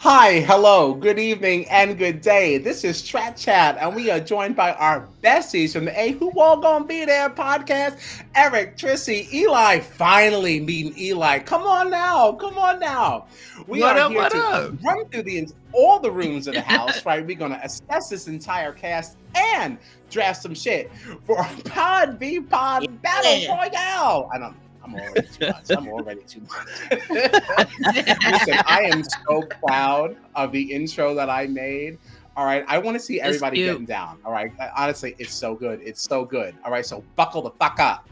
Hi, hello, good evening, and good day. This is Strat Chat, and we are joined by our besties from the A Who All Gonna Be There podcast. Eric, Trissy, Eli, finally meeting Eli. Come on now, come on now. We What are up, here what to up? run through the all the rooms of the house, right? We're gonna assess this entire cast and draft some shit for our Pod v Pod Battle Yeah. Royale. And I'm, I'm already too much. I'm already too much. Listen, I am so proud of the intro that I made. All right, I want to see It's everybody cute. getting down. All right, Uh, honestly, it's so good. It's so good. All right, so buckle the fuck up.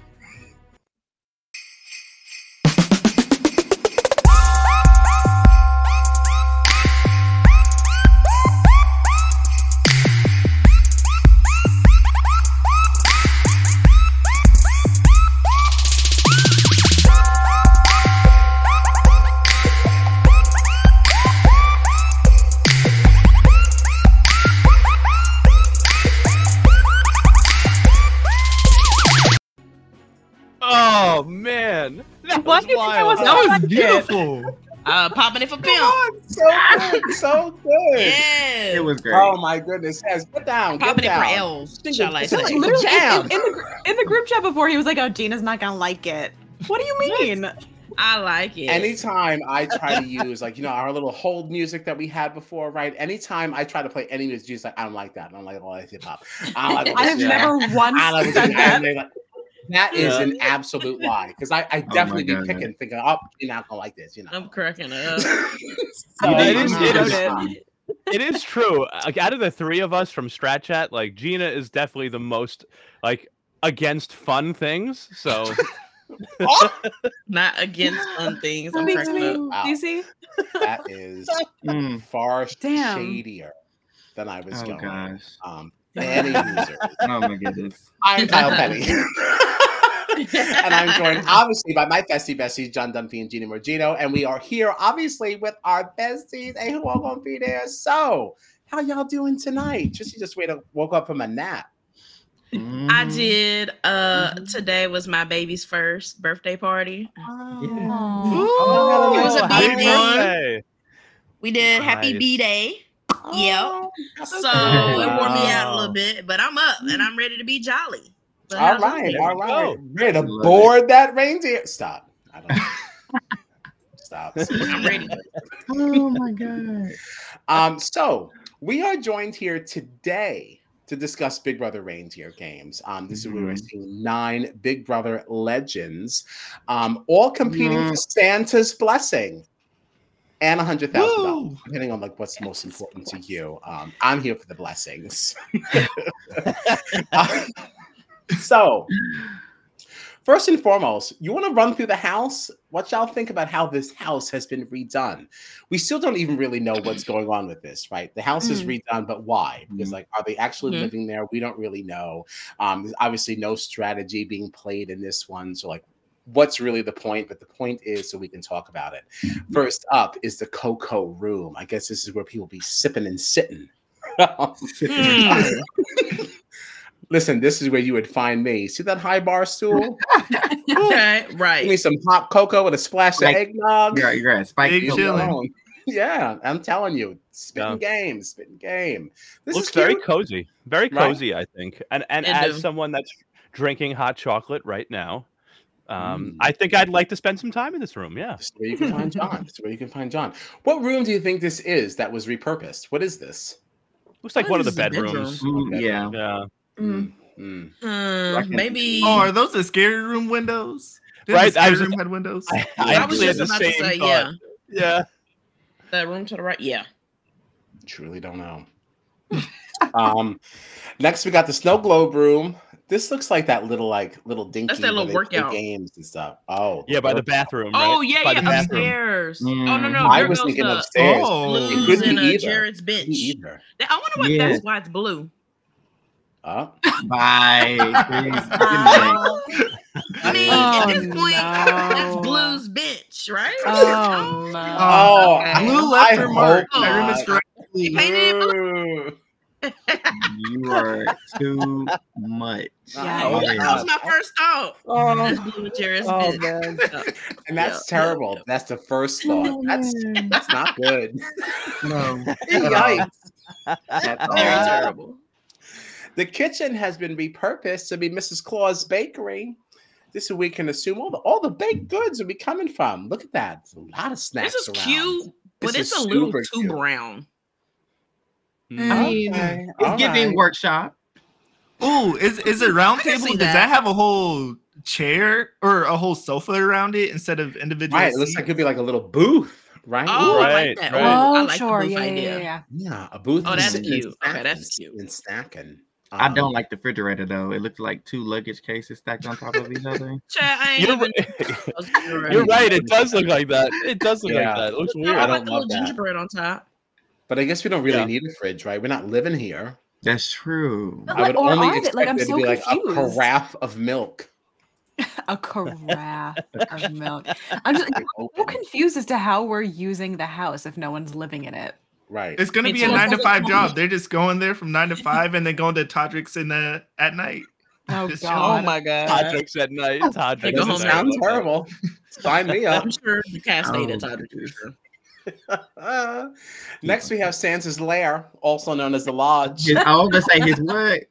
Oh man, that Why was do you think I wild. was that like was it? beautiful. Uh, popping it for Come pimp. on, so good, so good. Yeah. it was great. Oh my goodness, yes, get down, get popping it for down. L's. Sing Shall I it, sing say? it. Literally, in, Jam. in the, gr- in the group chat before, he was like, "Oh, Gina's not gonna like it." What do you mean? I like it. Anytime I try to use like you know our little hold music that we had before, right? Anytime I try to play any music, she's like, I don't like that. I don't like all that hip hop. I don't like all I this have jazz. never once I love it. said that. That is Yeah. Oh an absolute lie because I, I definitely be God. picking, thinking, oh, you're not gonna like this, you know. I'm cracking up. So, I'm That is- just- it it's is- fine. it is true. Like out of the three of us from Strat Chat, like Gina is definitely the most like against fun things. So Oh, Not against fun things. That I'm beats me. cracking up. Do Wow. you see? that is far Damn. shadier than I was Mm. Oh going. gosh. Um, any user. Oh my goodness. I'm Kyle Petty. and I'm joined obviously by my bestie besties, John Dunphy and Gina Morgino. And we are here obviously with our besties and who are gonna be there. So how y'all doing tonight? Just just wait woke up from a nap. I Mm. did. Uh, Mm-hmm. today was my baby's first birthday party. Oh, Oh, it was a happy big one. birthday. We did Happy Nice. B Day. Yep. So uh, it wore me out a little bit, but I'm up and I'm ready to be jolly. But All how's right, it? all we right. go. Ready to Oh. Love it. board that reindeer? Stop. I don't. Stop. I'm ready. Oh my god. Um, so we are joined here today to discuss Big Brother Reindeer games. Um, this is where we're Mhm. seeing nine Big Brother legends, um, all competing for Mhm. Santa's blessing and a hundred thousand dollars, Woo! depending on like what's most important to you. Um, I'm here for the blessings. Um, so. First and foremost, you want to run through the house? What y'all think about how this house has been redone? we still don't even really know what's going on with this, right? The house is redone, but why? Because Mhm. like, are they actually Mhm. living there? We don't really know. Um, there's obviously no strategy being played in this one. So like, what's really the point? But the point is, so we can talk about it. First up is the cocoa room. I guess this is where people be sipping and sitting. Hmm. Mm. Listen, this is where you would find me. See that high bar stool? Okay, Give me right. some hot cocoa with a splash of Like- eggnog. You're right, you're right. Spike Oh, Big is chillin'. alone. Alone. Yeah, I'm telling you, spitting Yeah. game, spitting game. This Looks is very cute. cozy. Very Right? cozy, I think. And and It as do. someone that's drinking hot chocolate right now, um, I think I'd like to spend some time in this room. Yeah. This is where you can find John. This is where you can find John. What room do you think this is that was repurposed? What is this? Looks like What one of the is the bedrooms. Mm, Okay. Yeah. Yeah. Mm. Mm. Uh, maybe. Oh, are those the scary room windows? Didn't Right, The I scary was room had windows. I I, I was actually had just the about to same say, thought. yeah. Yeah. That room to the right. Yeah. Truly don't know. um, next we got the snow globe room. This looks like that little like little dinky that little where they play workout. games and stuff. Oh, Yeah, by the bathroom. bathroom. Oh right? yeah, by yeah, the bathroom. upstairs. Mm. Oh no, no, I there was goes thinking the Oh, upstairs. Oh. It blues could be and uh, either. Jared's Me bench. either. That- I wonder what Yeah. that's why it's blue. Oh, Bye. Please, good night. I mean, Oh, at this point, that's no. blue's bench, right? Oh Oh, oh okay. I- Blue left Oh, I her mark. hope Oh, That room is not. correctly. Painted it Ooh. You are too much. Yeah. Oh, Yeah. that was my first thought. Oh, Just doing Jared's oh business. man. and that's Yeah. terrible. That's the first thought. That's that's not good. No. Yikes. That's Very all. terrible. The kitchen has been repurposed to be Mrs. Claus Bakery. This is where we can assume all the all the baked goods will be coming from. Look at that. It's a lot of snacks. This is around. cute, but This it's is a little super too cute. brown. I Oh, mean, Okay. It's All giving right. workshop. Ooh, is is it round I can table? see Does that. that. have a whole chair or a whole sofa around it instead of individual? Right. It looks seats? like it could be like a little booth, right? Oh, I Right, like that. right. Oh, I like sure. the booth yeah, idea. yeah, yeah. Yeah, a booth. Oh, and that's sit and cute. snack Okay, and that's sit cute. And snacking. I don't Um, like the refrigerator though. It looked like two luggage cases stacked on top of each other. Chad, I ain't You're, even. right. I was gonna write You're it. right. It does look like that. It does look Yeah. like that. It looks I weird. I like don't the love little that. gingerbread on top. But I guess we don't really Yeah. need a fridge, right? We're not living here. That's true. But I like- would or only are they? expect Like, I'm there so to be like a confused. carafe of milk. A carafe of milk. I'm just Like, so open. confused as to how we're using the house if no one's living in it. Right. It's gonna It's be a all nine to public five knowledge. job. They're just going there from nine to five and then going to Todrick's in the at night. Oh It's- god. my god! Todrick's at night. Todrick's They It go at doesn't home sound night. Love that. terrible. Sign me up. I'm sure the cast ate at Oh, Todrick's for goodness. sure. Uh, next, we have Sansa's lair, also known as the lodge. His, I was gonna say his what?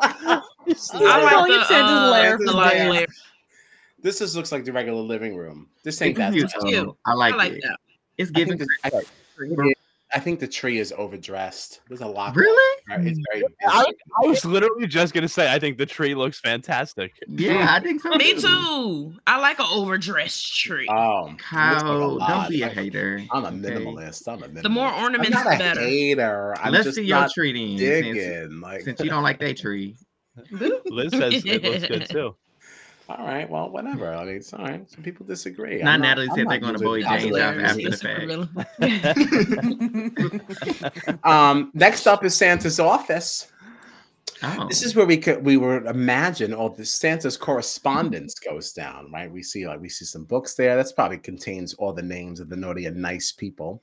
I like calling it the, Santa's uh, lair the from light there. lair. this is looks like the regular living room. This ain't that. It's nice. cute, cute. though. I like, I like it. that. It's I think, giving. the, I, think the tree is- I think the tree is overdressed. There's a lot. going Really? on. It's very. I, I was literally just gonna say I think the tree looks fantastic. Yeah, I think so. Me too. I like an overdressed tree. Uh, Um, Kyle, don't be a hater. I'm a okay? minimalist. I'm a minimalist. the more I'm ornaments, not the a better. hater. I'm Let's just see your not tree then, since, digging. Like, since you don't like that tree. Liz says it looks good too. all right, well, whatever. I mean, it's all right. Some people disagree. I'm Not Natalie I'm said not they're gonna usually bully James popular. out after the It's fact. really- Um, next up is Santa's office. Oh. This is where we could we would imagine all the Santa's correspondence goes down, right? We see like we see some books there. That's probably contains all the names of the naughty and nice people.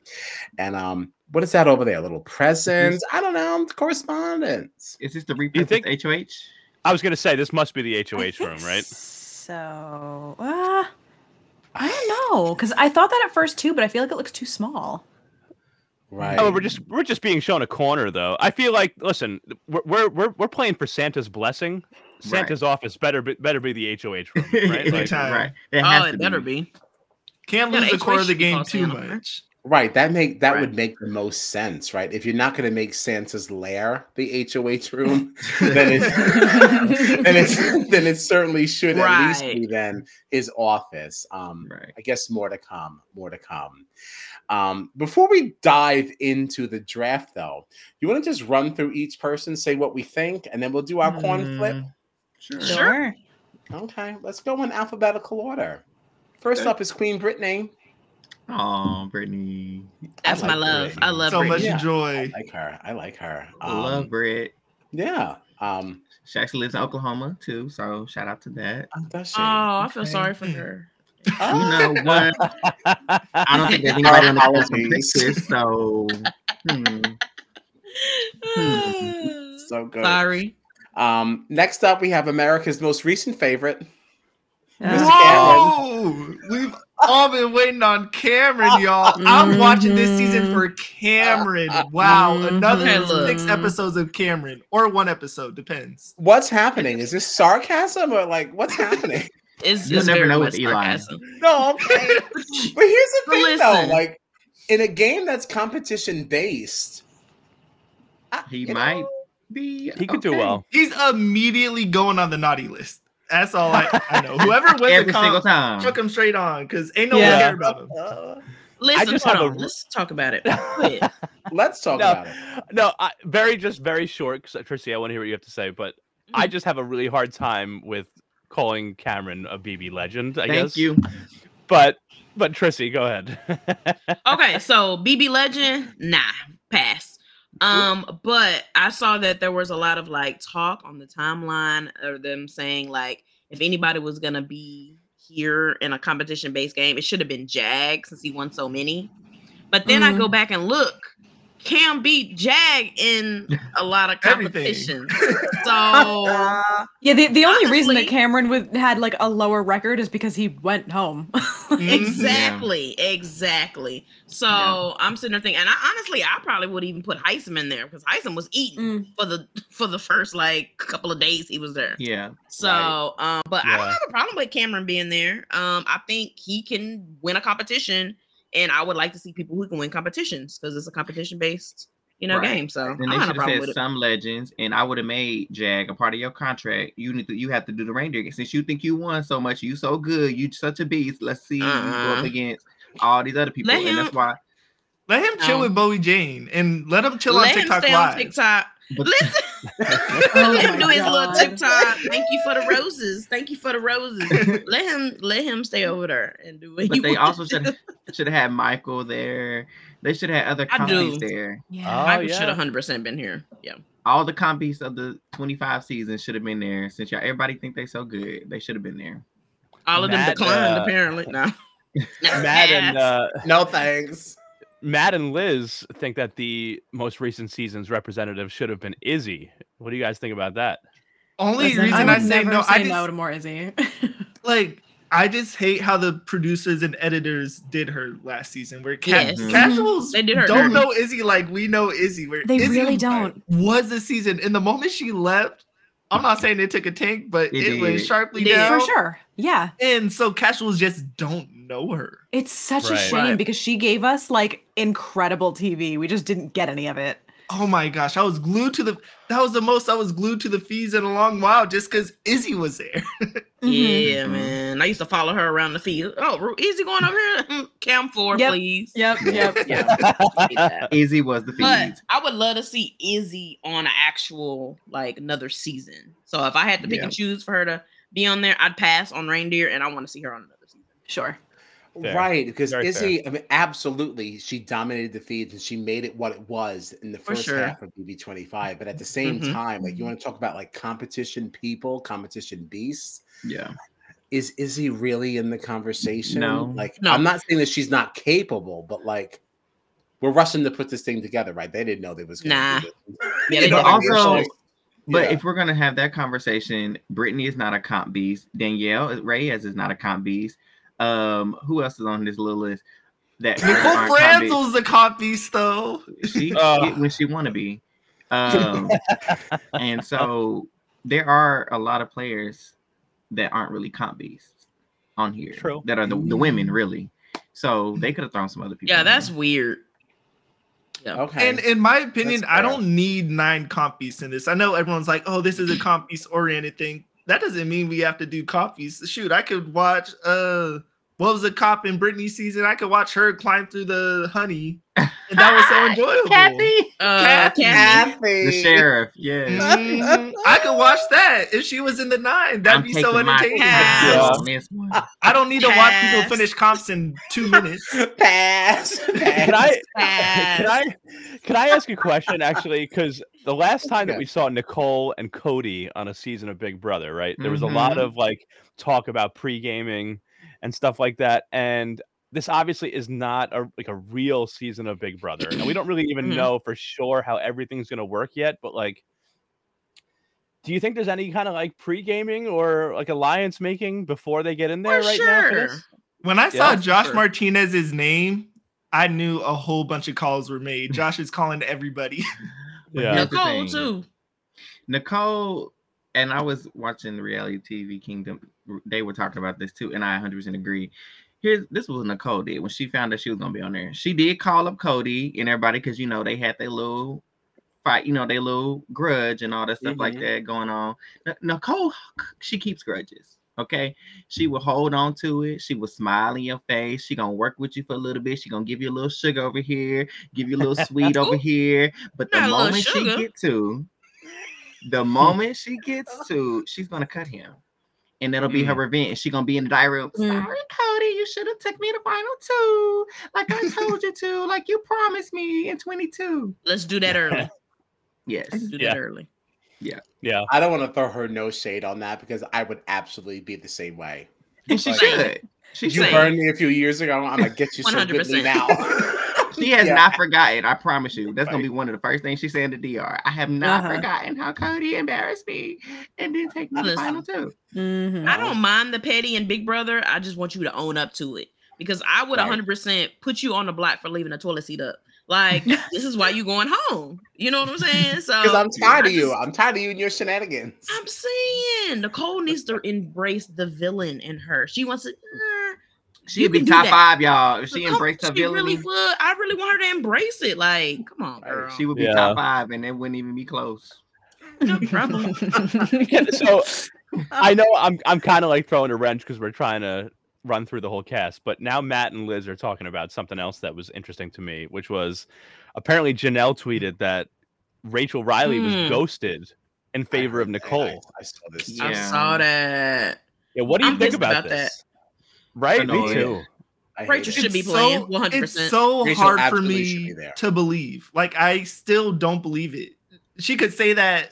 And um, what is that over there? Little Mm-hmm. presents? I don't know. Correspondence. Is this the repurposed You think- HOH? I was gonna say this must be the I HOH think room, right? So, uh, I don't know, because I thought that at first too, but I feel like it looks too small. Right. Oh, we're just we're just being shown a corner though. I feel like listen, we're we're we're, we're playing for Santa's blessing. Santa's office better be, better be the HOH room, right? Like, Anytime. Right. It has Oh, to it better be. Can't Yeah, lose the HOH core of the should be game called too Santa. much. Right. That make that Right. would make the most sense, right? If you're not gonna make Santa's lair the HOH room, then it's then it's then it certainly should at least Right. be then his office. Um Right. I guess more to come, more to come. Um, before we dive into the draft, though, you want to just run through each person, say what we think, and then we'll do our coin flip. Mm, Sure. Sure. Mm-hmm. Okay, let's go in alphabetical order. First Okay. up is Queen Brittany. Oh, Brittany. That's I my like love. Brit. I love So Brit. much Yeah. I joy. like her. I like her. I Um, Love Brit. Yeah. Um, She actually lives in Oklahoma too, so shout out to that. oh, does she? Oh, I feel Okay. sorry for her. You Ah, know what? I don't think there's anybody on the call from Texas, so hmm. Hmm. so good. sorry. Um, next up, we have America's most recent favorite. Mr. Whoa! We've all been waiting on Uh, Cameron, y'all. mm-hmm. I'm watching this season for Cameron. Wow, Uh, Okay, another look. six episodes of Cameron, or one episode, depends. What's happening? Is this sarcasm or like what's happening? It's, You'll it's never very know much with Eli. sarcasm. No, okay. but here's the But thing, listen. though. Like in a game that's competition based, I- He you know, might be. he could do okay. well. He's immediately going on the naughty list. That's all I, I know. Whoever wins every the single comp, time. chuck him straight on, because ain't no Yeah. one care about him. uh, Listen, just hold have on. a- Let's talk about it. Wait. let's talk No. about it. No, I, very just very short. 'cause, Tracy, I want to hear what you have to say, but I just have a really hard time with calling Cameron a BB legend. I Thank guess. you. But but Trissy, go ahead. okay, so BB Legend, nah, pass. Um, but I saw that there was a lot of like talk on the timeline of them saying like if anybody was gonna be here in a competition based game, it should have been Jag since he won so many. But then I go back and look, Cam beat Jag in a lot of Everything. competitions. Um, so Um, Yeah, the, the only reason that Honestly- Cameron would had like a lower record is because he went home. Mm-hmm. exactly, exactly. So I'm sitting there thinking, and I honestly, I probably would even put Heisem in there because Heisem was eating Mm. for the for the first like couple of days he was there. Yeah. So, um, but I don't Yeah. have a problem with Cameron being there. Um, I think he can win a competition, and I would like to see people who can win competitions because it's a competition based, you know, Right. game. So I Then don't have they a should have problem said with it. some legends, and I would have made Jag a part of your contract. You need to, you have to do the reindeer since you think you won so much. You so good. You such a beast. Let's see you go Uh-uh. up against all these other people, Let and that's him- why. Let him chill No. with Bowie Jane and let him chill Let on him TikTok stay live. on TikTok. But- Oh Listen, let him do his little God. TikTok. Thank you for the roses. Thank you for the roses. let him let him stay over there and do what he But they wants also to should do. should have had Michael there. They should have had other I compies do. there. yeah. Oh, Michael yeah. should 100 percent been here. Yeah. All the compies of the 25 seasons should have been there. Since y'all everybody think they so good, they should have been there. All of them Matt, declined uh, apparently. No. Matt and uh, No thanks. Matt and Liz think that the most recent season's representative should have been Izzy. What do you guys think about that? Only Listen, reason I, I, would say never no, say I just no to more Izzy. like I just hate how the producers and editors did her last season. Where ca- Yes. Mm-hmm. casuals they did her. don't dirty. know Izzy like we know Izzy. Where They Izzy really don't. Was the season and the moment she left? I'm not saying it took a tank, but It it, went did. sharply It did. down. For sure. Yeah. And so casuals just don't know her. It's such a Right. shame Right. because she gave us like incredible TV. We just didn't get any of it. Oh my gosh, I was glued to the. That was the most I was glued to the fees in a long while, just because Izzy was there. Mm-hmm. Mhm. Yeah, Mm-hmm. Mhm. man. I used to follow her around the field. Oh, Ru- is he going over here? Cam four, Yep. please. Yep. Yep. Yep. Yeah. Izzy was the Uh, But feed. I would love to see Izzy on an actual like another season. So if I had to pick and choose for her to be on there, I'd pass on Reindeer, and I want to see her on another season. Sure. Fair. Right, because Very Izzy, I mean, absolutely, she dominated the feeds and she made it what it was in the For first sure. half of BB25. But at the same Mhm. time, like you want to talk about like competition people, competition beasts. Yeah. Is Izzy really in the conversation? No. Like, No. I'm not saying that she's not capable, but like, we're rushing to put this thing together, right? They didn't know they was gonna Nah. do this. Yeah, they You know, didn't. it's Also- like- But Yeah. if we're gonna have that conversation, Brittany is not a comp beast. Danielle uh, Reyes is not a comp beast. Um, who else is on this little list? That Nicole aren't comp beasts? Franzel's the cop beast, though. she Ugh. get when she want to be. Um, and so there are a lot of players that aren't really comp beasts on here. True. That are the, the women really. So they could have thrown some other people. Yeah, in that's there. weird. Oh. okay. And in my opinion, That's I fair. don't need nine comp beasts in this. I know everyone's like, "Oh, this is a comp beast oriented thing." That doesn't mean we have to do comp beasts. Shoot, I could watch. Uh, what was the cop in Britney season? I could watch her climb through the honey, and that was so enjoyable. Uh, Kathy. Kathy. the sheriff. Yeah, Mhm. I could watch that if she was in the nine. That'd be so taking my entertaining. time Yeah. on this one. I don't need to watch people Pass. finish comps in two minutes. Pass. Can I? Can Pass. I? Can I ask a question actually? Because the last time Yeah. that we saw Nicole and Cody on a season of Big Brother, right? There was a lot Mm-hmm. Mhm. of like talk about pre gaming and stuff like that, and this obviously is not a like a real season of Big Brother, and we don't really even Mhm. know for sure how everything's gonna work yet. But like, do you think there's any kind of like pre gaming or like alliance making before they get in there For right now? For sure. this? When I saw Yeah, Josh sure. Martinez's name, I knew a whole bunch of calls were made. Josh is calling everybody. Yeah. That's the Nicole thing. too. Nicole and I was watching the reality TV Kingdom. They were talking about this too, and I 100% agree. Here's this was Nicole did when she found out she was gonna be on there. She did call up Cody and everybody because you know they had their little fight, you know, their little grudge and all that stuff like Mhm. that going on. N- Nicole, she keeps grudges. Okay, she will hold on to it. She will smile in your face. She gonna work with you for a little bit. She gonna give you a little sugar over here, give you a little sweet over Ooh. here. But the Not a little moment she sugar. get to the moment she gets to, she's gonna cut him, and that'll be her Mm. revenge. She's gonna be in the diary room. Mm. Sorry, Cody, you should have took me to final two, like I told you to, like you promised me in twenty two. Let's do that early. Yes, Let's do Yeah. that early. Yeah. I don't want to throw her no shade on that because I would absolutely be the same way. and she Like- should. She You should. Same. burned me a few years ago. I'm gonna get you so 100%. goodly now. She has Yeah. not forgotten. I promise you. That's gonna Right. be one of the first things she said to Dr. I have not Uh-huh. forgotten how Cody embarrassed me and then take me to the Listen. final two. Mm-hmm. I don't mind the petty and Big Brother. I just want you to own up to it because I would Right. 100% put you on the block for leaving a toilet seat up. Like this is why you going home. You know what I'm saying? So Because I'm tired I of you. just- I'm tired of you and your shenanigans. Oh, I'm saying Nicole needs to embrace the villain in her. She wants to. "Nah, You She'd be can do top that. five, y'all. If she come- embraced her she really villainy, would. I really want her to embrace it. Like, come on, girl. she would be Yeah. top five and it wouldn't even be close. no trouble. so I Um, know I'm I'm kind of like throwing a wrench because we're trying to run through the whole cast, but now Matt and Liz are talking about something else that was interesting to me, which was apparently Janelle tweeted that Rachel Riley Hmm. was ghosted in favor of Nicole. I saw this. Yeah. I saw that. Yeah, what do you I'm think pissed about, about that. this? Right, know, me yeah. too. I hate Rachel it. should be It's playing so- 100%. It's so Rachel hard for absolutely should be me there. to believe. Like I still don't believe it. She could say that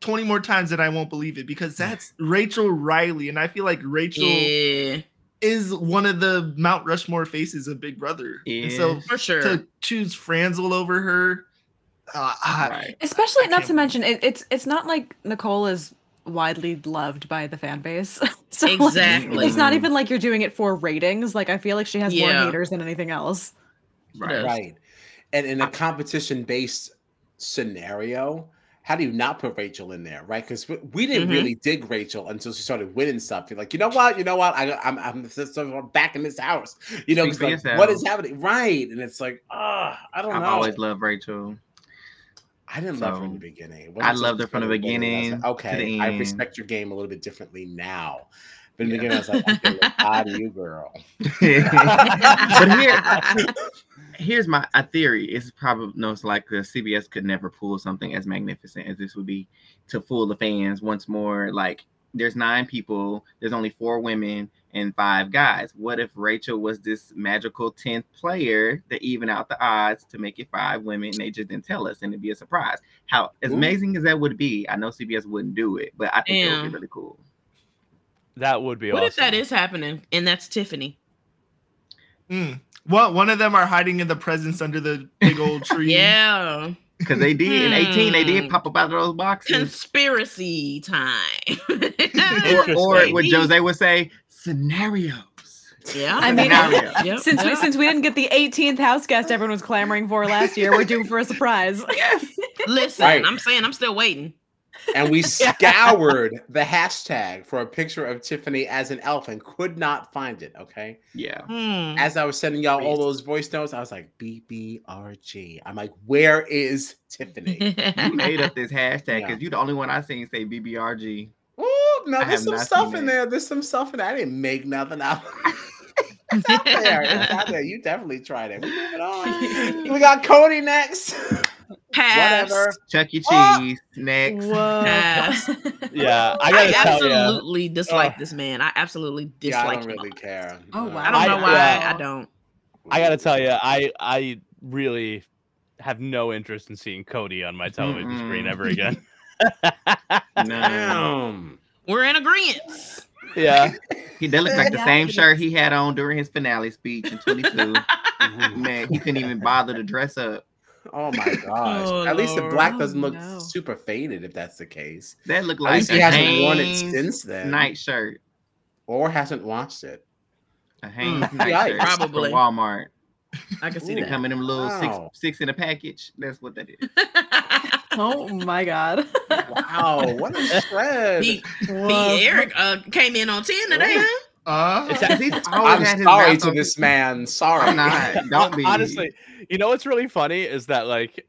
20 more times and I won't believe it because that's Rachel Riley. And I feel like Rachel yeah, is one of the Mount Rushmore faces of Big Brother. And so Yes. for sure. to choose Franzel over her, uh, I- Right. Especially I not can't- to mention it, it's it's not like Nicole is widely loved by the fan base. so like, exactly. it's not even like you're doing it for ratings. Like I feel like she has Yeah. more haters than anything else. Right. Right. And in a competition based scenario, how do you not put Rachel in there, right? Because we, we didn't Mm-hmm. Mhm. really dig Rachel until she started winning something. Like, you know what? You know what? I, I'm, I'm just sort of back in this house. You know, Speak 'cause for like, yourself. what is happening? Right. And it's like, ah, I don't I've know. always loved Rachel. I didn't love her in the so, beginning. It I wasn't loved till her from the started winning, I was beginning like, to the okay, I end. respect your game a little bit differently now. But in the beginning, Yeah. I was like, okay, look, odd you, girl. but here, here's my a theory. It's probably no, it's like the CBS could never pull something as magnificent as this would be to fool the fans once more. Like there's nine people, there's only four women and five guys. What if Rachel was this magical tenth player to even out the odds to make it five women? And they just didn't tell us, and it'd be a surprise. How as Ooh. amazing as that would be, I know CBS wouldn't do it, but I think it would Damn. be really cool. That would be what awesome. if that is happening and that's Tiffany? mm. One, one of them are hiding in the presents under the big old tree. Yeah, Because they did in 18, they Hmm. did pop up out of those boxes. conspiracy time. or, or Interesting. what Jose would say, scenarios. yeah, I mean, Scenario. Yep, since we yep. since we didn't get the 18th house guest everyone was clamoring for last year, we're due for a surprise. listen, Right. I'm saying I'm still waiting. and we Yeah. scoured the hashtag for a picture of Tiffany as an elf and could not find it. Okay. Yeah. Hmm. As I was sending y'all all Please. those voice notes, I was like, BBRG. I'm like, where is Tiffany? You made up this hashtag Yeah. because you're the only one I seen say BBRG. Oh, no, I there's have some not stuff seen in it. there. There's some stuff in there. I didn't make nothing up. it's out there. It's out there. You definitely tried it. We're moving on. We got Cody next. Pass. Whatever. Chuck E. Cheese Oh! next. Pass. yeah, I gotta I tell you. absolutely dislike this man. I absolutely Yeah, I dislike don't him. really care. Oh, No. wow. I don't know I- why. yeah. I don't. I gotta tell you, I I really have no interest in seeing Cody on my television screen Mm-mm. ever again. No. Damn. We're in agreement. yeah, He that looks like the same shirt he had on during his finale speech in 22. Man, he couldn't even bother to dress up. Oh my gosh. Oh, At least the Lord. black Oh, doesn't look no. super faded if that's the case. That looked At like least a he hasn't worn it Hanes since then. night shirt. Or hasn't watched it. A Hmm. Hanes Mm. night shirt Probably. from Walmart. I can see They come in them little Wow. six six in a package. That's what that is. that. Oh my god. Wow, what a shred. Me, me, Eric uh, came in on 10 today, huh? Uh, It's Cause he's always I'm had his sorry mouth to on- this man. I'm Sorry. not. Don't be honestly, you know what's really funny is that like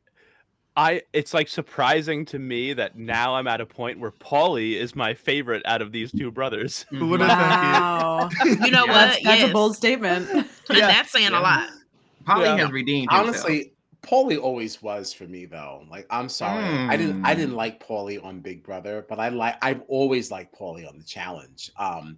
I it's like surprising to me that now I'm at a point where Paulie is my favorite out of these two brothers. Mhm. What a- Wow. You know Yeah. what? That's, that's Yes. a bold statement. And Yeah. that's saying Yeah. a lot. Polly Yeah. has redeemed himself. Honestly, Paulie always was for me though. Like I'm sorry. I didn't I Hmm. didn't like Paulie on Big Brother, but I like I've always liked Paulie on the challenge. Um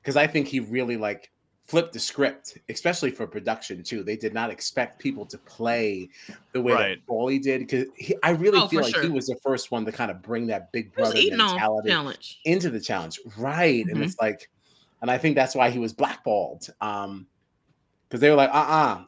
because I think he really like flipped the script, especially for production too. They did not expect people to play the way Right. that Paulie did. Cause he, I really Oh, feel for like he sure. was the first one to kind of bring that big He was brother eating on mentality challenge. into the Mm-hmm. challenge right and Mhm. it's like and i think that's why he was blackballed um because they were like, uh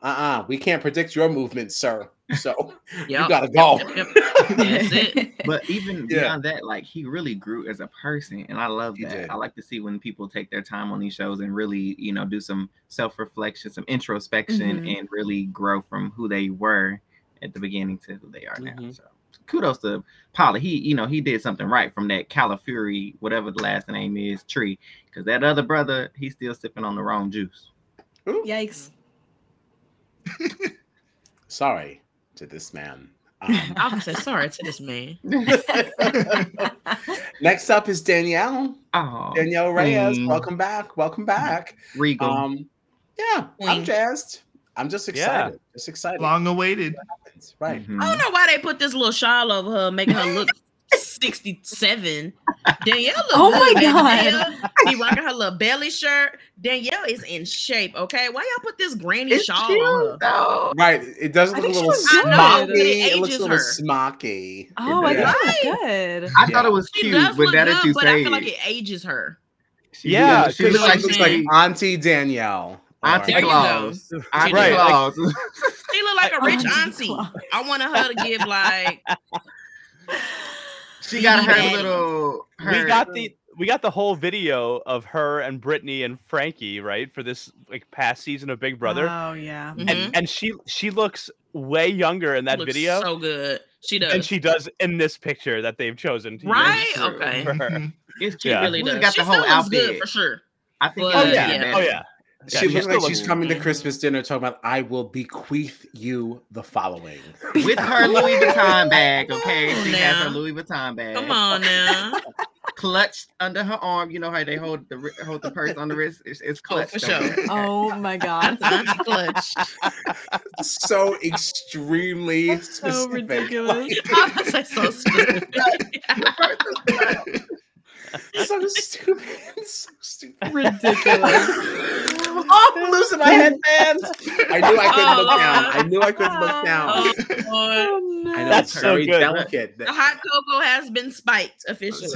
uh-uh, uh, we can't predict your movements, sir. So you Yep. gotta go. Yep, yep, yep. That's it. But even Yeah. beyond that, like he really grew as a person, and I love He did. that. I like to see when people take their time on these shows and really, you know, do some self reflection, some introspection, Mm-hmm. Mhm. and really grow from who they were at the beginning to who they are now. Mm-hmm. Mhm. So kudos to Polly. He, you know, he did something right from that Calafuri, whatever the last name is, tree, because that other brother, he's still sipping on the wrong juice. Yikes. Sorry to this man. I was say sorry to this man. Mm. Um, next up is Danielle. Oh, Danielle Reyes, Queen. welcome back. Welcome back. Regal. Um, yeah, I'm Queen. jazzed. I'm just Yeah. excited. Just excited. Long awaited. Right. Mhm. I don't know why they put this little shawl over her, making her look 67. Danielle look Oh my good, baby. God. Danielle be rocking her little belly shirt. Danielle is in shape, okay? Why y'all put this granny It's shawl on her? cute though. Right. It does I look a think she little looks good. smocky. I know, it It looks a ages little her. smocky. Oh, I Yeah. thought it was good. I thought it was She cute, does but look now that you good, but say I feel like it, it ages her. She Yeah, does- she She looks Looks like, like like looks she's like like saying- Auntie Danielle. Auntie There you go. Claus. Auntie Right, like- Claus. She look like a rich Auntie auntie. Claus. I wanted her to give like she got her Daddy. little. Her, we got the we got the whole video of her and Brittany and Frankie right for this like past season of Big Brother, Oh yeah. mhm, and and she she looks way younger in that looks video so good. She than does. she does in this picture that they've chosen. To use right? true. Okay. for her. Mhm. It's She cute. Yeah. really She does. got she the whole still looks good outfit. for sure. I think. Oh, it does yeah. get better. Oh yeah. Yeah, she she looks still like she's looks- coming to Mhm. Christmas dinner talking about, I will bequeath you the following. With her Louis Vuitton bag, okay, Come on she has her now. Louis Vuitton bag Come on now. clutched under her arm. You know how they hold the ri- hold the purse on the wrist. It's, it's Oh, clutched. for sure. over. Oh my god. That's auntie clutch. so extremely specific. So ridiculous. I was like, so stupid. Like, so stupid. So stupid. Ridiculous. oh, I'm losing my headbands. I knew I couldn't Oh, look down. Lord. I knew I couldn't look down. oh, Lord. I know That's it's so very good. delicate. The hot cocoa has been spiked officially.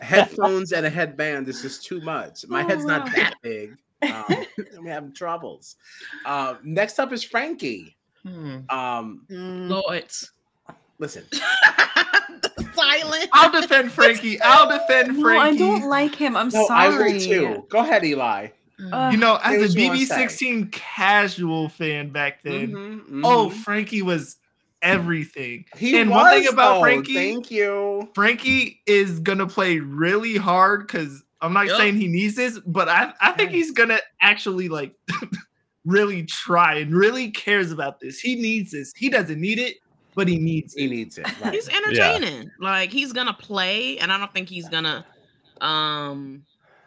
Headphones and a headband is just too much. Oh, My head's not that big. Um, I'm having troubles. Um, next up is Frankie. Hmm. Um, Lord. listen, Silent. I'll defend Frankie. I'll defend No, I Frankie. don't like him. I'm no, I sorry. will too. Go ahead, Eli. you know, Say as what a you wanna say. BB16 casual fan back then, Mhm, Mm-hmm, mhm. oh, Frankie was everything. he and one thing was, about though. Frankie- Thank you. Frankie is gonna play really hard because I'm not Yup. saying he needs this, but I, I think he's gonna actually like really try and really cares about this. He needs this. He doesn't need it, but he needs He it. needs it. Right. He's entertaining. Like he's gonna play, and I don't think he's gonna um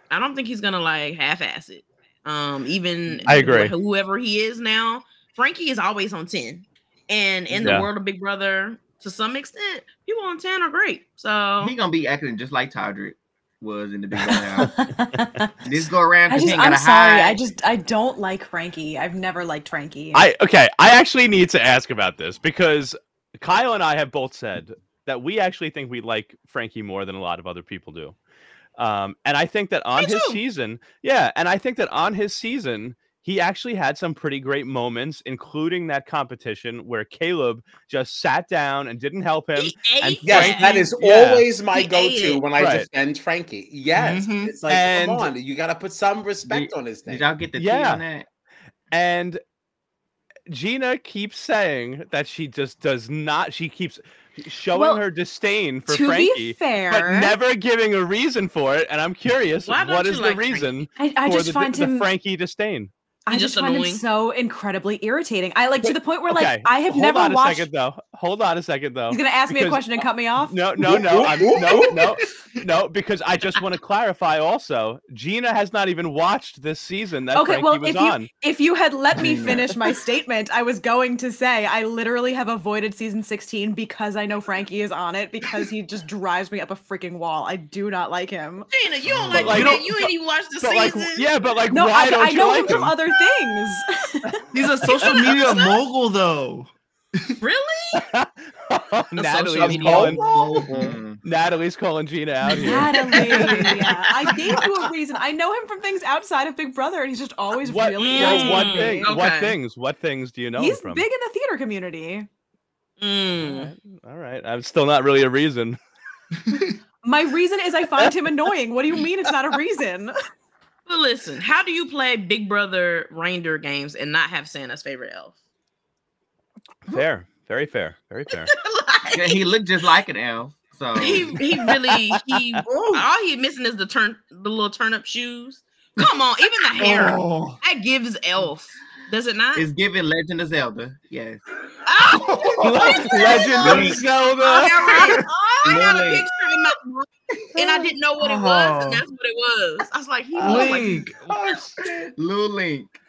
I don't think he's gonna like half ass it. Um even I agree. wh- whoever he is now, Frankie is always on 10. And in Yeah. the world of Big Brother, to some extent, people on 10 are great. So He gonna be acting just like Todrick was in the big house. This go around I because he just, ain't gotta I'm sorry. hide. I just, I don't like Frankie. I've never liked Frankie. I okay. I actually need to ask about this because Kyle and I have both said that we actually think we like Frankie more than a lot of other people do. Um, and I think that on Me his too. season, yeah, and I think that on his season, he actually had some pretty great moments, including that competition where Caleb just sat down and didn't help him. he ate and Yes, Frankie- that is yeah. always my He ate go-to it. Mm-hmm. when I Right. defend Frankie. Yes, Mhm. it's like And- come on, you got to put some respect on his name. Did y'all get the tea Yeah. on that? And Gina keeps saying that she just does not. She keeps showing Well, her disdain for to Frankie. be fair, but never giving a reason for it. And I'm curious, Why don't what you is like the Frankie? reason I, I for just the, find the him. Frankie disdain? I He's just, just find annoying. him so incredibly irritating. I like to the point where, like, okay, I have Hold never on a watched. second, though. Hold on a second, though. He's gonna ask me a because- question and cut me off. No, no, no, I'm, no, no, no. Because I just want to clarify. Also, Gina has not even watched this season that Okay, Frankie well, was if you- on. If you had let me Yeah. finish my statement, I was going to say I literally have avoided season 16 because I know Frankie is on it because he just drives me up a freaking wall. I do not like him. Dana, you don't like, But like- you, you don't- you ain't even watched the But season. like, yeah, but like, No, why I, don't I you know him like him? from other things. He's a social media mogul though. Really? Natalie social is media. calling, Mm. Natalie's calling Gina out here. Natalie. yeah. I gave you a reason. I know him from things outside of Big Brother, and he's just always What, really well, Mm. what thing? What Okay. things? What things do you know him He's from? big in the theater community. Mm. All right, I'm still not really a reason. My reason is I find him annoying. What do you mean it's not a reason? But listen, how do you play Big Brother reindeer games and not have Santa's favorite elf? Fair, very fair, very fair. Like, Yeah, he looked just like an elf. So he he really he all he missing is the turn the little turnip shoes. Come on, even the hair Oh. that gives elf. Does it not? it's giving Legend of Zelda. Yes. Oh, Legend of Zelda. I got a Lily. picture in my and I didn't know what it was, and that's what it was. I was like, he looks like Link. Oh, shit. Lil Link.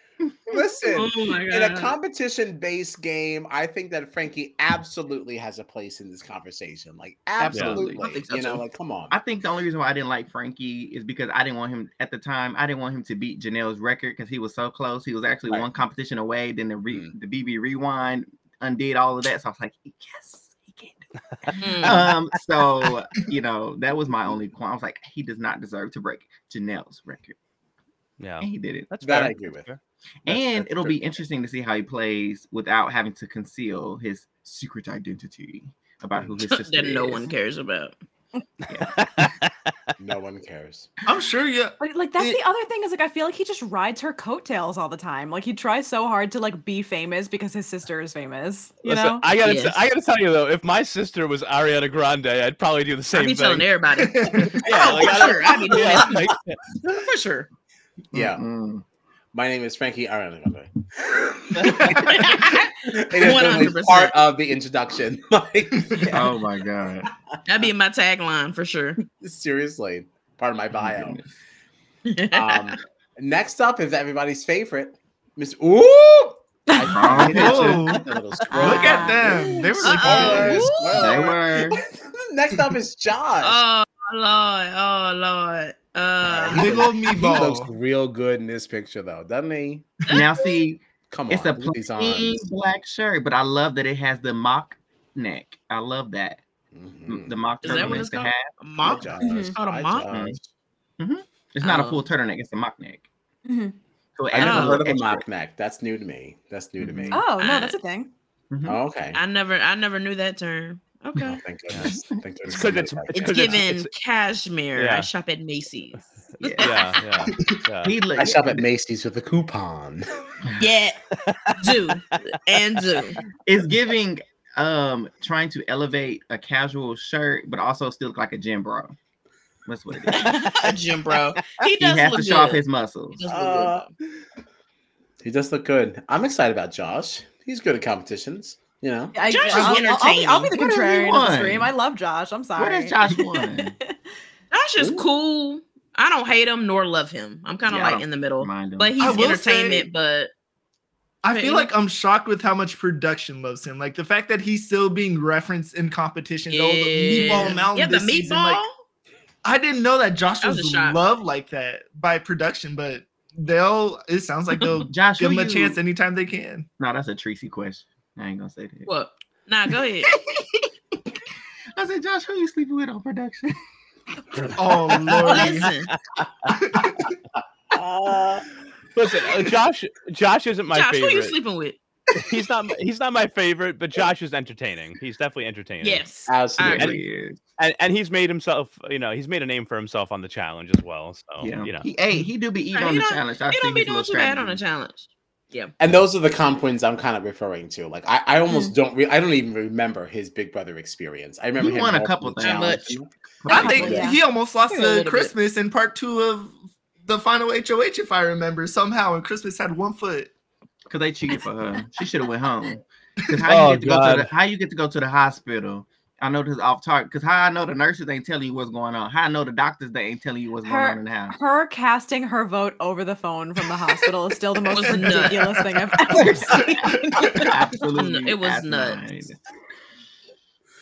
Listen, Oh my in a competition based game, I think that Frankie absolutely has a place in this conversation. Like, Absolutely. absolutely. I think so, you know, too. like, come on. I think the only reason why I didn't like Frankie is because I didn't want him at the time. I didn't want him to beat Janelle's record because he was so close. He was actually Right. one competition away. Then the re- the BB rewind undid all of that. So I was like, yes, he can. do it." Mm. Um, so you know that was my only qualm. I was like, he does not deserve to break Janelle's record, Yeah, and he did it. that's That I fair. agree with. That's fair. That's- And that's it'll fair. be interesting to see how he plays without having to conceal his secret identity about who Uh, his sister that is. no one cares about. No one cares. I'm sure you. But like that's It- the other thing is like I feel like he just rides her coattails all the time. Like he tries so hard to like be famous because his sister is famous. You Listen, know? I gotta, t- Yes. I gotta tell you though, if my sister was Ariana Grande, I'd probably do the I same be thing. telling everybody. Yeah, oh, like, I for don't- sure. I be doing yeah, like, that for sure. Yeah. Mm-mm. My name is Frankie Ariana. That'd It is definitely 100%. part of the introduction. Like, Oh my god. be my tagline for sure. seriously, part Oh of my bio. Goodness. Um, next up is everybody's favorite, Miss. Ooh, I did it Oh. too. A little scroll. Look at them. They were Uh-oh. like, Spoilers, They spoilers. were. Next up is Josh. oh lord, oh lord. Uh, big old he looks meatball. real good in this picture, though, doesn't he? Now see, Come on, it's a look at these plain arms. black shirt, but I love that it has the mock neck. I love that Mhm. the mock Is that what it's turtleneck to called? have. Hi, mock. Josh. Mhm. Oh, the Hi, mock? Josh. It's not Oh. a full turtleneck; it's a mock neck. Mhm. So it I adds never a heard little of a extra. mock neck. That's new to me. That's new to me. Oh, oh no, that's a thing. Mhm. Okay. I never, I never knew that term. Okay. Oh, thank goodness. Thank goodness. It's 'cause it's- somebody it's It's got 'cause that. given cashmere. Yeah. I shop at Macy's. yeah, yeah, yeah. He look- I shop at Macy's with a coupon. Yeah, do and do. It's giving um trying to elevate a casual shirt, but also still look like a gym bra. That's what it is. Jim, bro. He He does has look to good. show off his muscles. He does look Uh, he does look good. I'm excited about Josh. He's good at competitions. You know, I, Josh is I'll, I'll- I'll be- I'll be the contrarian entertaining. What does he of the want? stream. I love Josh. I'm sorry. What is Josh one? good. Josh is Ooh. cool. I don't hate him nor love him. I'm kind of Yeah, I like don't in the middle. Mind him. But he's I will entertainment. say- but I feel Really? like I'm shocked with how much production loves him. Like the fact that he's still being referenced in competition. Yeah. The yeah, meatball mountain. yeah, the this season, like, meatball. I didn't know that Josh That was was, a shock. loved like that by production, but they'll. It sounds like they'll Josh, give who him a you- chance anytime they can. No, that's a Tracy question. I ain't gonna say that. What? Nah, go ahead. I said, Josh, who you sleeping with on production? Oh lordy. Listen, Listen, uh, Josh, Josh isn't my Josh, favorite. who you sleeping with? he's not, he's not my favorite, but Josh is entertaining. He's definitely entertaining. Yes. absolutely. And- and, and he's made himself, you know, he's made a name for himself on the challenge as well. So yeah. oh, you know, He hey, he do be eating Right, on he the don't- challenge. I He see don't be his doing little too bad on a strategy. challenge. And those are the comp wins I'm kind of referring to. Like I, I almost don't. Re- I don't even remember his Big Brother experience. I remember He him won a walking couple the things. challenge. I think Yeah. he almost lost Yeah, a little to bit. Christmas in part two of the final HOH, if I remember somehow. And Christmas had one foot. because they cheated for her. She should have went home. Because how Oh, you get to go to God. the, how you get to go to the hospital? I know this is off target. Because how I know the nurses ain't telling you what's going on. How I know the doctors they ain't telling you what's Her- going on in the house. Her casting her vote over the phone from the hospital is still the most Was nuts. ridiculous thing I've ever seen. Absolutely, it was asinine. nuts.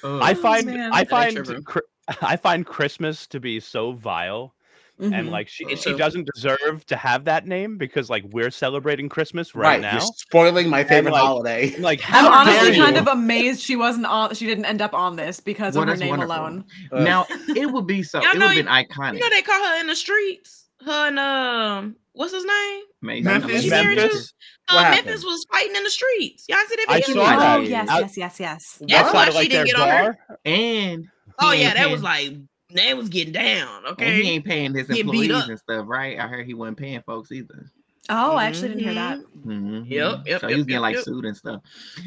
Ugh. I find man. I Oh, That ain't find true, bro. Chri- I find Christmas to be so vile Mm-hmm. and like she and she doesn't deserve to have that name because like we're celebrating Christmas right, now. You're spoiling my favorite like- holiday. And, like I'm how dare honestly you? kind of amazed she wasn't on. She didn't end up on this because Well, of her that's name wonderful. alone. Ugh. Now it would be so. Y'all It would know have you- been iconic. You know they call her in the streets. Her and um, what's his name? Amazing. Memphis, She married Memphis? What Uh, happened? Memphis was fighting in the streets. Y'all see that I video? saw that. Oh yes, I- yes, yes, yes. That's outside why of, she didn't their get on her. bar, and Oh he yeah, ain't that was paying- like they was getting down. And he Okay. ain't paying his Getting beat employees up. and stuff, right? I heard he wasn't paying folks either. Oh, I actually didn't hear that. Mm-hmm. Mhm. Yep, yep, So yep, he was getting yep, like yep. sued and stuff.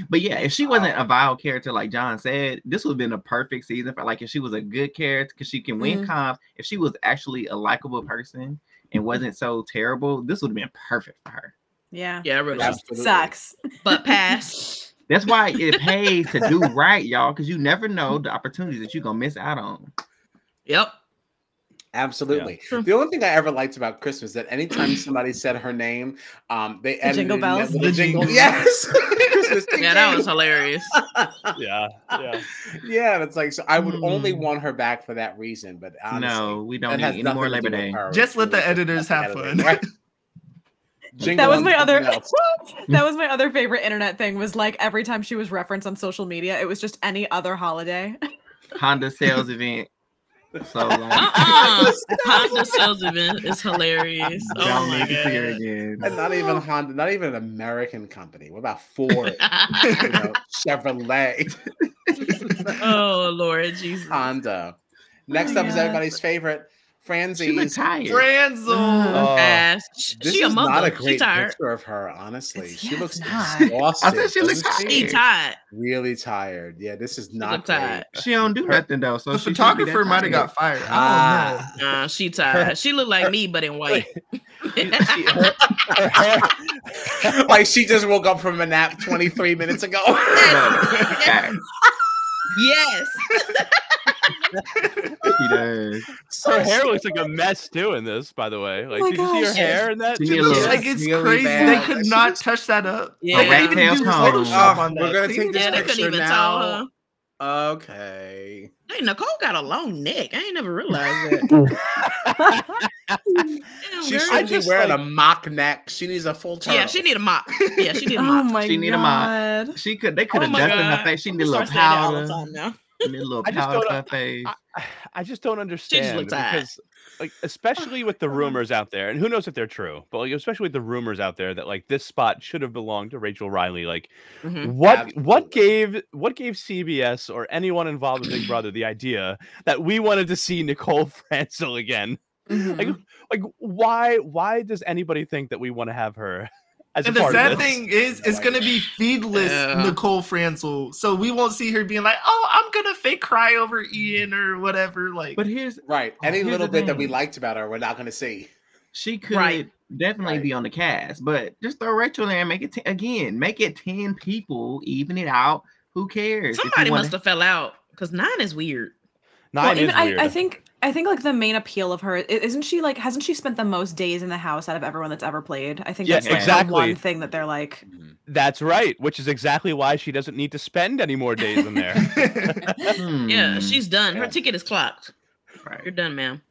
But yeah, if she wasn't a vile character, like John said, this would have been a perfect season for like if she was a good character because she can Mm-hmm. win comps. If she was actually a likable person and wasn't so terrible, this would have been perfect for her. Yeah, Yeah, I really was. Absolutely. sucks. But pass. That's why it pays to do right, y'all, because you never know the opportunities that you're gonna miss out on. Yep. Absolutely. The only thing I ever liked about Christmas that anytime somebody said her name, um, they edited jingle in that bells? little The jingle. jingle. Yes. Christmas ding, Yeah, that ding. was hilarious. yeah, yeah. yeah, and it's like so. I would only Mm. want her back for that reason, but honestly, no, we that don't need has any nothing more to do Labor with Day. her. Just let the It's editors about have the fun. right? That Jingle was on my other. something else. that was my other favorite internet thing. Was like every time she was referenced on social media, it was just any other holiday. Honda sales event. So like Uh-uh. Honda sales event is hilarious. Oh don't my make it clear god. again. And not even Honda, not even an American company. What about Ford, you know, Chevrolet, oh Lord Jesus. Honda? Next up is God. everybody's favorite, She looked Franzie's. tired. Uh, Franzel. Oh, Pass. Sh- Uh, This she a is not mother. a she great tired. picture of her, honestly. It's- she yeah, looks it's not. exhausted. she looks doesn't She tired. really tired. Yeah, this is She not look great. tired. She don't do Her- nothing though. So The she shouldn't be photographer that might tired. have got fired. I don't know. Ah, Nah, she tired. She looked like me, but in white. like she just woke up from a nap 23 minutes ago. Yeah, yes. she does. So her hair she- looks like a mess too in this. By the way, like my did you see her gosh. hair in that? She It Yeah, looks yeah. like it's Really crazy. bad. They could She not looks- touch that up. Yeah. They couldn't even Rat-tailed comb. do Photoshop Oh, on that. we're gonna They take just- Yeah, they couldn't picture even now. tell her. Okay. Hey, Nicole got a long neck. I ain't never realized that. Damn, She girl. should I be just, wearing like- a mock neck. She needs a full turn. yeah, she need a mop. Yeah, she need a Oh mop. my She need a mod. god! She could. They could have Oh my dusted her God. face. She I'm need a gonna little start saying that all the powder. time now. She need a little I just powder don't- on her face. I, I just don't understand looks hot. because, like, especially with the rumors out there, and who knows if they're true, but like, especially with the rumors out there that like this spot should have belonged to Rachel Riley. Like, Mhm. what what Absolutely. gave what gave CBS or anyone involved with Big Brother the idea that we wanted to see Nicole Franzel again? Like, like why why does anybody think that we want to have her as a And the part sad of this? thing is, it's gonna be feedless Yeah. Nicole Franzel, so we won't see her being like, "Oh, I'm gonna fake cry over Ian or whatever." Like, But here's Right. Any Here's the little bit that we thing. liked about her, we're not gonna see. she could Right. definitely be on the cast, but just throw Rachel in there and make it t- again. Make it ten people, even it out. Who cares? If you Somebody wanna- must have fell out because nine is weird. Nine well, even is I, weird. I think I think like the main appeal of her i- isn't she like hasn't she spent the most days in the house out of everyone that's ever played? I think Yeah, that's like, the exactly. one thing that they're like. That's right, which is exactly why she doesn't need to spend any more days in there. Hmm, Yeah, she's done. Her Yeah. ticket is clocked. You're right. done, ma'am.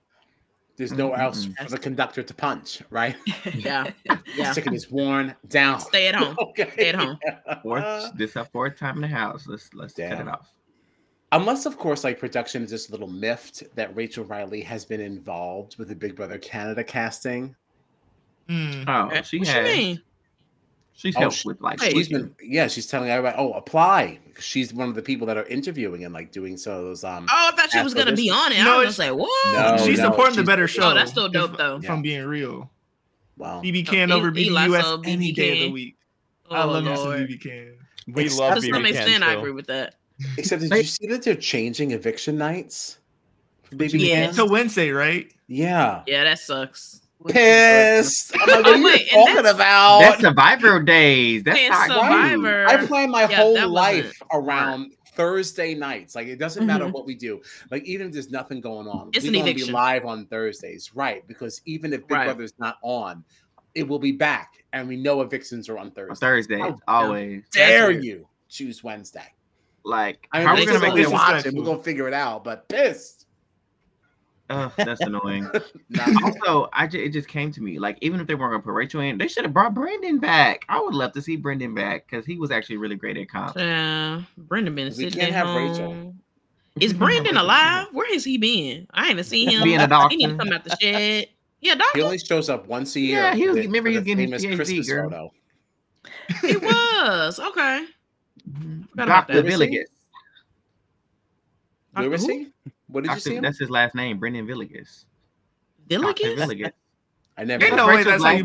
There's no else Mm-mm. for the conductor to punch, right? Yeah. Yeah. Yeah. Ticket is worn down. Stay at home. Okay. Stay at home. Uh, Fourth, this her fourth time in the house. Let's let's cut Damn. it off. Unless, of course, like production is this little miffed that Rachel Riley has been involved with the Big Brother Canada casting. Hmm. Oh, she what has. you mean? She's Oh, helped she- with like. She's switching. been, yeah, she's telling everybody, oh, apply. She's one of the people that are interviewing and like doing some of those. Um, Oh, I thought she was gonna be on it. No, I was gonna say, what? No, she's no, supporting the she's- better show. Oh, that's still dope, if- though. If I'm being real, well, BB Can E- over Eli BBUS sub, any BB day of the Can. week. Oh, I love you some Lord. BB Can. we Except- love To some BB Can extent, I still. agree with that. except did They- you see that they're changing eviction nights? for Baby Yeah. Can? To Wednesday, right? Yeah. Yeah, that sucks. Pissed. I'm like, what are Oh, you wait, and talking that's- about? That's Survivor days. That's Hey, not Survivor. you. Oh, Survivor. I plan my Yeah, whole that wasn't life around Thursday nights. Like it doesn't Mm-hmm. matter what we do. Like even if there's nothing going on, It's we're an gonna be eviction. live on Thursdays, right? Because even if Big Right. Brother's not on, it will be back, and we know evictions are on On Thursday. Thursday, How always. Dare weird. you choose Wednesday? Like, I mean, how we're we gonna gonna make make this it this watch it. respectful. We're gonna figure it out. But pissed. Ugh, that's annoying. also, I ju- it just came to me like even if they weren't gonna put Rachel in, they should have brought Brendan back. I would love to see Brendan back because he was actually really great at comp. Uh, Brendan been sitting can't at have home. Rachel. Is Brandon alive? Where has he been? I haven't seen him. Being a He need to doctor. come out the shed. Yeah, He doctor. only shows up once a year. Yeah, he was- with- remember he for was the getting his famous PhD, Christmas girl. photo. He was okay. about Doctor that. Where was he? Villigas. Where was Who? he? What did you see? Uh, Doctor- him? That's his last name, Brendan Villigas. Doctor Villigas. Villigas. I never. Ain't no heard way Rachel's that's how like- you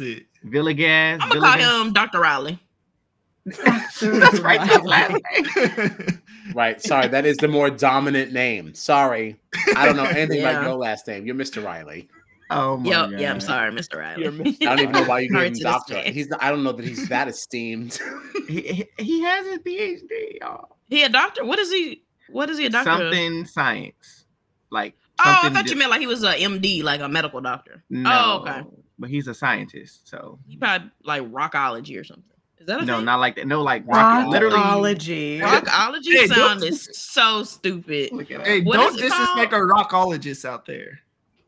it. Villigas. I'm gonna call Villigas. him Doctor Riley. That's right. That's last name. of- Right. Sorry. That is the more dominant name. Sorry. I don't know anything about Yeah. your last name. You're Mr. Riley. Oh my Yeah, god. yeah. I'm sorry, Mr. Riley. You're Mr. I don't even know why you Sorry gave him to this doctor. man. He's. I don't know that he's that esteemed. He, he, he has his PhD, y'all. He a doctor? What is he? What is he a doctor? of? Something science, like Oh, I something thought di- you meant like he was a MD, like a medical doctor. No, Oh, okay. But he's a scientist, so He probably like rockology or something. Is that a no, thing? not like that. No, like rock, literally. Rockology. rockology Hey, sound don't- is so stupid. Look it up. Hey, What don't is it disrespect our rockologists out there.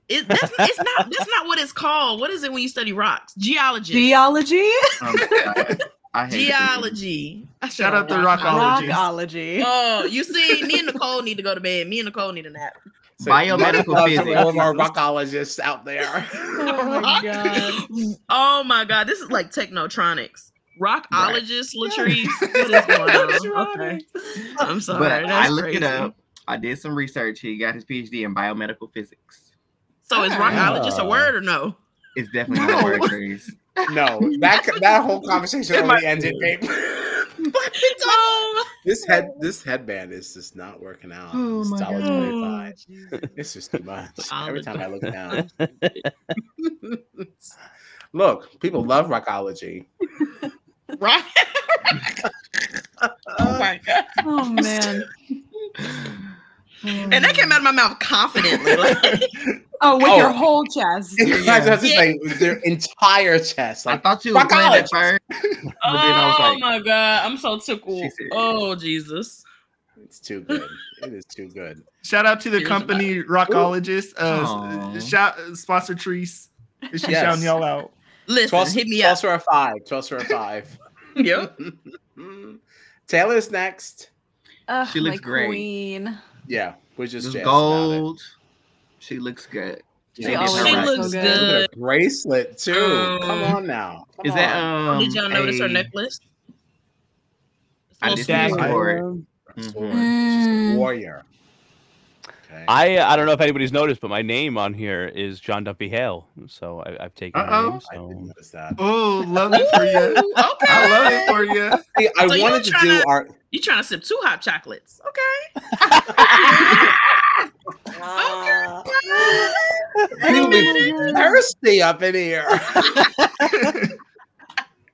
It, that's, it's not. That's not what it's called. What is it when you study rocks? Geology. Geology? Um, I- I hate Geology. I said Shout out to rockology. rockology. Rockology. Oh, you see, me and Nicole need to go to bed. Me and Nicole need a nap. So, Biomedical love to physics. All of our rockologists out there. Oh my Rock- God. Oh my god, this is like technotronics. Rockologist, Latrice. What is going on? Okay. I'm sorry. But that's I looked crazy. it up. I did some research. He got his PhD in biomedical physics. So is rockologist a Ah. word or no? It's definitely not a word, Chris. No, that that whole conversation It already might- ended. babe. Oh, this head this headband is just not working out. Oh It's my dollar God. twenty five. It's just too much. Every time I look down. look, people love rockology. rock. oh my god! Oh man. And that came out of my mouth confidently. Like, Oh, with Oh. your whole chest. Guys, that's just like their entire chest. I Like thought you were playing at first. oh But then I was like- my god, I'm so tickled. She's serious. Oh Jesus! it's too good. It is too good. Shout out to the Here's company Rockologist. Uh, Aw. s- shout sponsor Treese. She's Yes. shouting y'all out. Listen, Twelve hit me up. twelve or five. Twelve or five. Yep. Mm-hmm. Taylor's next. Ugh, She looks my great. Queen. Yeah, we're just Just jazzed about it. gold. She looks good. Yeah. They She did her always She right. looks so Look at good. her bracelet too. Come Um, on now. Come Is that on. um? Did y'all notice her a- necklace? It's a I little didn't small. notice for it. She's a Mhm. warrior. She's a Mm. warrior. Okay. I I don't know if anybody's noticed, but my name on here is John Duffy Hale, so I, I've taken. Her Uh-oh. name, I didn't so. notice that. Oh, love it for you. I love it for you. Hey, I So you wanted to tryna- do our You trying to sip two hot chocolates? Okay. You'll be thirsty up in here.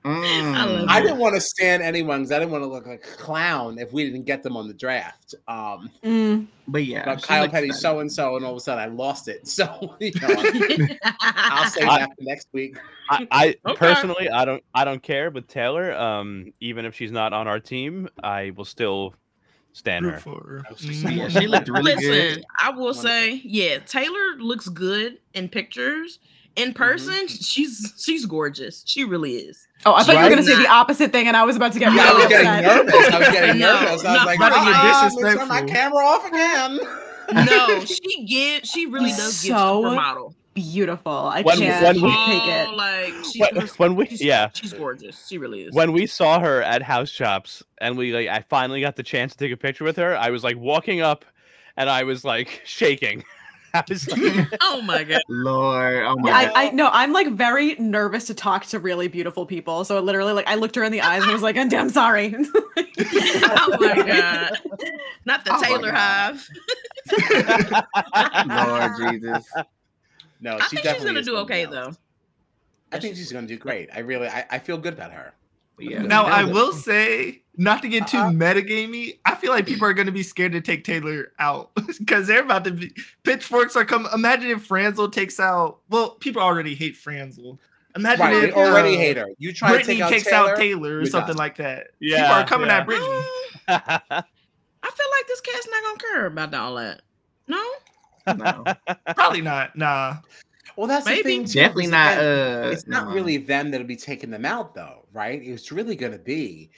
Mm. I didn't want to stand anyone because I didn't want to look like a clown if we didn't get them on the draft. Um, Mm. But yeah, but she Kyle looks Petty, stunning. so and so, and all of a sudden I lost it. So you know, I'll say I- that for next week. I, I Okay. personally, I don't, I don't care with Taylor. Um, even if she's not on our team, I will still stand Root her. for her. I was just Mhm. Yeah, she looked really good. Listen, I will say, yeah, Taylor looks good in pictures. In Mm-hmm. person, she's she's gorgeous. She really is. Oh, I thought you Right? were gonna say the opposite thing, and I was about to get Yeah, I was really getting upset. nervous. I was getting No, nervous. I was no, like, no, ah, I'm you're gonna turn my disrespectful. camera off again. No, she gives. She really does give So supermodel. Beautiful. I When- can't when we- take Oh, it. Like she, When- when we- she's, yeah. she's gorgeous. She really is. When we saw her at house shops, and we like, I finally got the chance to take a picture with her. I was like walking up, and I was like shaking. I was like, oh my god. Lord, oh my god. I, I no, I'm like very nervous to talk to really beautiful people. So literally, like, I looked her in the eyes and was like, "I'm damn sorry." oh my god. Not the Oh my Taylor God. Hive. Lord Jesus. No, Uh, I she think she's definitely gonna is do okay be out. though. I think she's gonna do great. I really, I, I feel good about her. Yeah. Now that I was a- will say, not to get too Uh-uh. metagamey, I feel like people are going to be scared to take Taylor out because they're about to be pitchforks are coming. Imagine if Franzel takes out. Well, people already hate Franzel. Imagine Right, they if already uh, hate her. You try to Brittany take out takes Taylor. out Taylor or you're something done. like that. people Yeah, are coming yeah. at Um, Brittany. I feel like this cat's not gonna care about all that. No? No. Probably not. Nah. Well, that's the Maybe. thing, too, Definitely is not. again, Uh, it's not no. really them that'll be taking them out, though, right? It's really going to be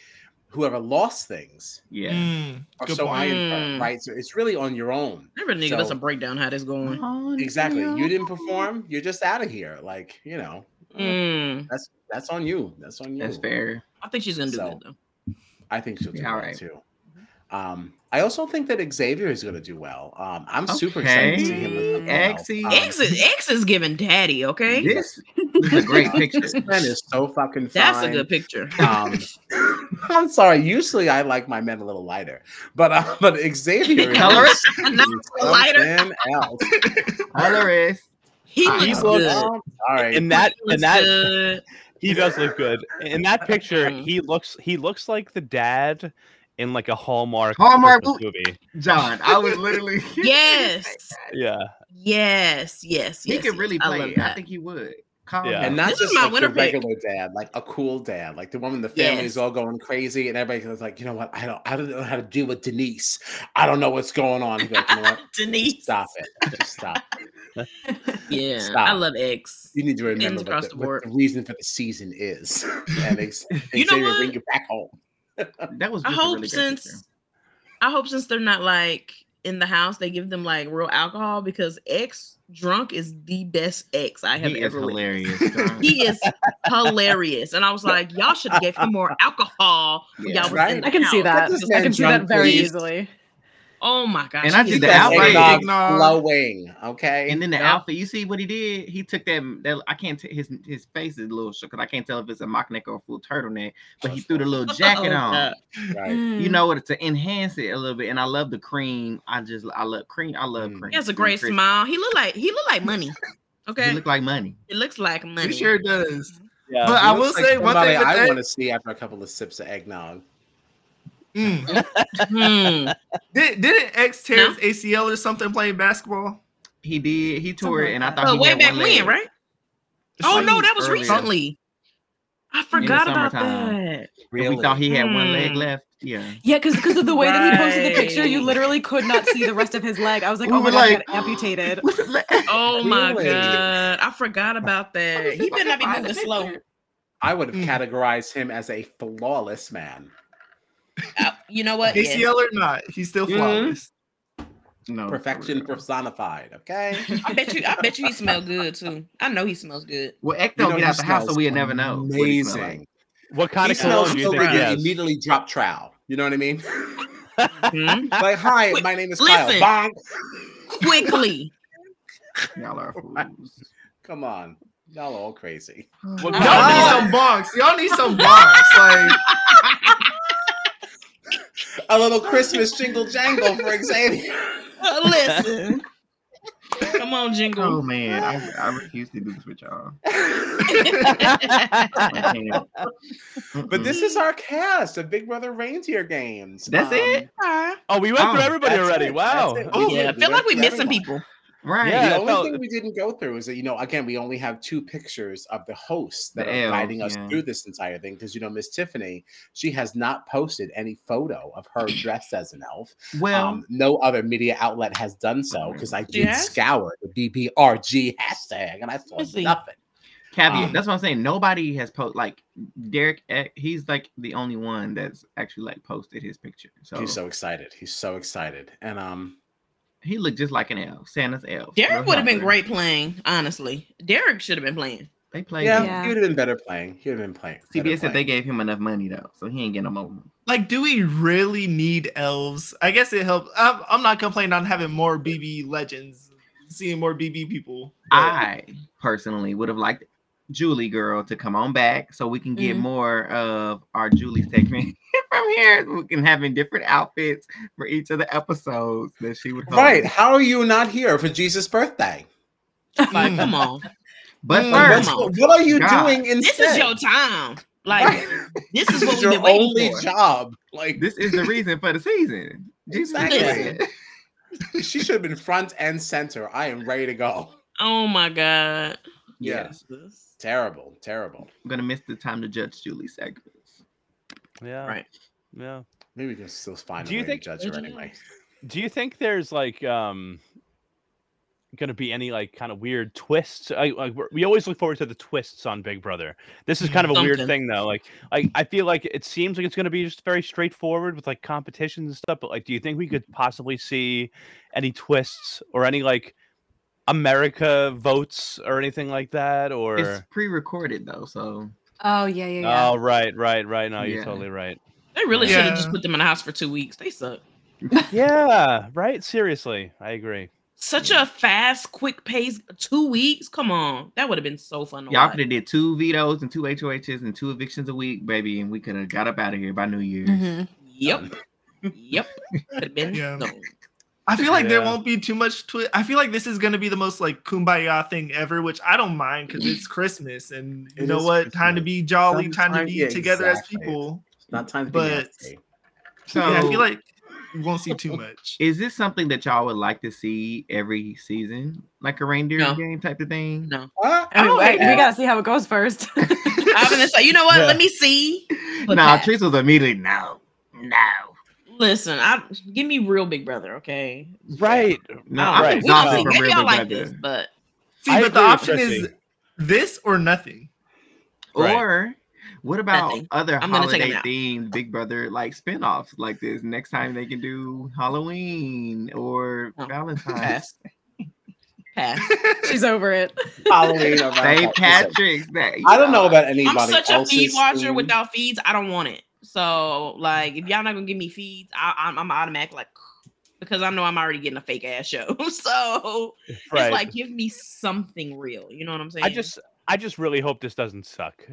whoever lost things Yeah. Mm, or Good so point. I infer, Mm. right? So it's really on your own. Never nigga, So- that's a breakdown how this going. Exactly. You didn't perform. You're just out of here. Like you know, Mm. that's that's on you. That's on you. That's fair. I think she's gonna do So- good though. I think she'll do Yeah, well alright. too. Mm-hmm. Um, I also think that Xavier is going to do well. Um, I'm super Okay. excited to see him. with something else. Exy. Um, X is X is giving daddy, okay? This is a great picture. This man is so fucking. Fine. That's a good picture. Um, I'm sorry. Usually, I like my men a little lighter, but uh, but Xavier is Colorist. Not lighter. something else. Colorist. He Ah, looks he's good. Oh Um, all right. in that He in looks that good. he does look good in that picture Mhm. he looks he looks like the dad in like a hallmark Hallmark Christmas movie John. I was literally. Yes. yeah Yes, yes, yes. He could yes. really I play. I, love that. think he would. Call Yeah. and not This is just my like winter the pick. regular dad, like a cool dad, like the woman the family's Yes. all going crazy, and everybody's like, you know what? I don't, I don't know how to deal with Denise. I don't know what's going on. He's like, you know what? Denise. Stop it. Just stop. Yeah. Stop. I love X. You need to remember Ends what across the, the what board. the reason for the season is, and ex- You know Xavier what? bring you back home. That was. I Just a hope really great since picture. I hope since they're not like in the house, they give them like real alcohol because X drunk is the best X I have he is ever witnessed. hilarious. John. He is hilarious, and I was like, y'all should have gave him more alcohol. when Yeah. y'all was Right. in the I can see house. that. this I man can see that drunk, very please. easily. Oh my gosh. And I he did is the so outright- hilarious. Eggnog eggnog. flowing. Okay. And then the Yeah. outfit, you see what he did? He took that. that I can't. T- his his face is a little shook because I can't tell if it's a mock neck or a full turtleneck. But he threw the little jacket Oh, on. God. right. Mm. You know what? To enhance it a little bit. And I love the cream. I just I love cream. I love Mm. cream. He has a Cream great crisp. smile. He look like he look like money. He Okay, look like money. it looks like money. He sure does. yeah But He I will Uh, looks like say one somebody thing with I that. want to see after a couple of sips of eggnog. Mm. Hmm. Did, didn't X tear his ACL or something playing basketball? He did. He tore it, and I thought But he way had back one leg. when, right? It's Oh like- no, that was earlier. recently. I forgot about summertime. that. And We thought he had one leg Mm. Hmm. left. Yeah. Yeah, because of the way that he posted the picture, you Right. literally could not see the rest of his leg. I was like, We oh my were god, he like, got amputated. What's his leg? Oh my Really? god, I forgot about that. He better not be moving slow. I would have Mm. categorized him as a flawless man. Uh, you know what? Yes. ACL or not, he's still Mhm. flawless. No. Oh, for Perfection real. personified. Okay. I bet you. I bet you he smell good too. I know he smells good. Well, Ecto You know, get he out the house, so smells we'll never know. what he smell Amazing. like. what kind he of cologne smells do so you think good he you has? immediately drop trowel. You know what I mean? Hmm? like, hi, Wait, my name is listen. Kyle. Bonk. Quickly, Y'all are fools. Come on. Y'all are all crazy. What Y'all kind Ah. of- need some bonks. Y'all need some bonks. Like A little Christmas jingle jangle for Xavier. listen. Come on, Oh jingle. man, I, I refuse to do this with y'all. I I can't. but Mm-mm. this is our cast of Big Brother Reindeer Games. Um, That's it? oh we went through Oh, everybody that's already it. wow That's it. Oh, We yeah, did. I We feel went like we through missed some everyone. people. right. Yeah, the I only felt- thing we didn't go through is that you know again we only have two pictures of the hosts that The are elves, guiding us yeah. through this entire thing because you know Miss Tiffany she has not posted any photo of her dressed as an elf. Well, um, no other media outlet has done so because I did Yes. scour the BBRG hashtag and I saw Let me see. nothing. caveat. um, that's what I'm saying. Nobody has posted like Derek. eh, He's like the only one that's actually like posted his picture. So, He's so excited. He's so excited. And um, he looked just like an elf, Santa's elf. Derek No would have been helper. great playing. Honestly, Derek should have been playing. They played. yeah, him. he would have been better playing. He would have been playing. better CBS said they playing. gave him enough money though, so he ain't getting no more. Like, do we really need elves? I guess it helps. I'm, I'm not complaining on having more BB legends, seeing more BB people. but I personally would have liked Julie girl to come on back so we can get Mhm. Mm-hmm. more of our Julie segment from here. We can having different outfits for each of the episodes that she would host. right. How are you not here for Jesus' birthday? Like, Mm. come on, But Mm, first, come on. What are you God. doing instead? this is your time. Like Right. this is This what is we've been your waiting only for. job. Like this is the reason for the season. Jesus Exactly. said. she should have been front and center. I am ready to go. Oh my god. Yeah. Yes. Terrible, terrible. I'm gonna miss the time to judge Julie segments. yeah Right. yeah Maybe we can still find Do a you way think- to judge her anyway. do you think there's like um going to be any like kind of weird twists. I, like we're- we always look forward to the twists on Big Brother. This is kind of a weird Something. thing though. Like like I feel like it seems like it's going to be just very straightforward with like competitions and stuff. But like, do you think we could possibly see any twists or any like America votes or anything like that? Or It's pre-recorded though, so Oh yeah, yeah, oh right right right no you're Yeah. totally right They really should have Yeah. just put them in the house for two weeks. They suck. yeah right seriously I agree Such a fast, quick pace. Two weeks. Come on, that would have been so fun. To y'all watch. could have did two vetoes and two HOHs and two evictions a week, baby, and we could have got up out of here by New Year's. Mm-hmm. Yep. yep. Could have been. Yeah. those. I feel like there Yeah. won't be too much twist. I feel like this is going to be the most like kumbaya thing ever, which I don't mind because it's Christmas and you It know is what? Time to Christmas. be jolly, time to Sometime- be yeah, together exactly. as people. It's not time to But- be nasty. So yeah, I feel like we won't see too much. is this something that y'all would like to see every season, like a reindeer No. game type of thing? No. Huh? I mean, Oh, wait, yeah. we gotta see how it goes first. I'm gonna say, you know what? Yeah. Let me see. No, But nah, that- Trees was immediately no, no, Listen, I give me real Big Brother, okay? right no. I don't- right, We don't no. see. Maybe I Big like Brother. this, but See, I but the agree with option is Chrissy. this or nothing. Right. Or what about Nothing. other I'm gonna take holiday 'em out. themed Big Brother like spinoffs like this? Next time they can do Halloween or No. Valentine's. pass. pass. She's over it. Halloween around St. that- Patrick's Day. I don't know about I'm anybody. such a else's feed watcher. food. Without feeds, I don't want it. So, like, if y'all not gonna give me feeds, I, I'm, I'm automatic like, because I know I'm already getting a fake ass show. so right it's like, give me something real. You know what I'm saying? I just I just really hope this doesn't suck.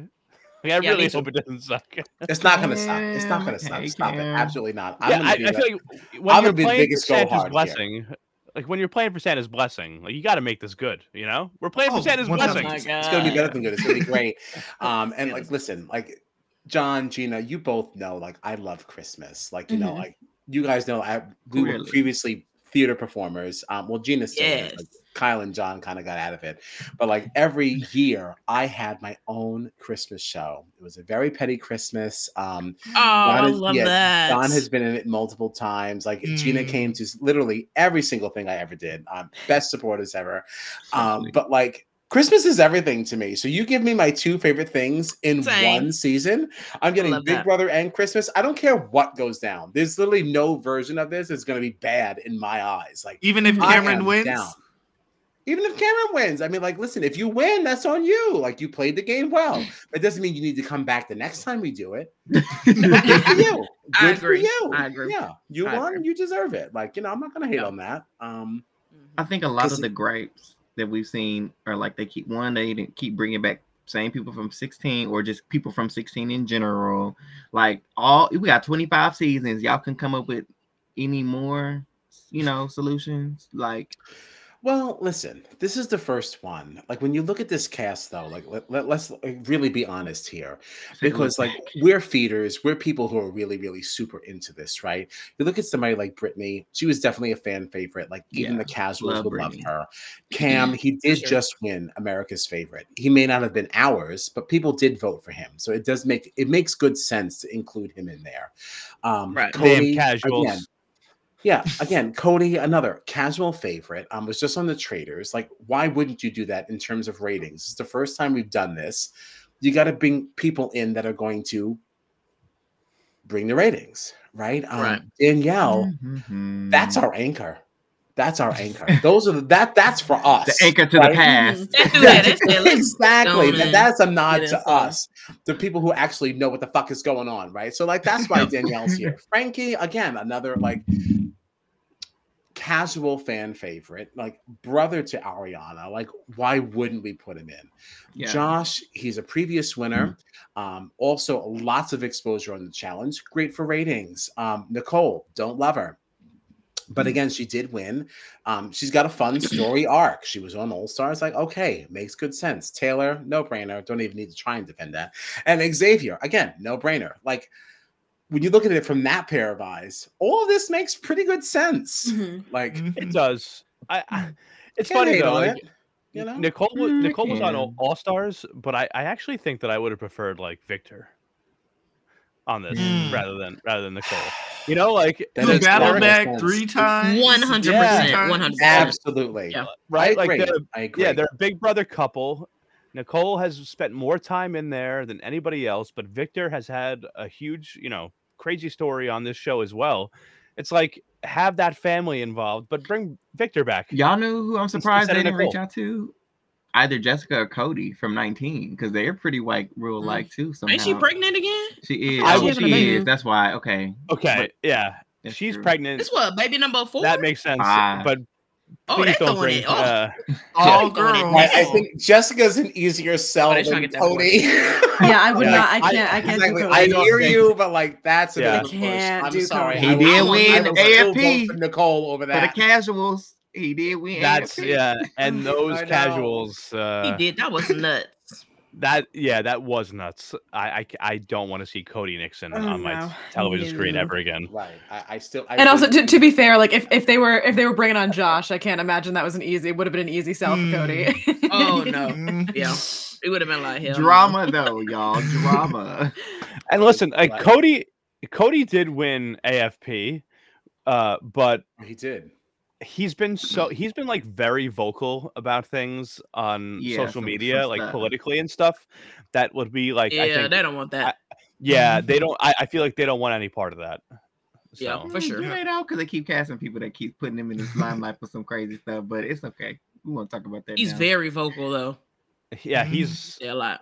Like, I me really too. hope it doesn't suck. It's not gonna stop. It's not gonna Yeah, stop. okay, Stop it. Karen. Absolutely not. I'm yeah, gonna I, I be feel the- like when I'm gonna you're be the playing for biggest Santa's go-hard here. blessing, like when you're playing for Santa's blessing, like you got to make this good. You know, we're playing for Oh, Santa's one blessing. thousand percent. it's gonna be better God. than good. It's gonna be great. Um, and like, Yes. listen, like John, Gina, you both know, like I love Christmas. Like you know, Mhm. Mm-hmm. like you guys know, I we were Clearly. previously theater performers. Um, well, Gina, still is, Yes. like, Kyle and John kind of got out of it, but like every year, I had my own Christmas show. It was a very petty Christmas. Um, Oh, I Don is- love yeah, that. Don has been in it multiple times. Like Gina Mm. came to literally every single thing I ever did. Um, best supporters ever. Um, Lovely. but like Christmas is everything to me. So you give me my two favorite things in Same. one season. I'm getting love Big that. Brother and Christmas. I don't care what goes down. There's literally no version of this that's going to be bad in my eyes. Like Even if I Cameron am wins, down. Even if Cameron wins, I mean, like, listen, if you win, that's on you. Like, you played the game well. But it doesn't mean you need to come back the next time we do it. Good for you. I Good agree. For you. I agree. Yeah, you I won. You deserve it. Like, you know, I'm not gonna hate Yeah. on that. Um, I think a lot Because of it- the gripes that we've seen are like they keep one, they didn't keep bringing back same people from 16 or just people from 16 in general. Like all we got 25 seasons. Y'all can come up with any more, you know, solutions. Like well, listen, this is the first one. Like, when you look at this cast, though, like, let, let, let's like, really be honest here. take a look because like back. we're feeders we're people who are really really super into this right you look at somebody like brittany she was definitely a fan favorite like even Yeah, the casuals love would Britney. love her cam he did sure. just win america's favorite he may not have been ours but people did vote for him so it does make it makes good sense to include him in there um Right. Cody, Damn casuals. again, yeah, again, Cody, another casual favorite, um, was just on the traders. Like, why wouldn't you do that in terms of ratings? It's the first time we've done this. You got to bring people in that are going to bring the ratings, right? Um, Right. Danielle, Mhm. that's our anchor. That's our anchor. Those are the, that. That's for us. the anchor to right? the past. Let's do Mm-hmm. that. Let's do it. Let's- exactly. gentlemen, That, that's a nod get to inside. us, the people who actually know what the fuck is going on, right? So like that's why Danielle's here. Frankie, again, another like casual fan favorite, like brother to Ariana. Like, why wouldn't we put him in? Mm-hmm. Yeah. Josh, he's a previous winner. Mm-hmm. Um, also lots of exposure on the challenge. Great for ratings. Um, Nicole, don't love her. But Mm-hmm. again, she did win. Um, she's got a fun story arc. She was on All Stars. Like, okay, makes good sense. Taylor, no brainer. Don't even need to try and defend that. And Xavier, again, no brainer. Like, when you look at it from that pair of eyes, all of this makes pretty good sense. Mm-hmm. Like, Mhm. It does. I. I Mm-hmm. it's can't funny hate though. on Like, it, you know? Nicole was, Mm, I Nicole was on can. All Stars, but I, I actually think that I would have preferred like Victor. on this Hmm. rather than rather than Nicole. You know, like You there's- battle there- back three times. One hundred Yeah. percent. One hundred percent. Absolutely. Yeah. I right? Like agree. they're- I agree. yeah, they're a big brother couple. Nicole has spent more time in there than anybody else, but Victor has had a huge, you know, crazy story on this show as well. It's like have that family involved, but bring Victor back. Y'all know who I'm surprised they instead of didn't reach Nicole. out to? Either Jessica or Cody from 19, because they're pretty like real Mm. like too. So Ain't she pregnant again? She is. I Oh, was she thinking- is. That's why. Okay. Okay, yeah, That's she's true. pregnant. It's what baby number four. That makes sense, Five. but oh, they please don't throwing bring. it. Oh, Uh, All Yeah. girls. I, I think Jessica's an easier sell Oh, they trying than to get that Cody. Yeah, I would Yeah, not. I like, I- can't. I, can't Exactly. do I Cody. don't hear think- you, but like that's a Yeah. big push. Can't I'm do sorry. Cody. He I- did I would- win I would AFP. vote for Nicole over For the that. casuals, he did win. that's AFC. yeah, and those I know. casuals. Uh, he did. That was nuts. That yeah, that was nuts. I I, I don't want to see Cody Nixon Oh, on my no. television screen No. ever again. Right. I, I still. I And also, really- to, to be fair, like if, if they were if they were bringing on Josh, I can't imagine that was an easy. It would have been an easy sell for Hmm. Cody. Oh no. Mm. Yeah. It would have been like hell. no. Drama though, y'all. Drama. And listen, like Right. Cody, Cody did win AFP, uh, but Oh, he did. he's been so he's been like very vocal about things on Yeah, social some- media, some like stuff. politically and stuff. That would be like I Yeah, think they don't want that. yeah they don't. I, I feel like they don't want any part of that. So. Yeah, for sure. You know, because they keep casting people that keep putting them in this limelight for some crazy stuff, but it's okay. We won't talk about that. He's now. very vocal though. Yeah, Mhm. he's Yeah, a lot.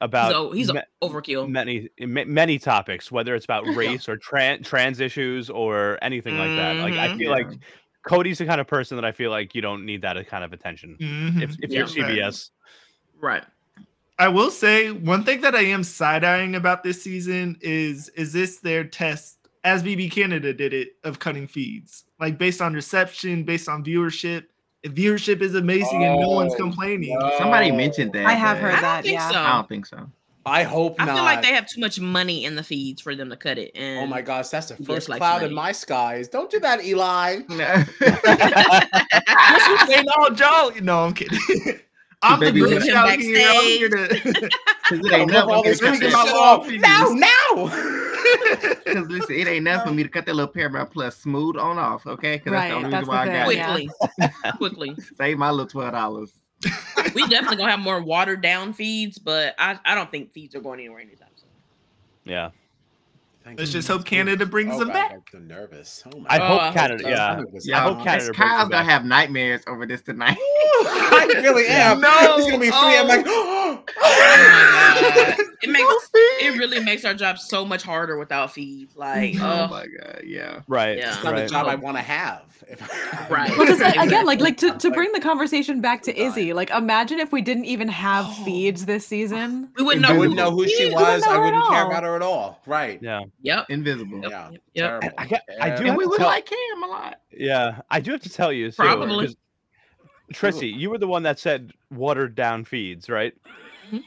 about so he's ma- overkill. many ma- many topics whether it's about race or tran trans issues or anything like that like i Mhm. feel like cody's the kind of person that i feel like you don't need that uh, kind of attention Mhm. if, if Yeah. you're cbs Right. I will say one thing that I am side eyeing about this season is is this their test as BB Canada did it of cutting feeds, like based on reception, based on viewership. If viewership is amazing and no one's Oh, complaining, Somebody No. mentioned oh. that. I have but heard I that. don't think yeah. so. I don't think so. I hope I not. feel like they have too much money in the feeds for them to cut it. And Oh my gosh, that's the Yes, first like cloud money. in my skies. Don't do that, Eli. No. this ain't all jolly. No, I'm kidding. I'm the Baby, Grinch Move him out here. I'm here to- 'Cause it ain't Don't rub nothing all for me this to cut Grinch that- shit off. No, no. 'cause listen, it ain't nothing for me to cut that little Paramount Plus smooth on off, okay? Because Right, that's the only that's reason why I the got thing, it. yeah. quickly, quickly. Save my little twelve dollars. We definitely gonna have more watered down feeds, but I, I don't think feeds are going anywhere anytime soon. yeah Let's just hope Canada brings oh, them God, back. I'm nervous. Oh my i Oh, hope I hope canada God. yeah Yeah, hope Canada brings Kyle's it gonna back. have nightmares over this tonight. I really am. No, it's gonna be free. I'm like, oh Oh my god, it makes it really makes our job so much harder without feeds. Like, oh Mm-hmm. oh, my god, yeah. right Yeah. it's not right the job I want to have. If- Right. Well, 'cause, uh, Exactly. again, like like to, to Like, bring the conversation back to Good Izzy, like imagine if we didn't even have Oh. feeds this season. we wouldn't know. I who- wouldn't know who You she wouldn't was. know I her wouldn't at care all. about her at all. Right. yeah Yep. Invisible. Yeah. Yep. Yep. Terrible. I got- I do Terrible. And we have to would tell- like him a lot. yeah i do have to tell you too, Probably. 'cause- Trissy, you were the one that said watered down feeds, right? Mhm.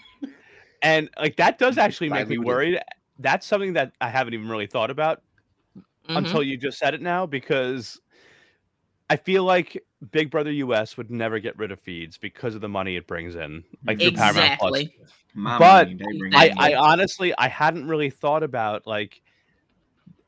and like that does actually make me Diluted. worried. That's something that I haven't even really thought about Mhm. until you just said it now because I feel like Big Brother US would never get rid of feeds because of the money it brings in. Like through Paramount Plus. exactly. My But money, they bring I, him I back. honestly I hadn't really thought about like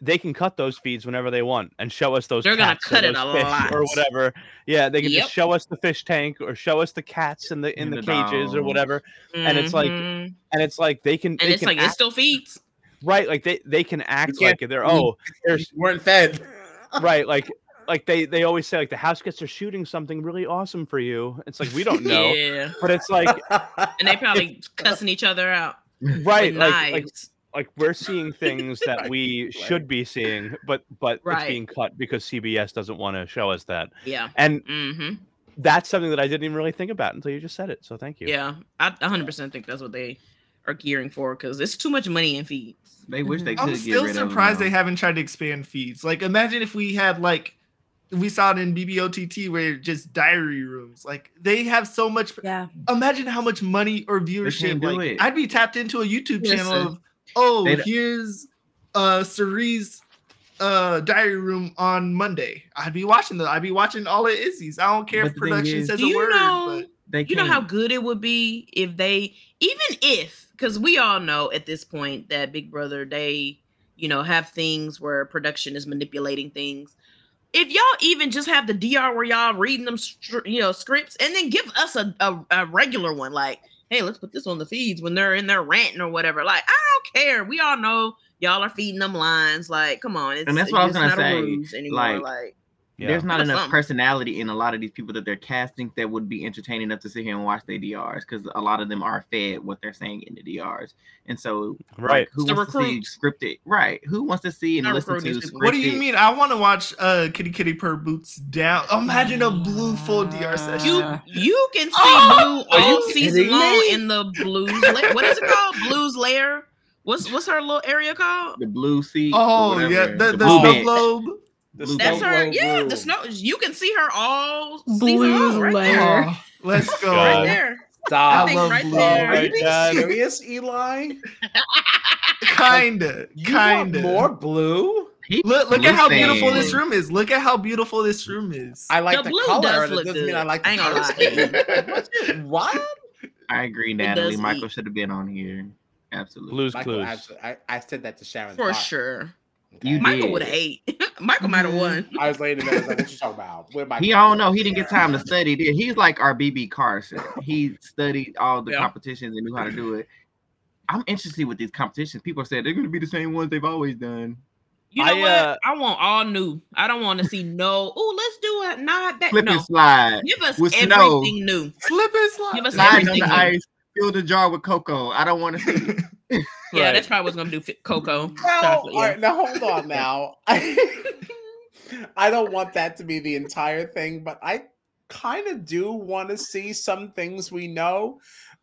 they can cut those feeds whenever they want and show us those. They're gonna cats or cut it those a fish lot. or whatever. Yeah, they can Yep. just show us the fish tank or show us the cats in the in And the, the cages or dogs. whatever. And it's like- Mhm. And it's like they can, and they it's can like act, it still feeds. right, like they they can act can't- like they're you- oh You there's weren't fed. right like like they they always say like the house guests are shooting something really awesome for you. It's like we don't know, Yeah. but it's like And they probably cussing each other out. uh, right with like, like knives. like we're seeing things that Right, we right. should be seeing, but but it's Right. being cut because CBS doesn't want to show us that. yeah. And hmm that's something that I didn't even really think about until you just said it. So thank you. Yeah. I 100% think that's what they are gearing for because it's too much money in feeds. They wish they could. I'm get still rid of him, surprised though. they haven't tried to expand feeds. Like, imagine if we had like we saw it in BBOTT where just diary rooms. Like, they have so much. Yeah. Imagine how much money or viewership. do Like, it. I'd be tapped into a YouTube channel Listen. of oh, They don't- here's uh Cerise uh diary room on Monday. I'd be watching that. I'd be watching all of Izzy's. I don't care But if the thing production is- says Do a you word. know- but They You know how can't. good it would be if they, even if, because we all know at this point that Big Brother they you know have things where production is manipulating things. If y'all even just have the DR where y'all reading them str- you know scripts and then give us a, a a regular one like hey let's put this on the feeds when they're in there ranting or whatever like I don't care we all know y'all are feeding them lines like come on it's, And that's what I was it's gonna not a say, ruse anymore, like, like Yeah. There's not That's enough something. personality in a lot of these people that they're casting that would be entertaining enough to sit here and watch their DRs because a lot of them are fed what they're saying in the DRs. And so, right. like, who It's the wants to see recruits. scripted? Right. Who wants to see and Not listen to recruiting these scripted? people. What do you mean? I want to watch uh Kitty Kitty Purr Boots Down. Imagine a blue full DR Ah. session. You Uh, you can see Oh, blue are you all season kidding long me? in the blues. La- what is it called? Blues layer. What's what's her little area called? The blue sea. or oh yeah, whatever, the, the, blue snow bed. globe. Blue That's Snow her. Yeah, the snow. You can see her all season Blues long, right there. layer. Oh, let's go. God. Right there. I Stop. think love right blue. there. Are you being God. serious, Eli? Kinda, You kinda. want more blue? He- Look, look blue at how beautiful sand. this room is. Look at how beautiful this room is. I like The the, blue color. does that look doesn't mean good. I like the I ain't gonna color lie. scheme. what? I agree, does Natalie. eat. Michael should have been on here. Absolutely. Blues Michael, Clues. actually, I, I said that to Sharon. for Clark. sure. Okay. You Michael did. would have ate. Michael might have won. I was laying in bed. I was like, what you talking about? Where Michael He, I don't know. He didn't get time to study. Did he? he's like our BB Carson. He studied all the Yeah. competitions and knew how to do it. I'm interested with these competitions. People said they're going to be the same ones they've always done. You know I, what? uh, I want all new. I don't want to see no. Oh, let's do it. Not that. Flip Eh, No. and slide, Give us with everything snow. new. Slip and slide. Give us slide on everything the new. ice, fill the jar with cocoa. I don't want to see. it. Yeah, Right. that's probably what's gonna do. Fit Coco. Now, chocolate, yeah. all right, now hold on now. I don't want that to be the entire thing, but I kind of do want to see some things we know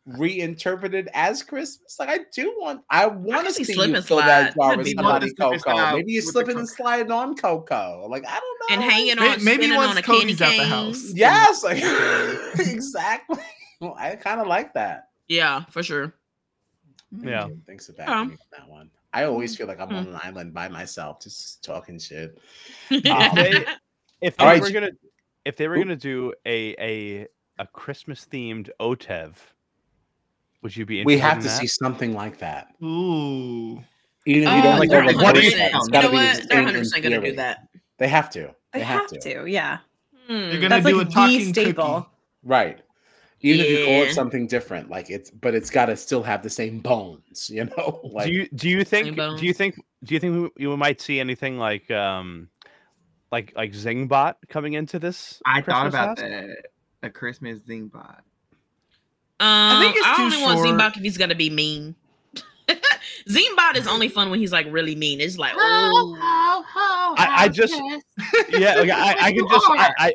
reinterpreted as Christmas. Like I do want I want to see see, slip you and fill that slide. jar That'd with be somebody's wonderful. Slip and cocoa. slide Maybe you with the slip it and cocoa. slide it on cocoa. Like Oh, I don't know. and hanging May- on, maybe spinning once on a candy Cody's out the cane. house. Yes, like, exactly. Well, I kind of like that. Yeah, for sure. Yeah. Oh. Mm, Thanks for Yeah. backing me on that one. I Mm. always feel like I'm on an island by myself, just talking shit. if Um, they, if they All right. were gonna if they were Oop. gonna do a a a Christmas themed OTEV, E would you be? We interested have in to that? see something like that. Ooh. Even if you Oh, don't like know they're the a hundred person, percent. it's You gotta know be what? They're insane 100 percent gonna do theory. that. They have to. They, They have, to. Yeah. They're Hmm. gonna That's do like a the talking staple. cookie. Right. Even if you call it Yeah. something different, like it's, but it's got to still have the same bones, you know. Like do you do you think do you bones. think do you think we, we might see anything like um like like Zingbot coming into this? I thought Christmas about house? that. A Christmas zing bot. Um, I think it's too only want short. Zimbot if he's gonna be mean. Zimbot is only fun when he's like really mean. It's like, oh, I, I just yeah, like, I, I You could just I, are. I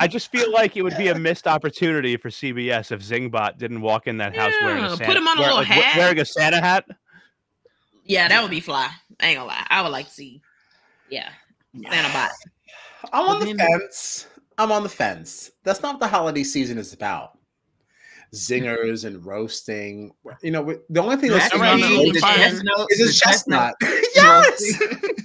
I just feel like it would be a missed opportunity for CBS if Zingbot didn't walk in that house wearing a Yeah, put Santa, him on a wear- little like, we- hat. wearing a Santa hat. yeah, that would be fly. I ain't gonna lie. I would like to see. Yeah, Santa Bot. I'm on the Then- fence. I'm on the fence. That's not what the holiday season is about. Zingers and roasting. You know, we- the only thing that's That's on the Macaroni sweet open fire. chestnut- is the a chestnut. yes, roasting.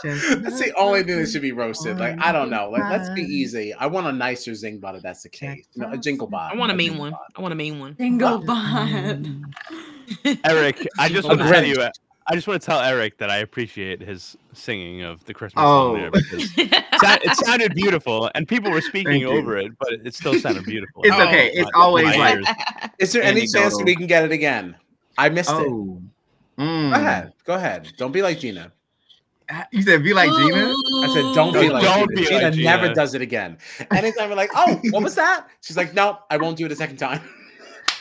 Chestnut that's the only thing that should be roasted. Like I don't know. Like let's be Fine. easy. I want a nicer zing bot if that's the case. You know, a jingle bot. I want a mean jingle one. bot. I want a mean one. Dingle Mm. Eric, I just Zingbot. want to tell Agreed. you, I just want to tell Eric that I appreciate his singing of the Christmas Oh. song there because it, sou- it sounded beautiful and people were speaking you. over it, but it still sounded beautiful. It's I don't okay, know, it's my- always my like- ears. Is there any chance that Anecdotal. we can get it again? I missed it. Oh. Mm. Go ahead. Go ahead. Don't be like Gina. You said be like Gina? I said, don't be Don't- like don't Gina. be Gina like never Gina. does it again. Anytime we're like, oh, what was that? She's like, no, I won't do it a second time.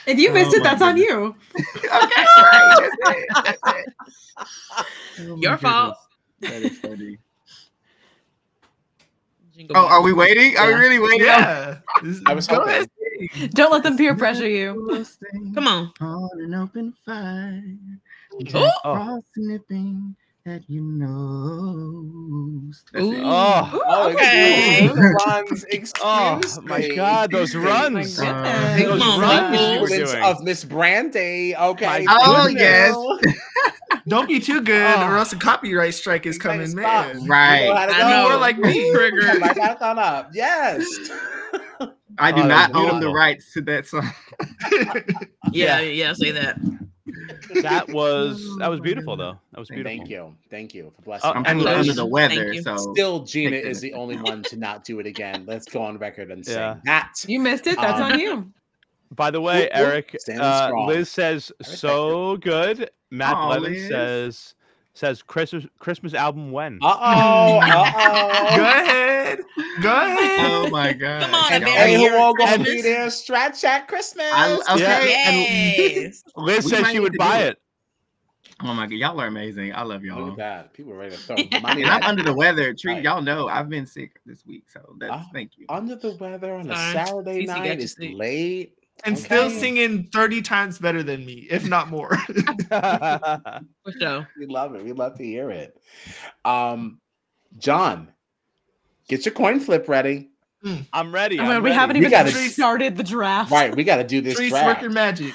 If you missed Oh it, my that's on you. okay, right. That's it. That's it. Oh my Your fault. goodness, That is funny. Jingle Oh, Bot. are we waiting? Are we Yeah. really waiting? Yeah. I was Go hoping. ahead. Don't let them peer pressure you. Come on. on an open fire. Ooh. Frost nipping at your nose. That's Ooh. it. Oh, Oh, okay. excuse me. runs. Excuse oh my me. God, those Excuse me. runs. God. Uh, Thank Those you for runs the you were influence doing. of Miss Brandy. Okay. God. Oh, thank you. yes. Don't be too good, Oh. or else a copyright strike is You better coming, stop. man. You know right. how to I go. know. More like me. Come back on up. Yes. I do Oh, that's not own the beautiful. rights to that song. Yeah, yeah, say that. That was that was beautiful though. That was beautiful. Thank you. Thank you for Oh, blessing. Uh, I'm me. and still Liz- under the weather, Thank you. so Still, Gina Thank is the goodness. only one to not do it again. Let's go on record and say Yeah. that. You missed it. That's Um, on you. By the way, Whoop, whoop. Eric, Standing uh, strong. Liz says respect so good. Matt Aw, Blevins Liz. says says Christmas Christmas album when? Uh oh. Go Uh oh. ahead. Go ahead. Oh my god. Come on, And Merry hey, who Merry all gonna be Christmas. there? Strat Chat Christmas. I, okay. and- Yes. Liz we says might she need would to buy do it. Oh my god, y'all are amazing. I love Look y'all. at that. People are ready to throw money. And I'm at under the weather. Treat Right. y'all know I've been sick this week, so that's Oh. thank you. under the weather on a Sorry. Saturday Cece got night. you It's sick. late. And still Okay. singing 30 times better than me, if not more. For sure. We love it. We love to hear it. Um, John, get your coin flip ready. I'm ready. Oh my I'm God, we ready. haven't We even gotta- started the draft. Right, we got to do this Tree draft. Smirker Magic.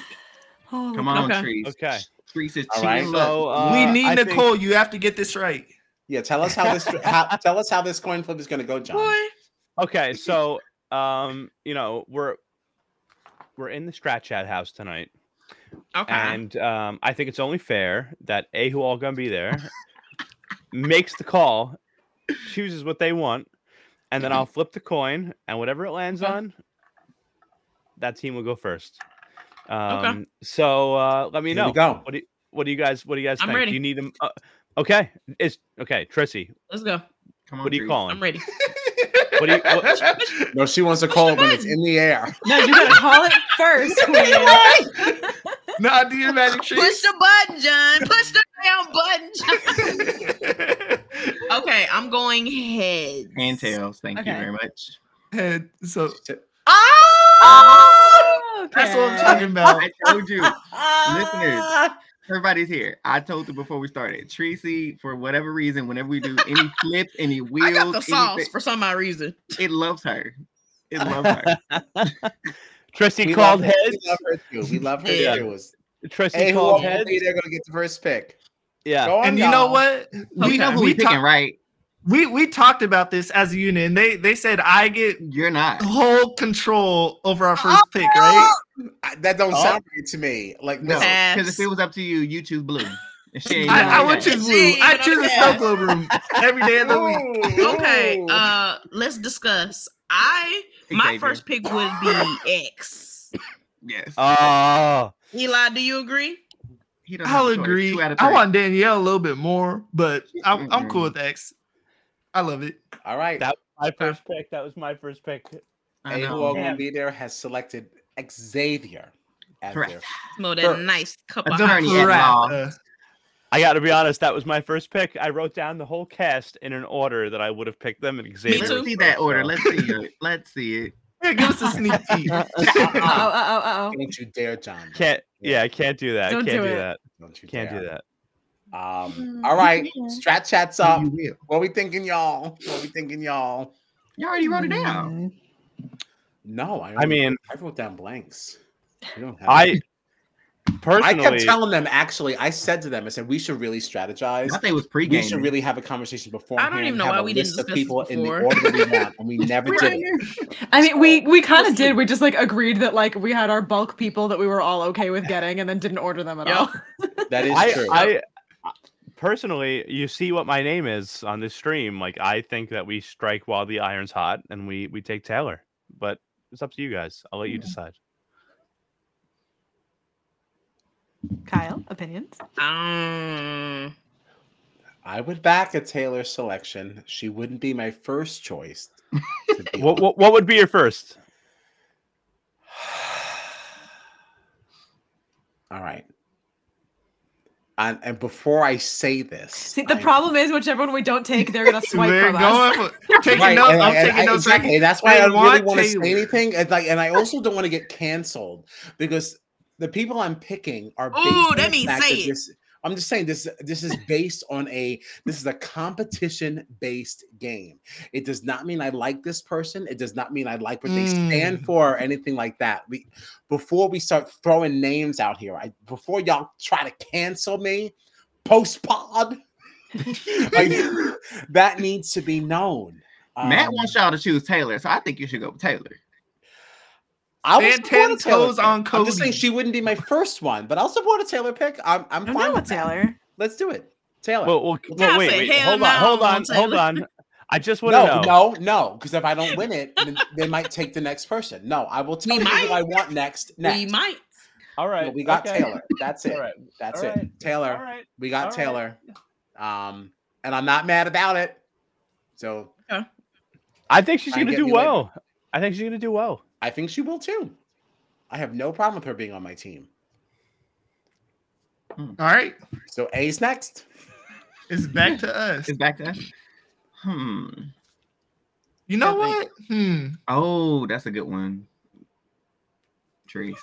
Oh, Come on, Okay. Trees. Okay. Trees is All cheating. right. luck. So, uh, we need I think- Nicole. You have to get this right. Yeah, tell us how this how, tell us how this coin flip is going to go, John. Okay, so um, you know, we're we're in the scratch chat house tonight. Okay. And um, I think it's only fair that A who all gonna be there makes the call, chooses what they want, and then I'll flip the coin, and whatever it lands Okay. on, that team will go first. Um, So uh, let me Here know. we go. What do you, what do you guys What do you guys I'm think? ready. Do you need them? Uh, okay, it's okay. Trissy, Let's go. Come on, what are you Trees. calling? I'm ready. What do you? What, No, she wants to Push call the it when it's button. in the air. No, you gotta call it first. Queen. Nah, do your magic Push tricks. the button, John. Push the down button, John. Okay, I'm going heads. And tails. Thank you Okay. very much. And so Oh, that's what I'm okay. talking about. I told you, everybody's here. I told you before we started. Tracy, for whatever reason, whenever we do any flip, any wheels, I got the sauce anything- for some odd reason. it loves her. It loves her. Trissy We called love her- heads. We love her too. We love her Yeah. too. Trissy Hey, who all called gonna heads. be there? Going to get the first pick. Yeah. Go on, And you know y'all. what? We know who we talk- picking, right? we we talked about this as a unit, and they they said I get You're not. Oh, whole control over our Oh, first pick, right? I- that don't Oh. sound right to me. Like No, listen, because if it was up to you, you choose blue. And she ain't I, I gonna would do that. choose She blue. ain't I gonna choose a care. snow globe room every day of the week. Ooh, Okay, ooh. uh, let's discuss. I my Xavier. first pick would be X. Yes. Oh, Eli, do you agree? He don't have I'll a choice. agree. Two out of I three. want Danielle a little bit more, but I'm, I'm cool Mm-mm. with X. I love it. all right. That- my first pick. That was my first pick. I Hey, who know. all going to be there has selected Xavier as Correct. their Smell that Sure. nice cup of That's already hot at law. Uh, I got to be honest. That was my first pick. I wrote down the whole cast in an order that I would have picked them. And Xavier. Let's too. was see first, that order. so- Let's see it. Let's see it. yeah, give us a sneak peek. Uh oh, uh oh, uh oh. Don't you dare, John. Can't. Yeah, I can't do that. Don't can't do do it. that. Don't you Can't dare. do that. Um, Hmm, all right, strat chat's up. You will. What we thinking, y'all? What we thinking, y'all? You already wrote it down. No, I, I only- mean, I wrote down blanks. We don't have I I personally. kept telling them actually. I said to them, I said we should really strategize. Mm-hmm. I think it was pre We game. should really have a conversation before. even know why we didn't The discuss people this in the before. order that we want, and we never did it. I mean, we we kind Listen. of did. We just like agreed that like we had our bulk people that we were all okay with getting, and then didn't order them at Yep. all. That is I, true. I personally, you see what my name is on this stream. Like, I think that we strike while the iron's hot, and we we take Taylor. But it's up to you guys. I'll let you decide. Kyle, opinions? Um, I would back a Taylor selection. She wouldn't be my first choice. to be What what, what would be your first? All right. And, and before I say this, See, the I- problem is whichever one we don't take, they're gonna swipe We're from us. going. for- Taking Right, notes. and I'm I- and taking I- notes. exactly. That's why I They don't really want want to say Taylor. anything. And like, and I also don't want to get canceled because the people I'm picking are. based Ooh, on that the means fact say it. This, I'm just saying this. This is based on a. This is a competition-based game. It does not mean I like this person. It does not mean I like what they stand Mm. for or anything like that. We, before we start throwing names out here, I, before y'all try to cancel me, post pod. I- that needs to be known. Matt Um, wants y'all to choose Taylor, so I think you should go with Taylor. I will support a Santana Taylor toes pick. on I'm just saying Cody. she wouldn't be my first one, but I'll support a Taylor pick. I'm I'm I'm fine down with with that. Taylor. Let's do it, Taylor. Well, well, well, Kyle wait, said, wait, "Hell hold no, on, hold I'm on, gonna hold tell on. I just want to no, know. no, no, because if I don't win it, then they might take the next person. No, I will tell We you who might. I want next. Next, We might. All But right, we got okay. Taylor. That's it. All right, That's all it. right, Taylor. all right. We got all right. Taylor. Um, and I'm not mad about it. So I think she's Try and gonna get do me later. well. I think she's gonna do well. I think she will too. I have no problem with her being on my team. All right, So A's next. it's back to us. It's back to us. Hmm. You know Yeah, what? Hmm. Oh, that's a good one. Trace.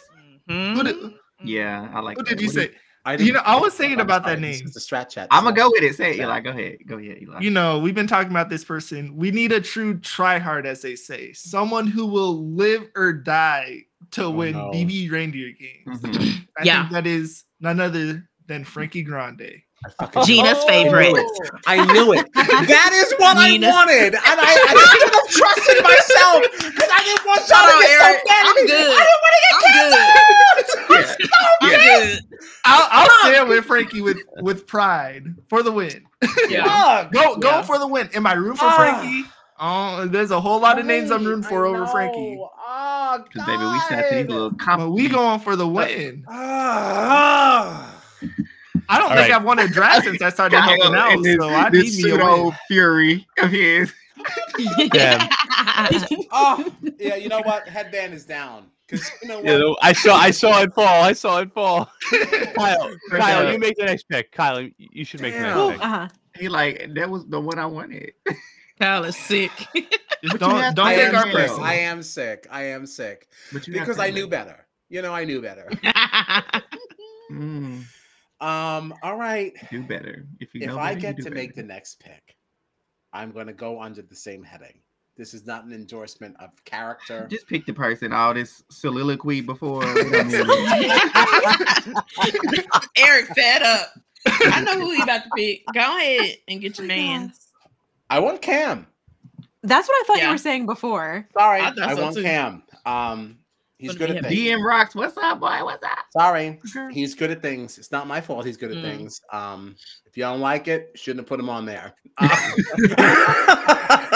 Mhm. Who did- Yeah, I like What that. did you say? I You know, I was thinking I'm about that sorry, this name. is The strat chat. I'm gonna so- go with it. Say it, Eli. Go ahead. Go ahead, Eli. You know, we've been talking about this person. We need a true tryhard, as they say, someone who will live or die to win no. BB reindeer games. Mhm. I Yeah. think that is none other than Frankie Grande. I fucking knew Gina's favorite. it. I knew it. That is what Gina. I wanted, and I, I should have trusted myself because I didn't want y'all Hold on, to get Eric. so mad at I'm me. good. I didn't I'm want to get good. canceled. Yeah. I'm good. I'll, I'll stand with Frankie with with pride for the win. Yeah. Fuck. Go go Yeah. for the win. Am I rooting for Ah. Frankie? Oh, there's a whole lot of names I'm rooting for I over Frankie. know. Oh, Because baby, we sat through these God. little But we competitions. going for the win. Ah. I don't All think right. I've won a draft since I started Kyle helping out, and this, so I this need me a pseudo win. fury of his. Damn. Oh, yeah. You know what? Headband is down because you know what? Yeah, though, I saw I saw it fall. I saw it fall. Kyle, Kyle, Yeah. you make the next pick. Kyle, you- you should make Damn. the Ooh, next pick. uh-huh. He like that was the one I wanted. Kyle is sick. Just But you don't have don't I, take am our sick. person. I am sick. I am sick But you have because to I knew admit- better. You know, I knew better. Mm, Um. All right. do better if you If know I better, you get do to better. make the next pick, I'm going to go under the same heading. This is not an endorsement of character. Just pick the person. All this soliloquy before. we don't need it. Eric, fed up. I know who you about to pick. Go ahead and get your man. I want Cam. That's what I thought Yeah. you were saying before. Sorry, I thought I so want too. Cam. Um, he's Wouldn't good be at him. things. DM rocks. What's up, boy? What's up? Sorry, girl? he's good at things. It's not my fault. He's good at Mm. things. Um, if you don't like it, shouldn't have put him on there.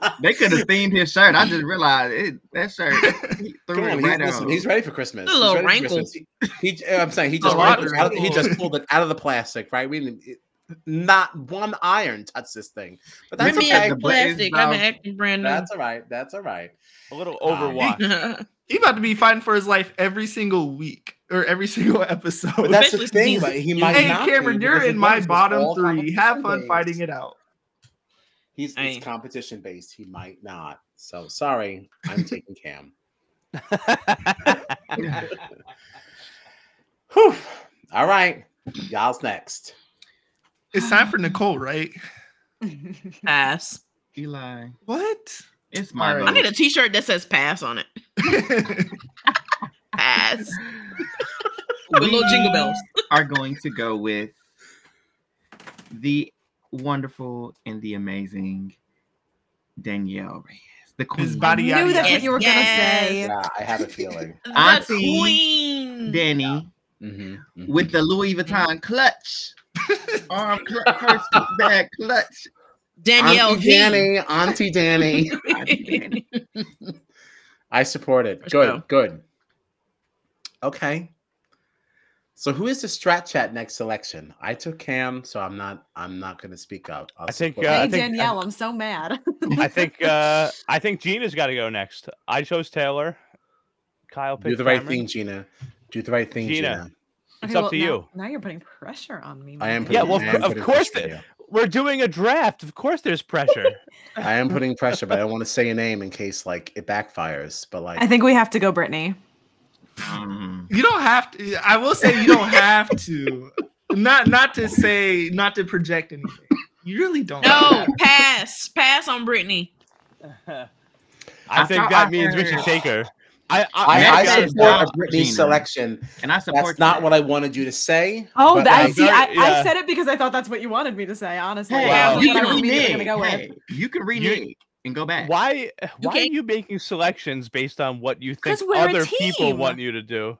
Uh, They could have themed his shirt. I just realized it, that shirt. He Come threw on, it he's, right listen, out. he's ready for Christmas. A He's little ready for wrinkle. Christmas. He, he- I'm saying he A just lot pulled it of out of- he wrinkle. just pulled it out of the plastic, right? We didn't, it- not one iron touched this thing, but that's Bring me okay. the a buttons plastic. I've been down. acting brand new. That's all right. That's all right. A little Overwatch. overwatch. He about to be fighting for his life every single week or every single episode. But that's the Especially thing. these- But he Hey, might hey not Cameron, be you're because in he my loves us bottom all three. Have fun competition fighting based. it out. He's Hey. it's competition based. He might not. So sorry, I'm taking Cam. Whew. All right, y'all's next. It's time for Nicole, right? Pass. Eli. What? It's my All I right. vote. need a T-shirt that says "Pass" on it. Pass. With little jingle bells. are going to go with the wonderful and the amazing Danielle Reyes, the His queen. body I knew that's yada. what you were Yes. gonna say. Yeah, I have a feeling. The Auntie queen. Danny Mhm, mhm. with the Louis Vuitton clutch, arm clutch, purse bag clutch. Danielle Auntie V. Danny, Auntie Danny. Auntie Danny. I support it. Let's Good, go. good. Okay. So who is the strat chat next selection? I took Cam, so I'm not. I'm not going to speak out. I'll I think, support uh, it. hey I think- Danielle, I'm so mad. I think uh I think Gina's got to go next. I chose Taylor. Kyle picked do the right Cameron. thing, Gina. Do the right thing, Gina. Gina. It's up to now, you. Now you're putting pressure on me. I am. man. Putting, Yeah, well, I of am cou- of putting course pressure they- on We're doing a draft. Of course, there's pressure. you. I am putting pressure, but I don't want to say your name in case like it backfires. But like, I think we have to go, Brittany. Mm. You don't have to. I will say you don't have to. Not not to say not to project anything. You really don't. No, pass. Pass on Brittany. I I think thought that I means we should heard- take her. I I, I, Matt I got it support a down, Britney Gina. selection. And I support That's not that. what I wanted you to say. Oh, but, that, like, see, I, yeah. I said it because I thought that's what you wanted me to say. Honestly, Hey, That Wow. was you what I can was immediately renege. gonna go with. Hey, you can renege and go back. Why eh, why are can't- you making selections based on what you think 'Cause we're a other people team. want you to do?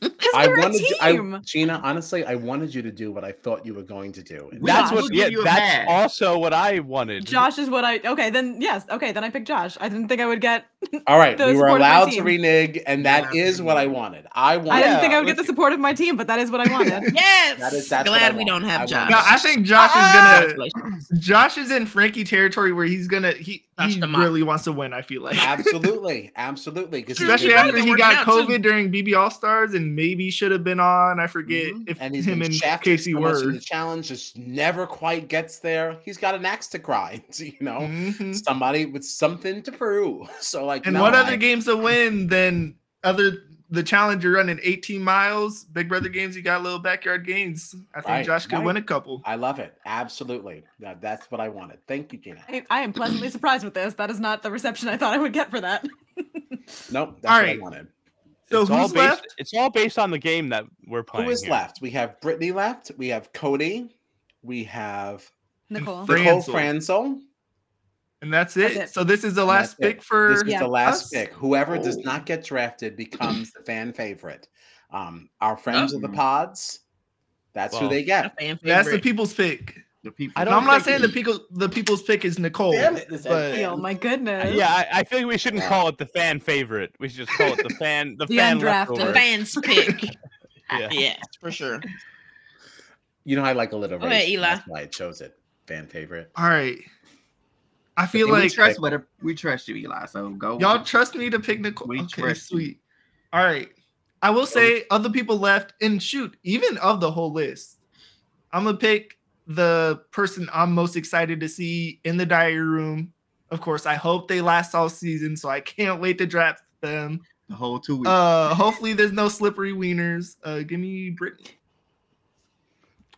Because I we're a wanted you- I, team. Gina, honestly, I wanted you to do what I thought you were going to do. And We That's will what give yeah, you a that's badge. also what I wanted. Josh is what I. Okay, then yes. Okay, then I picked Josh. I didn't think I would get. All right, the we were support of my allowed to team. renege, and that Yeah. is what I wanted. I I wanted. didn't think I would let's get the support of my team, but that is what I wanted. Yes. That is- that's what I Glad we want. don't I have Ah! want No, I jobs. think Josh is gonna. Congratulations. Josh is in Frankie territory where he's gonna. He, Touch he them up. really wants to win. I feel like. absolutely, absolutely. Because Especially He's after been he working got out, too. COVID during BB All Stars and maybe should have been on. I forget Mhm. if Mm-hmm. and he's him been and shafted Casey so much in were. the challenge just never quite gets there. He's got an axe to grind, you know. Mhm. Somebody with something to prove. So like, And no, what other I- games to win than other the challenge you're running 18 miles, Big Brother games, you got little backyard games. I think Right, Josh could right. win a couple. I love it. Absolutely. Now, that's what I wanted. Thank you, Gina. I, I am pleasantly surprised with this. That is not the reception I thought I would get for that. Nope, that's All what I right. wanted. So it's all who's based left? it's all based on the game that we're playing. Who is here. left? We have Brittany left. We have Cody. We have Nicole. Fra- Nicole Franzel. Franzel. And that's it. That's it. So this is the And last that's it. pick for this is the last us? pick. Whoever does Oh. not get drafted becomes the fan favorite. Um, our friends of the Oh. pods. That's who Well, they A get. fan That's the favorite. people's pick. The people. I I don't am not think saying the people the people's pick is Nicole. Damn it, this but- Ed Oh my goodness. Yeah, I, I feel like we shouldn't call it the fan favorite. We should just call it the fan the, The fan undrafted. leftover. fans pick. Yeah. yes, for sure. You know, I like a little Go ahead, race. Eli. That's why I chose it. Fan favorite. All right. I feel we like trust what we trust you, Eli. So go. with Y'all it. trust me to pick Nicole. We okay, trust you. sweet. All right. I will say other people left, and shoot, even of the whole list, I'm gonna pick the person I'm most excited to see in the diary room. Of course, I hope they last all season, so I can't wait to draft them. the whole two weeks. Uh, hopefully, there's no slippery wieners. Uh, give me Brittany.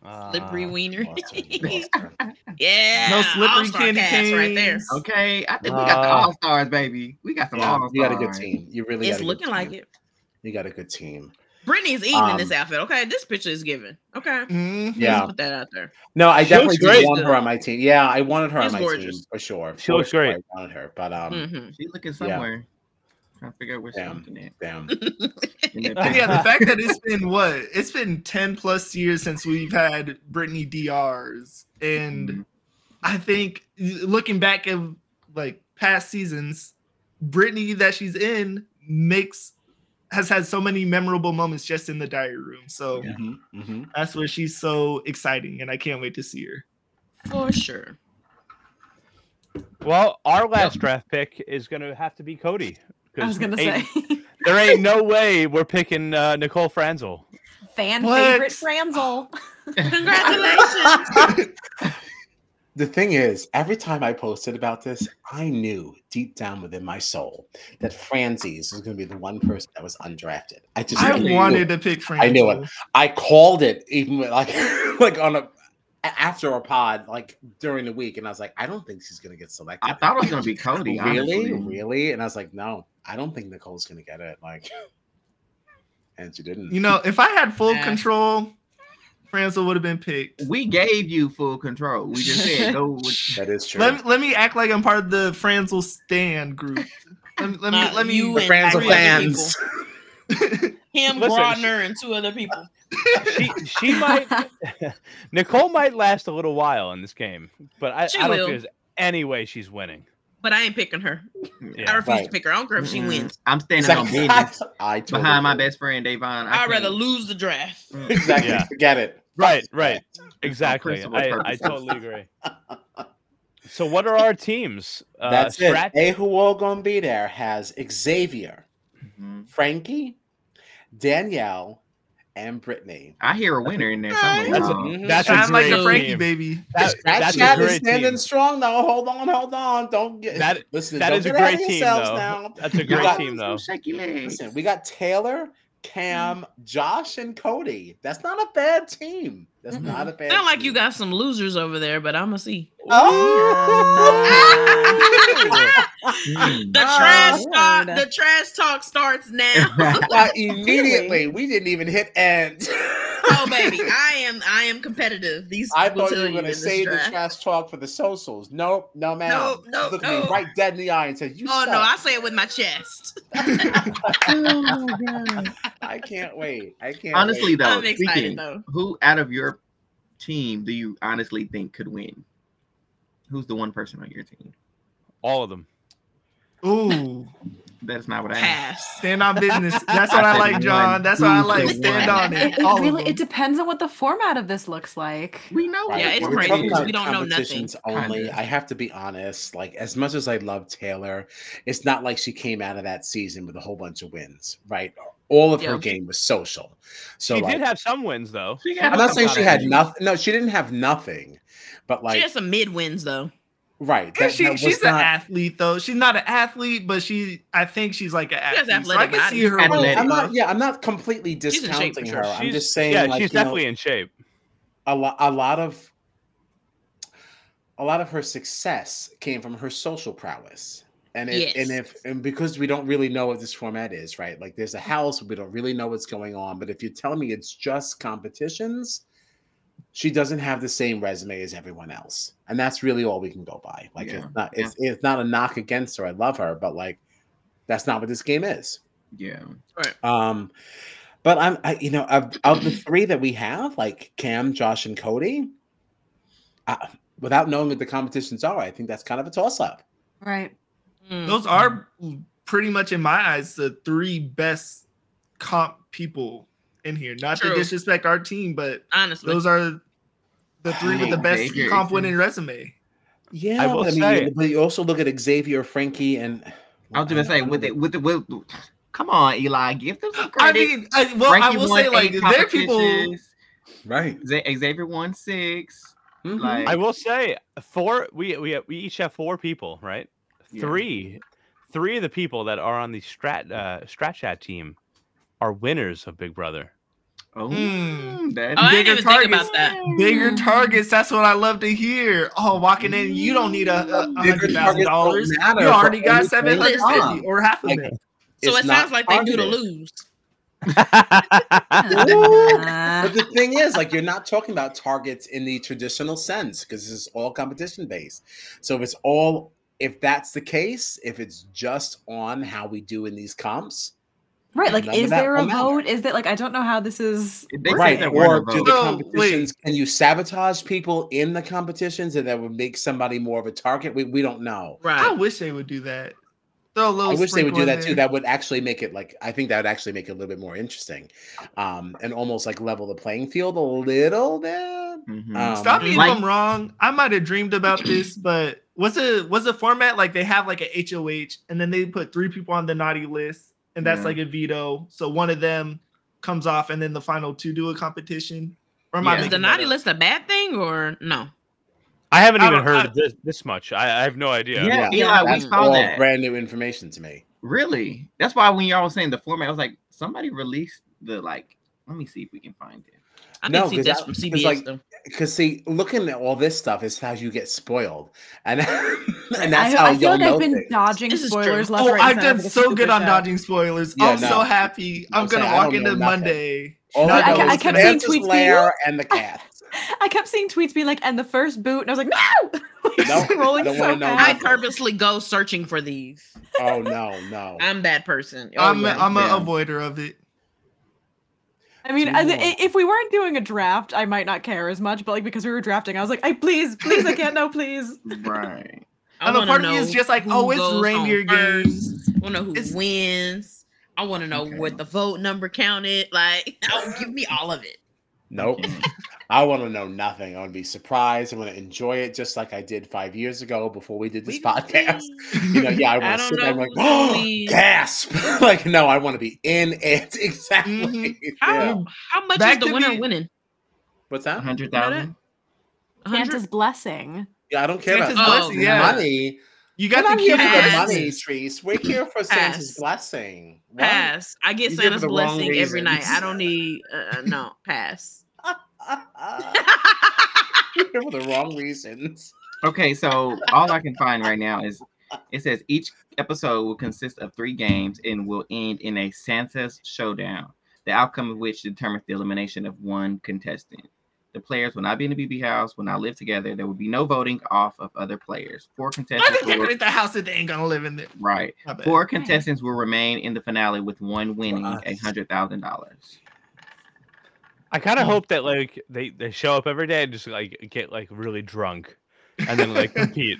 Ah. Uh, Slippery wiener. Lost her, lost her. yeah. No slippery all-star candy cast right there. canes. okay, I think we got the Uh, all stars, baby. We got some Yeah, all stars. you got a good team. You really It's got a good looking like team. it. You got a good team. Brittany's eating in this Um, outfit. Okay, this picture is given. Okay. Mhm. Yeah. Let's put that out there. No, I She definitely looks did great, want her though. on my team. Yeah, I wanted her on She's my team gorgeous. for sure. She For looks sure, great. I wanted her, but um, Mhm. She's looking Yeah. somewhere. Trying to figure out where she's Yeah. looking at. damn. In that And yeah, picture. the fact that it's been what it's been 10 plus years since we've had Brittany DRs, and Mhm. I think looking back at like past seasons, Brittany that she's in makes has had so many memorable moments just in the diary room. So Mhm, Mm-hmm. mhm. that's where she's so exciting, and I can't wait to see her. For sure. Well, our last draft pick is going to have to be Cody. I was 'cause gonna say ain't- there ain't no way we're picking uh, Nicole Franzel. fan What? favorite Franzel. Congratulations. The thing is, every time I posted about this, I knew deep down within my soul that Franzies was going to be the one person that was undrafted. I just I knew it. wanted to pick Frank. I knew it. I called it even with, like like on a after a pod like during the week, and I was like, I don't think she's going to get selected. I thought it was gonna be Cody. really, honestly. really, and I was like, no, I don't think Nicole's going to get it. Like, and she didn't. You know, if I had full Yeah. control, Franzel would have been picked. We gave you full control. We just said go with that is true. Let, let me act like I'm part of the Franzel stand group. Let, me- let me Not let me you The and friends of three other fans. Him, Listen, Broadner, and two other people. she she might Nicole might last a little while in this game, but I, She I don't will. think there's any way she's winning. But I ain't picking her. Yeah. I refuse Right. to pick her. I don't care if she Mm-hmm. Mm-mm. wins. I'm standing on Exactly. business I totally behind my agree. best friend Davon. I I'd rather can't- lose the draft. Mm. Exactly. Yeah. Forget it. Right, right. On Exactly. principle I, I purposes. totally agree. So what are our teams? Uh, That's it. Strat- A who all gonna be there has Xavier, Mhm. Frankie, Danielle, and Brittany. I hear a winner in there That's somewhere. That's y'all. Mhm. that's a mm, Sound Mm-hmm. like great a Frankie team. baby. That, That that's chat a is great standing team. strong though. Hold on, hold on. Don't get That- listen. that don't is a get ahead great of team, yourselves though. now. That's a You great got- team, though. Shaky legs. Listen, we got Taylor, Cam, Mm. Josh, and Cody. That's not a bad team. That's Mm-mm. not a bad. Sound like team. you got some losers over there, but I'ma see. Oh, Mm. The Oh, trash talk. Lord. The trash talk starts now. Not immediately. We didn't even hit end. oh baby, I am I am competitive. These I will thought you tell were in going to this save the draft. trash talk for the socials. Nope, no, man. No, no, Look no. at me right dead in the eye and said, "You Oh suck." no, I say it with my chest. I can't wait. I can't. honestly wait. though, I'm excited speaking, though. who out of your team do you honestly think could win? Who's the one person on your team? All of them. Ooh, That's not what I asked. Pass. stand on business. That's what I said like, one. John. That's what I Who's like. the Stand one? on It, it. it All really of it them. depends on what the format of this looks like. We know. Right. Yeah, it's We're what crazy it talking is. because about we don't know competitions nothing. Only, Kinda. I have to be honest. Like as much as I love Taylor, it's not like she came out of that season with a whole bunch of wins, right? All of her Yeah. game was social. So She like, did have some wins though. She got I'm not saying some she had competition. nothing. No, she didn't have nothing. But like, she has some mid wins though. right? And That, she, that was she's an not. athlete though. She's not an athlete, but she I think she's like an has athlete. So I athletic can body. see her. Well, Athletic. I'm not. Yeah, I'm not completely in shape for discounting sure. her. I'm She's- just saying, yeah, like, she's you know, definitely in shape. a lot a lot of a lot of her success came from her social prowess and if, and Yes. if and because we don't really know what this format is right like there's a house we don't really know what's going on but if you tell me it's just competitions she doesn't have the same resume as everyone else and that's really all we can go by like Yeah, it's not it's, it's not a knock against her i love her but like that's not what this game is Yeah. um, but I'm, I, you know, of, of the three that we have, like Cam, Josh, and Cody, I, without knowing what the competitions are, I think that's kind of a toss up. Right. Mm. Those are pretty much in my eyes the three best comp people in here. Not to True. disrespect our team, but honestly. those are the three with the Nick best Baker comp is- winning resume. Yeah, will but, I mean, say- but you also look at Xavier, Frankie, and I was gonna say with it with the with. Come on, Eli, give them some I credit. mean, I, well, I Frankie will won say like eight there are people. competitions. right. Xa- Xavier won six. Mhm. Like I will say four. We we we each have four people, right? Yeah. Three, three of the people that are on the strat uh, strat chat team are winners of Big Brother. oh, Mm. that's Oh, I didn't bigger even think targets. about that. Bigger targets. That's what I love to hear. Oh, walking in, you don't need a, a Bigger a hundred thousand targets dollars. don't matter You for already got anything seven hundred on. fifty or half of Like, it. So It's it not sounds like they do to targeted. lose. But the thing is, like, you're not talking about targets in the traditional sense because this is all competition based. So if it's all, if that's the case, if it's just on how we do in these comps, Right. Like, None of is that there a will matter. vote? Is that like I don't know how this is. They said right there or weren't a do vote. the No, competitions can you sabotage people in the competitions and that would make somebody more of a target we, we don't know I Right. wish they would do that. Throw a little i wish they would sprinkle do in that too there. that would actually make it like i think that would actually make it a little bit more interesting um and almost like level the playing field a little bit Mhm. um, Stop me Like- if I'm wrong. I might have dreamed about this, but was it was the format like they have like a HOH and then they put three people on the naughty list and that's Yeah. like a veto. So one of them comes off and then the final two do a competition. Or am Yeah. I Is making the that naughty up? list a bad thing or no? I haven't I even don't- heard I- this this much. I, I have no idea. Yeah, Yeah, Eli, we that's saw all that. brand new information to me Really? That's why when y'all was saying the format, I was like, somebody released the like. Let me see if we can find it. I No, can see 'cause this I- from 'cause, CBS like, though. because see looking at all this stuff is how you get spoiled and and I, that's how I feel you'll like know I've been things. dodging This is true. spoilers left, Oh, right, I've and center done for this so good stupid on show. dodging spoilers. Yeah, I'm no. so happy. I'm, I'm gonna saying I walk don't into know nothing. Monday. All Not I, knowing know what's is gonna seeing happen. Santa's tweets being lair and the cat I kept seeing tweets being like, and the first boot, and I was like, no. Like, No, scrolling don't wanna so know I fast. nothing. purposely go searching for these. oh no no I'm that person. Oh, I'm yeah. I'm a Yeah. avoider of it. I mean, Do I- more. i- if we weren't doing a draft, I might not care as much. But like because we were drafting, I was like, I please, please, I can't know, please. Right. I and a wanna part of me know is just like, who oh, it's goes home reindeer first. games. I want to know who It's- wins. I want to know Okay. what the vote number counted. Like, I'll give me all of it. Oh. nope I want to know nothing. I want to be surprised. I want to enjoy it just like I did five years ago before we did this We gonna podcast. see. You know, yeah, I I want to don't sit there and know like, who's gonna oh, lead." gasp. like, no, I want to be in it. Exactly. Mhm. Yeah. How how much That is the could winner be- winning? What's Uh-huh. that? hundred thousand. A hundred? Santa's blessing. Yeah, I don't care Santa's about blessing, Santa's yeah. Oh, money. You We're got not the here cute for the Pass. money, Trees. We're here for Santa's Pass. blessing. What? Pass. I get You did it for Santa's the wrong blessing every night. I reasons. don't need. Uh, uh, no, pass. We're here for the wrong reasons. Okay, so all I can find right now is it says each episode will consist of three games and will end in a Santa's showdown. the outcome of which determines the elimination of one contestant. The players will not be in the BB house, will not live together. There will be no voting off of other players. Four I contestants. just will- decorate the house if they ain't gonna live in there. right. My bad. Four contestants will remain in the finale with one winning us. a hundred thousand dollars. I kind of hope that like they they show up every day and just like get like really drunk, and then like compete.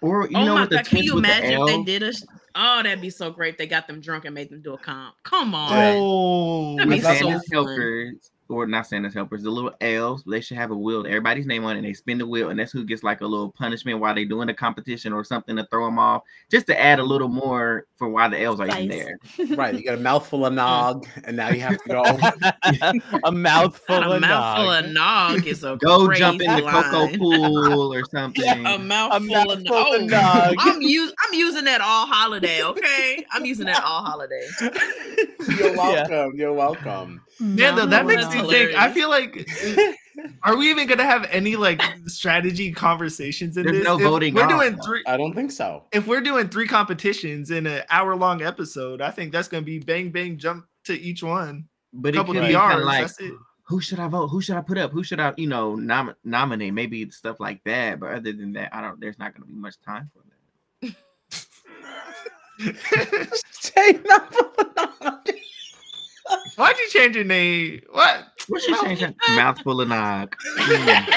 Or you oh know my what the god, can twins you with the imagine if they L? did us? Oh, that'd be so great. if They got them drunk and made them do a comp. Come on. Oh, That'd be the so Santa's fun. helpers, or not Santa's helpers, the little elves, they should have a wheel, with everybody's name on it, and they spin the wheel, and that's who gets like a little punishment while they doing the competition or something to throw them off, just to add a little more for why the elves are even Spice. there. Right, you got a mouthful of nog, and now you have to go. a mouthful a of mouthful nog. of nog is a Go crazy jump in the line. cocoa pool or something. A mouthful, of mouthful of nog. Oh nog. I'm use, I'm using that all holiday. Okay, I'm using that all holiday. you're welcome. You're welcome. man, though Mouthful that makes of me nog. think. I feel like, are we even gonna have any like strategy conversations in There's this? no If voting We're off, doing though. three. I don't think so. If we're doing three competitions in an hour-long episode, I think that's gonna be bang bang jump to each one. But it couple could DRs. be kind of like, that's it. who should I vote? Who should I put up? Who should I, you know, nom- nominate? Maybe stuff like that. But other than that, I don't. There's not going to be much time for that. Say mouthful of nog. Why'd you change your name? What? What should change that? Mouthful of nog. Mm,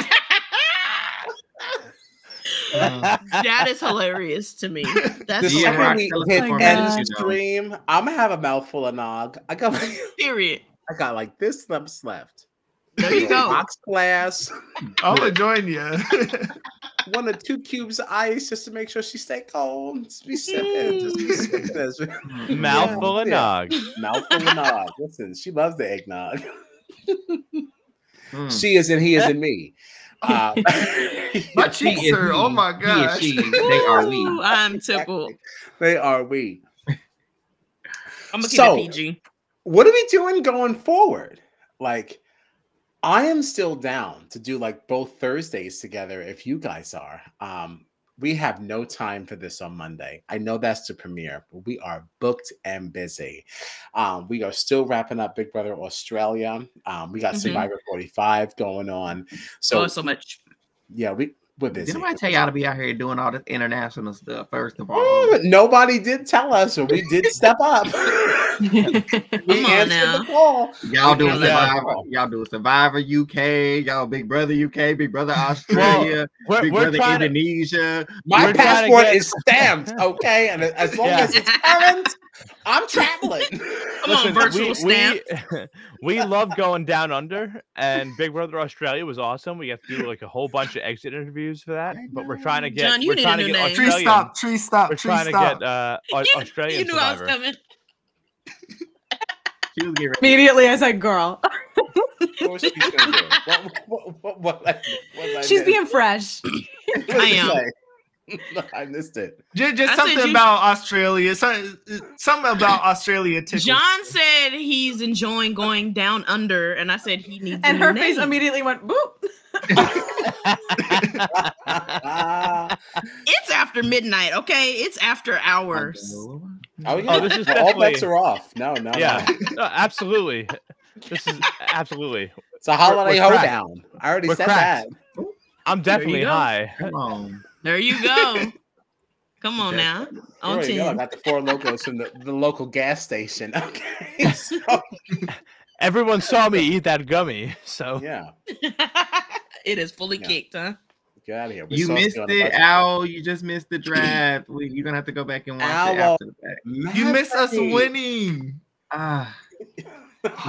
uh, that is hilarious to me. That's This Yeah, second right. we hilarious. Tell us hit more about end this, you know. stream, I'm gonna have a mouthful of nog. I got, I Period. got like this slips left. There you go. Box glass, I'm gonna join you. one or two cubes of ice just to make sure she stay cold. Just be sipping. Just be sipping this. mm, mm. Mouthful of Yeah. nog. mouthful of nog. Listen, she loves the eggnog. Hmm. Mm. She is and he is in me. Uh, My She cheeks is are. Oh he. my He is gosh. she. They are we. Ooh, I'm tickled. they are we. I'm gonna keep So- it PG. What are we doing going forward? Like, I am still down to do like both Thursdays together if you guys are. Um, we have no time for this on Monday. I know that's the premiere, but we are booked and busy. Um, we are still wrapping up Big Brother Australia. Um, we got Mm-hmm. Mhm. Survivor 45 going on. So, oh, so much. yeah, we, we're busy. Didn't I tell y'all to be out here doing all this international stuff first of all? Ooh, Oh, Nobody did tell us, so we did step up. we Come on answered now. the call. Y'all do Yeah. uh, Survivor, y'all do Survivor UK, y'all Big Brother UK, Big Brother Australia, We're, Big we're Brother trying to, Indonesia. My We're trying to passport get- is stamped, okay? And as long Yeah. as it's current, I'm traveling. Come on, virtual we, stamp. We, we love going down under, and Big Brother Australia was awesome. We have to do like a whole bunch of exit interviews for that, but we're trying to get John, you we're need a trying to new get name. Tree Tree Australian. stop. Tree stop. We're Tree trying stop. to get uh, Au- Australian you knew I was Survivor. coming. She was getting ready. Immediately, I said, "Girl, Of course she's gonna do it. What, what, what, what, I- what I she's missed? being fresh." What did I am. you say? I missed it. Just, I just said something you- about Australia. Something, something about Australia tickles. John said he's enjoying going down under, and I said he needs. And a new her face name. immediately went boop. Ah, It's after midnight. Okay, it's after hours. Hello. are we Oh, gonna- this is all bets definitely- are off. No, no, yeah, no. no, absolutely. This is absolutely. It's a holiday we're cracked. hoedown. I already We're said cracked. that. I'm There you definitely go. high. Come on. There you go. Come on Okay. now. On There you go. I ten. got the four locos from the, the local gas station. Okay. So, Everyone saw me eat that gummy, so yeah. it is fully Yeah. kicked, huh? Get out of here. We're You saucy missed on the it, budget. Al. You just missed the draft. We- You're gonna have to go back and watch it Owl. after the fact. You missed us Maverick. winning. Ah,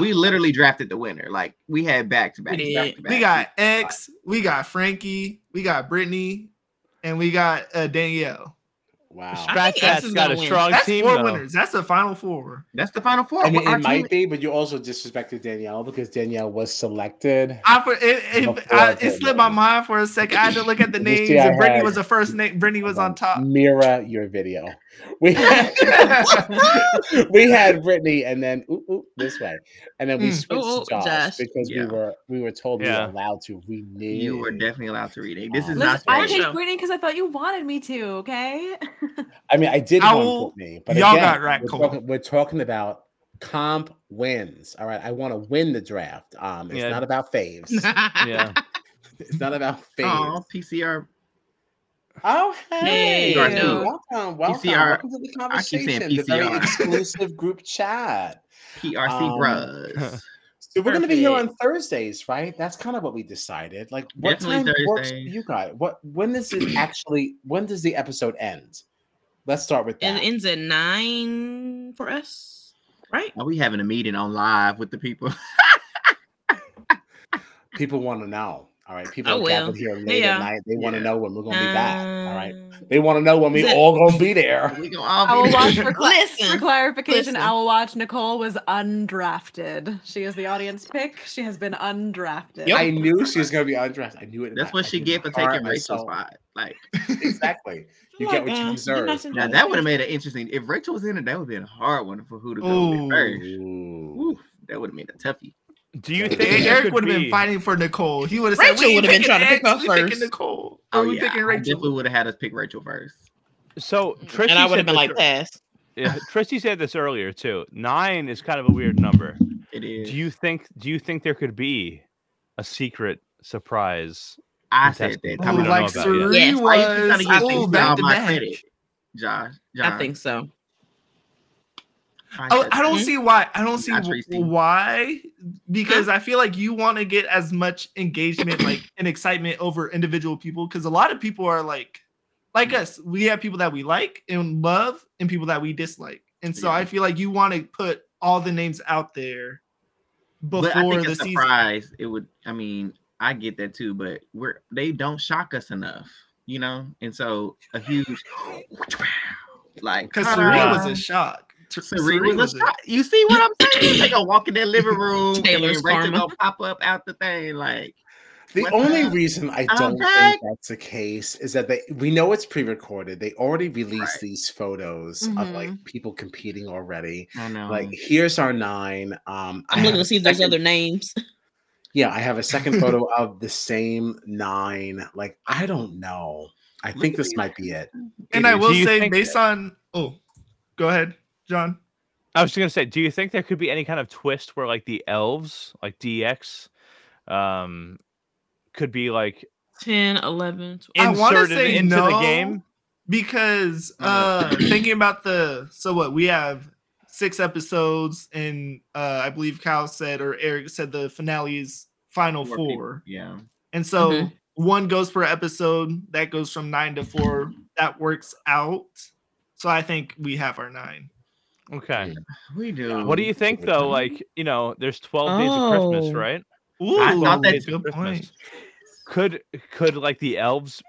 we literally drafted the winner. Like we had back to back. We to back did. to We back. got X. We got Frankie. We got Brittany, and we got uh, Danielle. Wow. I Scratch think X that's is got gonna a win. strong That's team. four though. winners. That's the final four. That's the final four. I mean, Our it team- might be, but you also disrespected Danielle because Danielle was selected. I for, it, it, Before I, Brittany. it slipped my mind for a second. I had to look at the You see, names, I and Brittany had- was the first name. Brittany was on top. Mira, your video. We had, we had Brittany, and then ooh, ooh, this way, and then we Mm. switched Ooh, ooh, to Josh, Josh. because Yeah. we were we were told we Yeah. were allowed to. We knew you were definitely allowed to read it. This is Listen, not. Listen, I Spanish. Sure. picked Brittany because I thought you wanted me to. Okay. I mean, I did Owl, want Brittany, but y'all again, got right we're cold. talking, we're talking about comp wins. All right, I want to win the draft. Um, it's Yeah. not about faves. Yeah. it's not about faves. Oh, PCR. Oh, hey, Hey, Darnell. welcome, welcome, PCR. welcome to the I keep saying conversation. The very PCR. exclusive group chat. PRC Um, bros. So we're going to be here on Perfect. Thursdays, right? That's kind of what we decided. Like, what Definitely time works for Thursdays. you guys? What when does it actually? When does the episode end? Let's start with It that. ends at nine for us, right? Are we having a meeting on live with the people? people want to know. All right, people I are will. gathered here late Yeah. at night. They want to Yeah. know when we're going to be back. All right, Um, they want to know when we Is it- all going to be there. we gonna all Owl be Watch there. for, cla- for Listen, clarification, listen. Owl Watch Nicole was undrafted. She is the audience pick. She has been undrafted. I knew she was going to be undressed. I knew it. in That's my- what I she knew get my for heart, taking my Rachel's soul. spot. Like Exactly. You I get feel what you uh, deserve. you're not so now that would have made it interesting. If Rachel was in it, that would have been a hard one for who to go Ooh. with first. Ooh. Oof, that would have been a toughie. Do you Yeah. think Eric E, Eric, there should would have be- been fighting for Nicole. He would have Rachel said, "We ain't would've been picking trying to pick X, up we picking first." Nicole. Oh we yeah, picking I definitely Rachel. would have had us pick Rachel first. So Tristy and I would said have been this like, ear- pass. yeah, Tristy said this earlier too. Nine is kind of a weird number. It is. Do you think? Do you think there could be a secret surprise? I said Contestant. that. I Ooh, don't Ooh, know like about yet. Suri Yes, I used to try to was. give Ooh, things back all to my back. credit. Josh, Josh, I think so. Oh, I don't contest. see why. I don't see Mm-hmm. Not wh- Tracy. why. Because I feel like you want to get as much engagement, like and excitement over individual people. Because a lot of people are like, like us. We have people that we like and love, and people that we dislike. And so Yeah. I feel like you want to put all the names out there but I before think the a season. surprise, it would. I mean, I get that too, but we're they don't shock us enough, you know. And so a huge, like Because ta-da. Suri was a shock. T- Serena was a shock. You see what I'm saying? they gonna walk in that living room, and then Taylor's Rachel karma. gonna pop up out the thing, like The What only the- reason I I'm don't back. think that's the case is that they we know it's pre-recorded. They already released Right. these photos of Mm-hmm. like people competing already. I know, Like here's our nine. Um, I I'm have looking a to see if there's second- other names. Yeah, I have a second photo of the same nine. Like I don't know. I think this might be it. And I Do will you say, think based on oh, go ahead, John. I was just gonna say, do you think there could be any kind of twist where like the elves, like DX, um, could be like 10, 11, 12. I wanna inserted say into the no. game? because Mm. uh thinking about the so what we have six episodes and uh i believe kyle said or eric said the finale is final Four four, people. yeah, and so Mhm. Mm-hmm. one goes per episode that goes from nine to four that works out so i think we have our nine Okay. we do. What do you think though? Mhm. Like, you know, there's 12 days of Christmas, Oh. right? Ooh, I thought that- Days of Christmas. Could could like the elves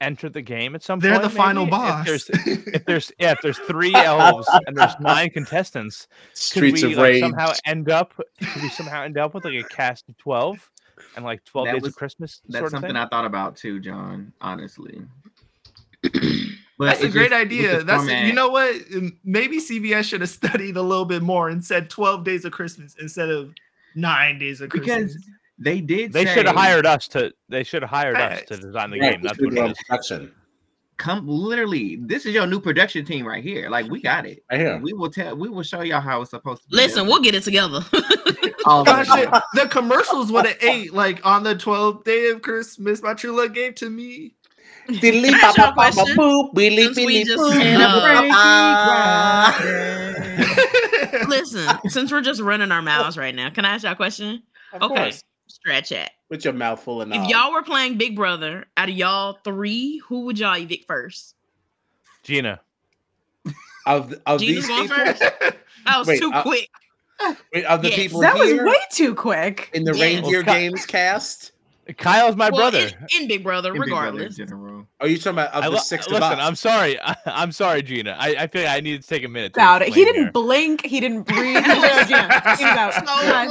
enter the game at some They're point? the final maybe? If boss. there's, if there's yeah, if there's three elves and there's nine contestants, could Streets we of like, Rage. somehow end up? Could we somehow end up with like a cast of 12 and like 12 That days was- of Christmas? That's sort of something thing? I thought about too, John. Honestly, but that's a it great just- with idea this that's you format- know what M- maybe cbs should have studied a little bit more and said 12 days of christmas instead of nine days of Because christmas they did. They should have say- hired us to. They should have hired us to Facts. design the Right, game. this That's would what be it our is. production come literally this is your new production team right here like we got it right here. we will tell we will show y'all how it's supposed to be Listen, done. we'll get it together. All Gosh, of it. it- the commercials would have ate like on the 12th day of Christmas. My true love gave to me. Dilly, Can I ask ba, y'all a ba, ba, question? boop, billy, Since billy, we just uh, boop, had ba, a- ba, ba. Listen, since we're just running our mouths right now, can I ask y'all a question? Of Okay. course, Stretch it. With your mouth full of If knowledge. y'all were playing Big Brother, out of y'all three, who would y'all evict first? Gina. of th- of Jesus these going people, first? That was Wait, too uh, quick. wait, of the Yes. people That was here way too quick. in the Yes. Reindeer Well, Scott- Games cast. Kyle's my Well, brother. In, in Big Brother, In Big Brother in regardless. general. Are you talking about of I the lo- six listen, of us? I'm sorry. I, am sorry, Gina. I, I feel like I need to take a minute. to About it. He explain didn't here. blink. He didn't breathe. He was out. He was out. so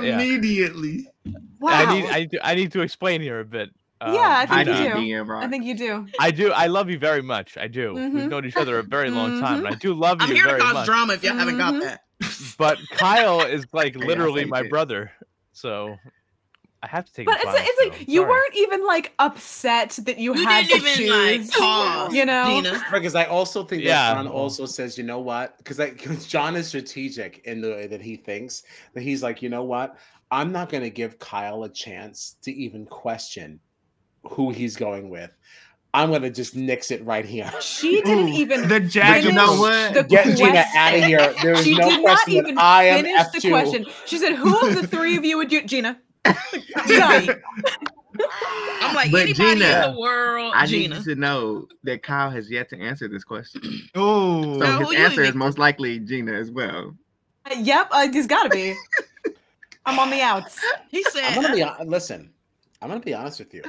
quick. Immediately. Wow. I need. I need, to, I need to explain here a bit. Um, Yeah, I think I you Gina, do. do. DM, I right? think you do. I do. I love you very much. I do. We've Mhm. known each other a very long time, and Mm-hmm. I do love I'm you here to very cause much. drama if y'all haven't got Mhm. that. But Kyle is like Hey, I literally think my it- brother, so I have to take. But the it's, final, it's like so, you sorry. weren't even like upset that you, You had didn't to even like choose. pause. you know, Gina. Because I also think Yeah. that John also says, you know what? Because John is strategic in the way that he thinks that he's like, you know what? I'm not going to give Kyle a chance to even question who he's going with. I'm going to just nix it right here. she didn't Ooh, even the jag. You finish know what? the Get Gina question. out of here. There is She no did not question. that even I am finish the F2. question. She said, "Who of the three of you would do Gina?" Done. I'm like But anybody Gina, in the world, I Gina. need you to know that Kyle has yet to answer this question. So Oh, No, who his you answer is think- most likely Gina as well. Uh, yep, uh, he's got to be. I'm on the outs. He I'm said, going to be, hon- listen, I'm going to be honest with you.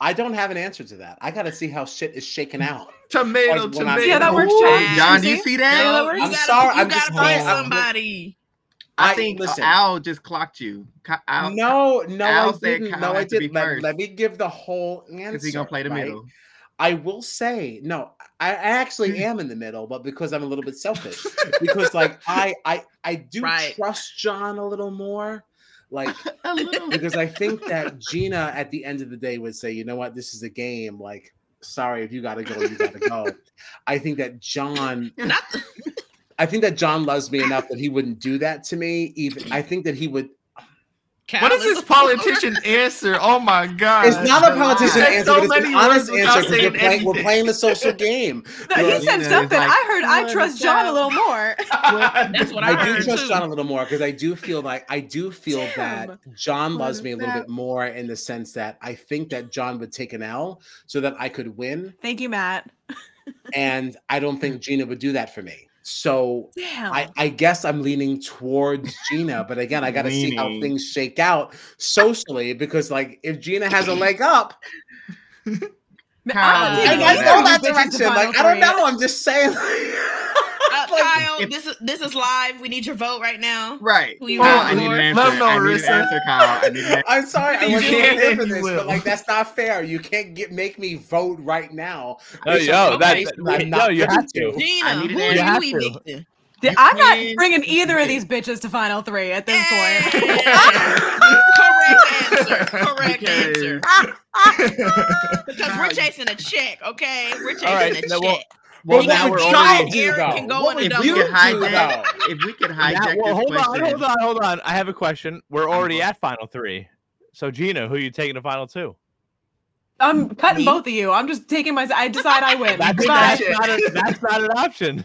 I don't have an answer to that. I got to see how shit is shaken out. tomato, Like, when I- tomato. Yeah, that works, Ooh, John. John, do You you see? see "No, that? I'm you gotta, sorry, You I'm gotta just find saying, I'm- somebody. I I- think listen. Al just clocked you. Ki- Al, no, no, I Al said didn't. Kyle No, I had to be didn't. Let, first. let me give the whole answer. Is he gonna play the right? middle? I will say, no, I I actually am in the middle, but because I'm a little bit selfish, because like I I I do Right. trust John a little more, like A little. because I think that Gina at the end of the day would say, you know what, this is a game. Like, sorry if you gotta go, you gotta go. I think that John, Not the- I think that John loves me enough that he wouldn't do that to me. Even I think that he would. Kyle What is is this a- politician answer? Oh my god! It's not a Uh, the lie. politician Said answer, so but it's an many honest words without answer because we're saying playing, we're anything. playing the social game. No, he Well, said Gina is something. like, I heard. I "Oh, trust John a Michelle." little more. That's what I, I do heard trust too. John a little more because I do feel like I do feel that John What loves is me a little that? bit more in the sense that I think that John would take an L so that I could win, Thank you, Matt. and I don't think Gina would do that for me. So Damn. I, I guess I'm leaning towards Gina, but again, I got to see how Leaning. things shake out socially because, like, if Gina has a leg up, Ma- Kyle, I I, don't know I that. know that Bitches to direction. Final Like, I don't Three. know. I'm just saying. Uh, Like, Kyle, this is this is live. We need your vote right now. Right. Who you Kyle, voting I need an for? answer. Love no I need an Rissa. answer, Kyle. I need an answer. I'm sorry, I You wasn't can here and for you this, will. but like that's not fair. You can't get make me vote right now. No, It's Oh, yo, a that, okay, that- no, not you have going to. to. Gina, need who an You answer. are have you to. evicting? Th- You I'm can- not bringing either of these bitches to final three at this point. Correct answer. Correct Because- answer. Ah. Because we're chasing a check, okay? We're chasing right, a no, check. Well, well, Well, now now would we're y'all only. do Eric though? can go What in would the you If we do could hijack, though? if we could Now- hijack well, this hold on, question, hold on, hold on. I have a question. We're already going. at final three. So Gina, who you taking to final two? I'm Me? cutting both of you. I'm just taking my. I decide I win. That's, Bye. that's, not, a, that's not an option.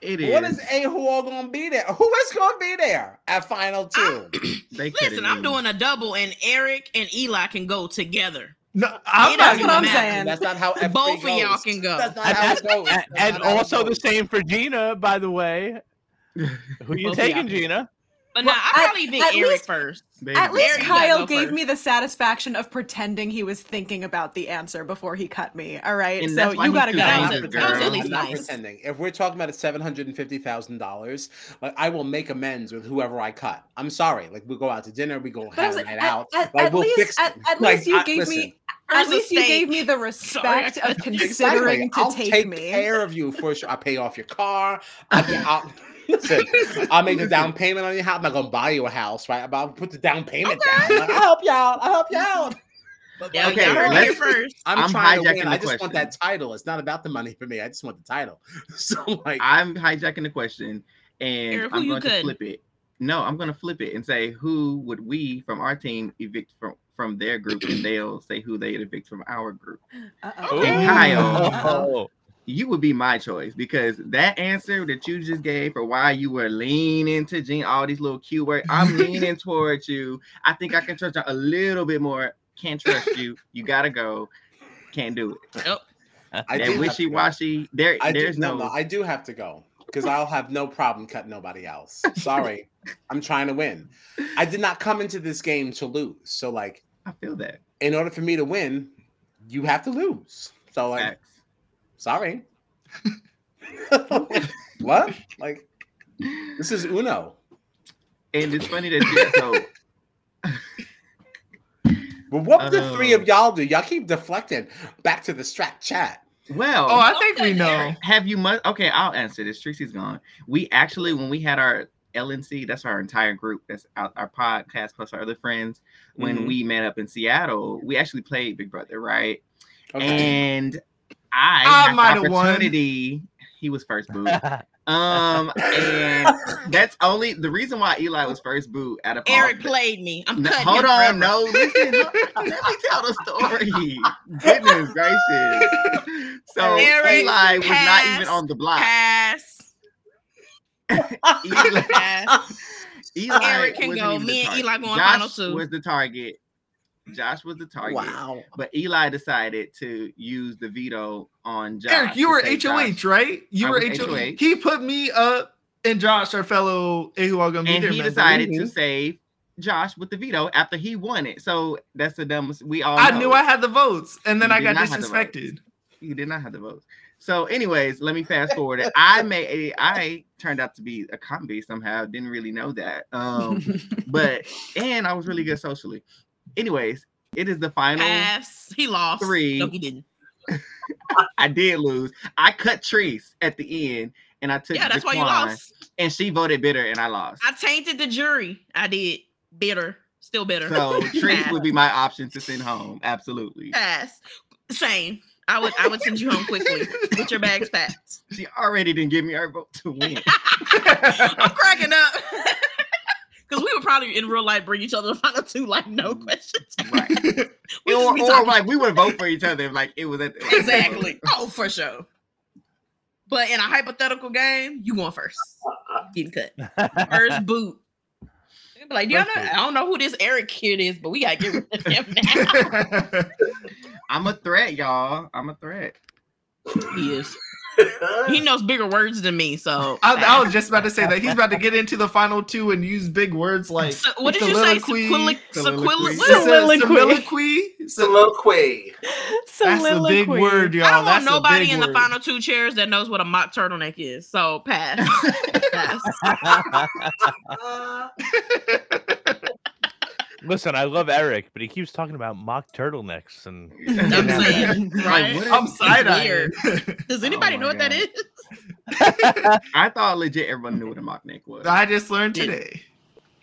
it What is. is a who all gonna be there? Who is gonna be there at final two? They couldn't Listen, I'm even- doing a double, and Eric and Eli can go together. No, I'm It doesn't not. That's what I'm matter. saying. That's not how F3 Both of y'all goes. can go. Oh. That's not And how it that's- goes. And, That's and not how it also the goes. same for Gina, by the way. Who you Both taking, y'all. Gina? But Well, nah, I at- probably evict at Eric least- first. They- At least There you Kyle go, gave first. me the satisfaction of pretending he was thinking about the answer before he cut me. All right, And so that's why you he's gotta too go. I'm That not was at- nice, that was girl. at least I'm not nice. pretending. If we're talking about seven hundred and fifty thousand dollars, like I will make amends with whoever I cut. I'm sorry. Like we go out to dinner, we go But I have was a like, night at, out. at- like at we'll least, fix at, it. at Like, least you I- gave listen, me. At Ursa least you steak. gave me the Sorry, I respect of couldn't- Exactly. considering I'll to take, take me. care of you for sure. I pay off your car. I get out. Listen, I'll make the down payment on your house. I'm not gonna buy you a house, right? But I'll put the down payment down. Like, I'll help you out. I'll help you out. But, Yeah, like, Okay, y'all heard it here let's- first. I'm, I'm trying to hijacking win. the I just want question. that title. It's not about the money for me. I just want the title. So like I'm hijacking the question, and Eric, who I'm you going to cutting? flip it. No, I'm going to flip it and say who would we from our team evict from from their group, and they'll say who they'd evict from our group. Uh-oh. And Kyle, Oh. you would be my choice because that answer that you just gave for why you were leaning to Gene, all these little cute words, I'm leaning towards you. I think I can trust you a little bit more. Can't trust you. You gotta go. Can't do it. Nope. I That do have wishy to go. washy. There, I do, there's no, no. no, I do have to go because I'll have no problem cutting nobody else. Sorry, I'm trying to win. I did not come into this game to lose. So like, I feel that. in order for me to win, you have to lose. So like, Facts. sorry. what? Like, this is Uno. And it's funny that you so But what would the three Oh. of y'all do? Y'all keep deflecting back to the strat chat. well. Oh, I think we know. have you much? Okay, I'll answer this. Trixie's gone. We actually, when we had our LNC. That's our entire group. That's our, our podcast plus our other friends. When Mm-hmm. Mm-hmm. we met up in Seattle, we actually played Big Brother, right? And I, I had the might have won. opportunity. He was first booed. um, and that's only the reason why Eli was first booed out of all Eric the- played me. I'm no, cutting hold him on, forever. no, listen, let me tell the story. Goodness gracious! So Eric, Eli was not pass, even on the block. Pass. Eli, Pass. Eli Eric can wasn't go. even the Me and target. Eli going Josh final two. was the target. Josh was the target. wow. But Eli decided to use the veto on Josh. Eric, you to were say, HOH, Josh- right? You I were was HOH. HOH. He put me up and Josh, our fellow AWOL gonna be and there. he member. decided to Mm-hmm. Mhm. save Josh with the veto after he won it. So that's the dumbest. We all. I know. knew I had the votes, and then You I did got not have the votes. disrespected. You did not have the votes. So, anyways, let me fast forward. it. I made a, I turned out to be a comedy somehow. Didn't really know that. Um, but and I was really good socially. Anyways, it is the final. Pass. He lost. Three. No, he didn't. I did lose. I cut Trees at the end, and I took Yeah, that's why you Jaquan, lost. And she voted bitter, and I lost. I tainted the jury. I did. Bitter. Still bitter. so Trees Pass. would be my option to send home. Absolutely, Pass. Same. I would I would send you home quickly with your bags packed. she already didn't give me her vote to win. I'm cracking up. Cause we would probably in real life bring each other the final two, like no questions. Mm. Right. We'd just or, be or talking- like we would vote for each other if like it was at like, exactly. Oh, for sure. But in a hypothetical game, you going first. Getting cut. First boot. They'd be like, "Do y'all know, First boot. I don't know who this Eric kid is, but we gotta get rid of him now. I'm a threat, y'all. I'm a threat. he is. He knows bigger words than me, so. I, I was just about to say that he's about to get into the final two and use big words like So- what did you say? Sequilla, sequilla, soliloquy. what- soliloquy. Soliloquy. soliloquy? Soliloquy. So- That's a big word, y'all. I don't want That's a nobody big in the word. final two chairs that knows what a mock turtleneck is. So pass. pass. Uh, Listen, I love Eric, but he keeps talking about mock turtlenecks and I'm saying, right? what is- I'm side weird. Does Oh anybody know my what that is? God. I thought legit everyone knew what a mock neck was. I just learned today.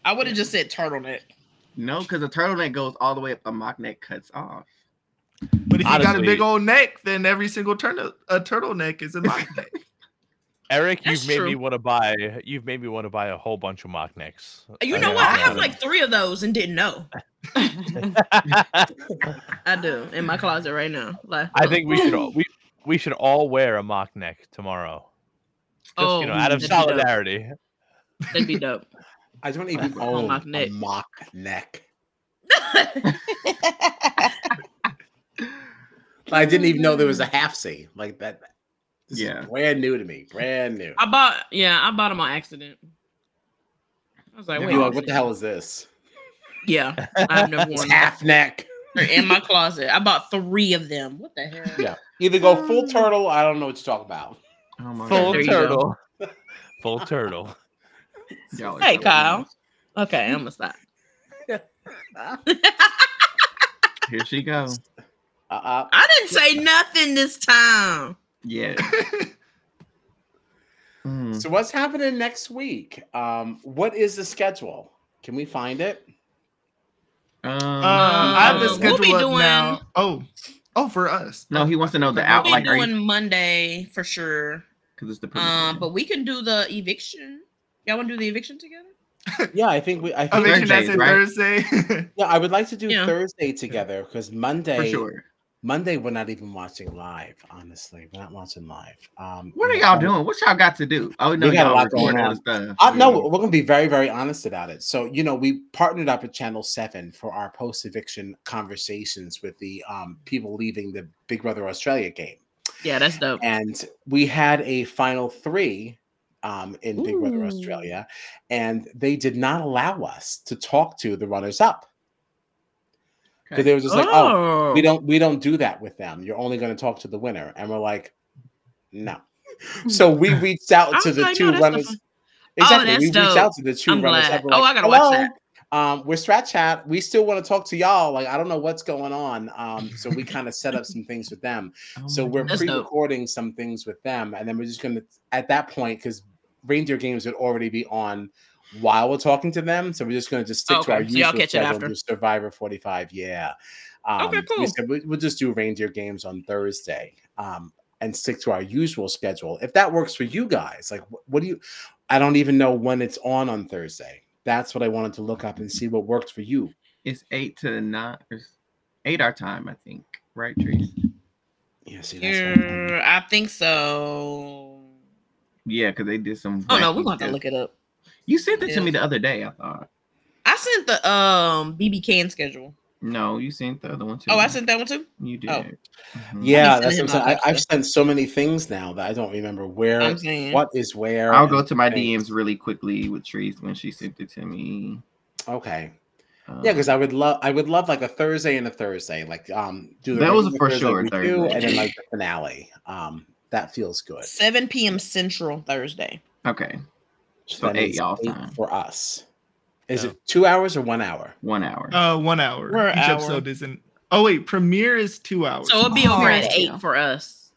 I would have just said turtleneck. no, because a turtleneck goes all the way up. A mock neck cuts off. But if you got a Honestly- big old neck, then every single turtle a turtleneck is a mock neck. Eric, you've That's made me true. want to buy. You've made me want to buy a whole bunch of mock necks. Uh, You I know mean, what? I I'm have gonna- like three of those and didn't know. I do in my closet right now. Like I think we should all we we should all wear a mock neck tomorrow. Just you know, out of oh, that'd be dope. solidarity. That'd be dope. I just want to even Oh, own mock neck. a mock neck. I didn't even know there was a half C like that. This is Yeah. brand new to me. Brand new. I bought yeah, I bought them on accident. I was like, You're wait, You're a like, what the minute. hell is this? Yeah, I've never It's worn them. half neck. They're in my closet. I bought three of them. What the hell? Yeah. Either go full turtle. I don't know what you're talking about. Oh my Full There you go. turtle. Full turtle. Y'all are Hey, so Kyle. nice. Okay, I'm gonna stop. Here she goes. Uh, uh, I didn't say nothing this time. Yeah. Mm. So what's happening next week? Um, what is the schedule? Can we find it? Uh, Um, Um, I have the Um, schedule we'll be up doing- now. Oh, oh, for us. no, he wants to know the out. We'll be Like, are doing you? Monday for sure. Because it's the. Hmm. Um, but we can do the eviction. Y'all want to do the eviction together? Yeah, I think we. I I think think that's Thursdays, right? Thursday. yeah, I would like to do Yeah. Thursday together because Monday. for sure. Monday, we're not even watching live. Honestly, we're not watching live. Um, What are we're y'all gonna- doing? What y'all got to do? Oh no, We got a y'all lot going recording on. other stuff. Uh, no, we're going to be very, very honest about it. So, you know, we partnered up with Channel 7 for our post eviction conversations with the um, people leaving the Big Brother Australia game. Yeah, that's dope. And we had a final three um, in Big Brother Ooh. Australia, and they did not allow us to talk to the runners up. Because Okay. they were just like, oh, we don't we don't do that with them you're only going to talk to the winner and we're like no so we reached out I to was the like, two no, that's the runners fun- Oh, exactly that's we reached dope. out to the 2 I'm runners glad. We're Oh, I gotta watch "Hello, that." um, we're Strat Chat. We still want to talk to y'all. Like, I don't know what's going on. Um, so we kind of set up some things with them. Oh So my we're God. That's dope. pre-recording some things with them, and then we're just gonna at that point because reindeer games would already be on while we're talking to them. So we're just going to just stick to Okay, our so y'all usual catch it schedule. after. Do Survivor 45, yeah. Um, Okay, cool. We said we, will just do reindeer games on Thursday um, and stick to our usual schedule. If that works for you guys, like, wh- what do you? I don't even know when it's on on Thursday. That's what I wanted to look up and see what worked for you. It's eight to nine, or s- eight our time, I think. Right, Trees? Yeah, see, that's what I'm- Yeah, I think so. Yeah, because they did some. Oh no, wacky we're gonna have stuff. to look it up. You sent it to me Yeah. the other day. I thought. I sent the um BB can schedule. No, you sent the other one too. Oh, I sent that one too. You did. oh. Mhm. Yeah, sending that's what him I'm saying. all I, that I've stuff. sent so many things now that I don't remember where, I'm saying. Uh, what is where. I'll and- go to my Thanks. DMs really quickly with Trees when she sent it to me. Okay. Um, Yeah, because I would love I would love like a Thursday and a Thursday, like um do the That was a regular Thursday for sure review Thursday. and then like the finale. Um, that feels good. 7 p.m. Central Thursday. okay, so That eight is y'all time. for us. Is Yeah. it two hours or one hour? one hour. Uh, one hour. We're Each hour. episode isn't. Oh wait, premiere is two Oh, hours. So it'll be over Alright. at eight for us.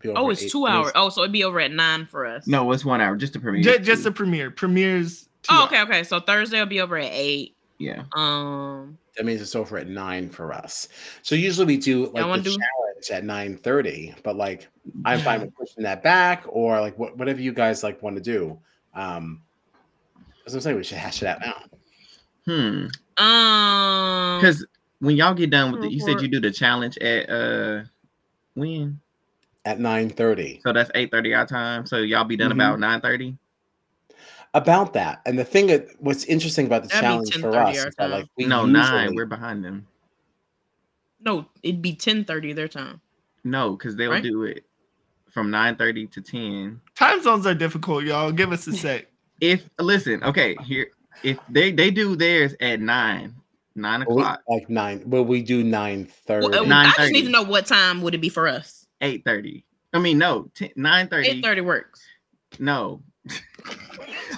Be Oh, over it's eight two hours. Oh, so it'd be over at nine for us. no, it's one hour. Just a premiere. just, just the premiere. Premiere's. two Oh, hours. okay, okay. So Thursday will be over at eight. yeah. Um, That means it's over at nine for us. So usually we do like wanna the do- challenge at nine thirty, but like I'm fine with pushing that back or like what, whatever you guys like want to do. Um, as I'm saying, we should hash it out now. Hmm. um, Because when y'all get done with it, you said Report. you do the challenge at uh when? At nine thirty. So that's eight thirty our time. So y'all be done Mhm. about nine thirty. about that. And the thing that what's interesting about the That'd be challenge for 10:30 us our is that time. like we No, usually, nine. We're behind them. no, it'd be ten thirty their time. No, because they'll Right? do it from nine thirty to ten. Time zones are difficult, y'all. Give us a sec. If listen, okay, here if they they do theirs at nine nine Oh, we- o'clock like nine. Well, we do nine thirty. Well, uh, I just 9:30. need to know what time would it be for us. eight thirty. I mean no nine Eight thirty. thirty works. No.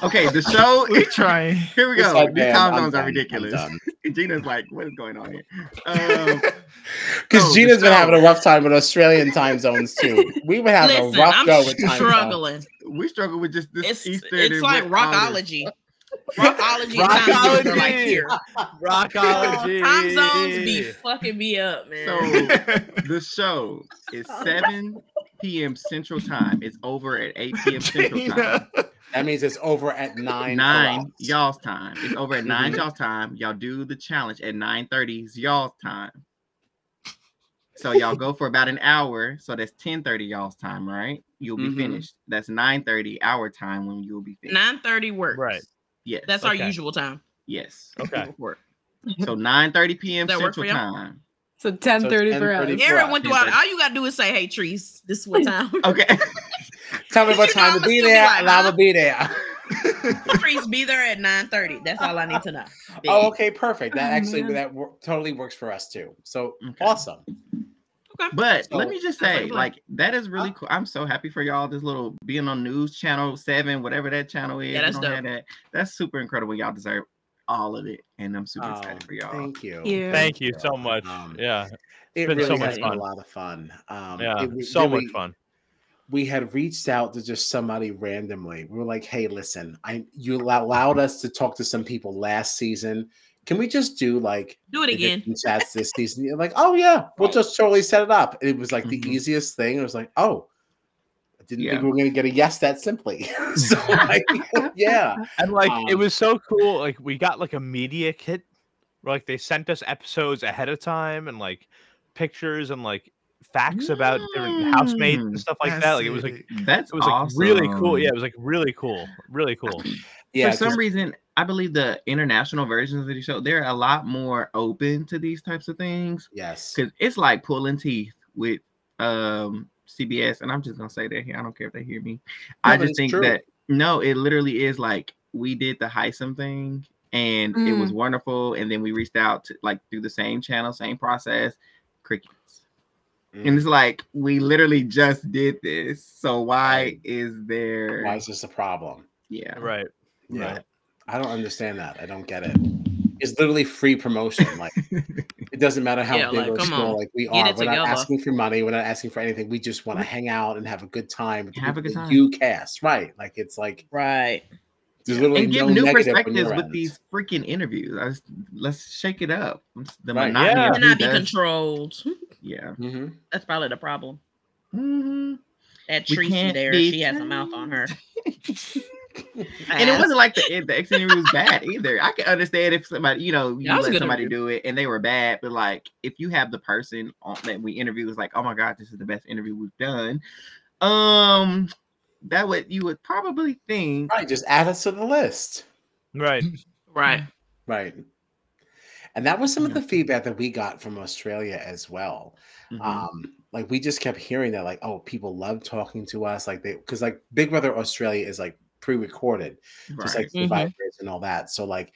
okay, the show. We trying. Here we It's go. like, These man, time I'm zones done, are I'm ridiculous. done. Gina's like, what is going on here? Um, Because No, Gina's been so- having a rough time with Australian time zones too. We were having Listen, a rough go I'm with time zones. struggling. we struggle with just this It's Easter. it's and like West Island. rockology. Rockology and time zones are like Rockology. here. Rockology. Time zones be fucking me up, man. So the show is 7 p.m. Central Time. It's over at 8 p.m. Central Time. Dana. That means it's over at nine. for us. Nine y'all's time. It's over at nine Mhm. y'all's time. Y'all do the challenge at 9 30 y'all's time. So y'all go for about an hour. So that's 10 30 y'all's time, right? You'll be Mhm. finished. That's 9 30 our time when you'll be finished. nine thirty works. Right. Yes. That's Okay. our usual time. yes. Okay. Work. So 9 30 p.m. That work for Central y'all? Time. So ten thirty for us. 10:30. Aaron Right. went through all, all you gotta do is say, Hey Trees, this is what time Okay. Tell me what You know, time I'ma to be still be there, like, and I'ma huh? be there. Trees be there at nine thirty. That's all I need to know. Oh, okay, perfect. That Oh, actually man. that wor- totally works for us too. So Okay. awesome. But let So- me just Sounds like say, fun. like that is really cool. I'm so happy for y'all. This little being on News Channel Seven, whatever that channel is. Yeah, we that's don't have dope. That. That's super incredible. Y'all deserve all of it, and I'm super Oh, excited for y'all. thank you. you. Thank you so much. Um, Yeah, It been really so has much been a fun. lot of fun. Um, yeah, it- we so really- much fun. We had reached out to just somebody randomly. We were like, "Hey, listen, I you allow- allowed us to talk to some people last season. Can we just do like Do it again. Egyptian chats this season?" You're like, "Oh yeah, we'll just totally set it up." And it was like Mhm. the easiest thing. It was like, "Oh." I didn't Yeah. think we were going to get a yes that simply. so, like, yeah. And like it Um, was so cool. Like we got like a media kit. Where, like they sent us episodes ahead of time and like pictures and like facts about different housemates and Mm, stuff like That's that. Like it was like it. That's it was like really cool. awesome. Yeah, it was like really cool. Really cool. Yeah. For 'cause- some reason, I believe the international versions of the show they're a lot more open to these types of things yes. because it's like pulling teeth with um CBS. And I'm just gonna say that here. I don't care if they hear me. I but just it's think true. that no, it literally is like we did the Heisem thing and it Mm. was wonderful. And then we reached out to like through the same channel, same process, crickets. Mm. And it's like we literally just did this. So why Right. is there Why is this a problem? yeah. Right. Yeah. Right. I don't understand that. I don't get it. It's literally free promotion. Like it doesn't matter how Yeah, big like, or come small on. like we Get are. it We're not together. asking for money. We're not asking for anything. We just want to hang out and have a good time. with the Have a people good that time. You cast right. Like it's like Right. There's literally and give no new negative when you're perspectives around with it. these freaking interviews. I just, let's shake it up. It's The Right, monotony yeah. of who cannot be does- controlled. Yeah. Mhm. That's probably the problem. Mm-hmm. hmm That We Tracy can't there, be she has a mouth on her. And it wasn't like the eh, the X interview was bad either. I can understand if somebody, you know, you That was a let good somebody interview. do it and they were bad, but like if you have the person on, that we interview was like, oh my god, this is the best interview we've done. Um, that would you would probably think. Right, just add us to the list. Right. right. Right. And that was some of the feedback that we got from Australia as well. Mhm. Um, like we just kept hearing that, like, oh, people love talking to us, like they because like Big Brother Australia is like pre-recorded, just Right. Mm-hmm. like Survivors and all that. So like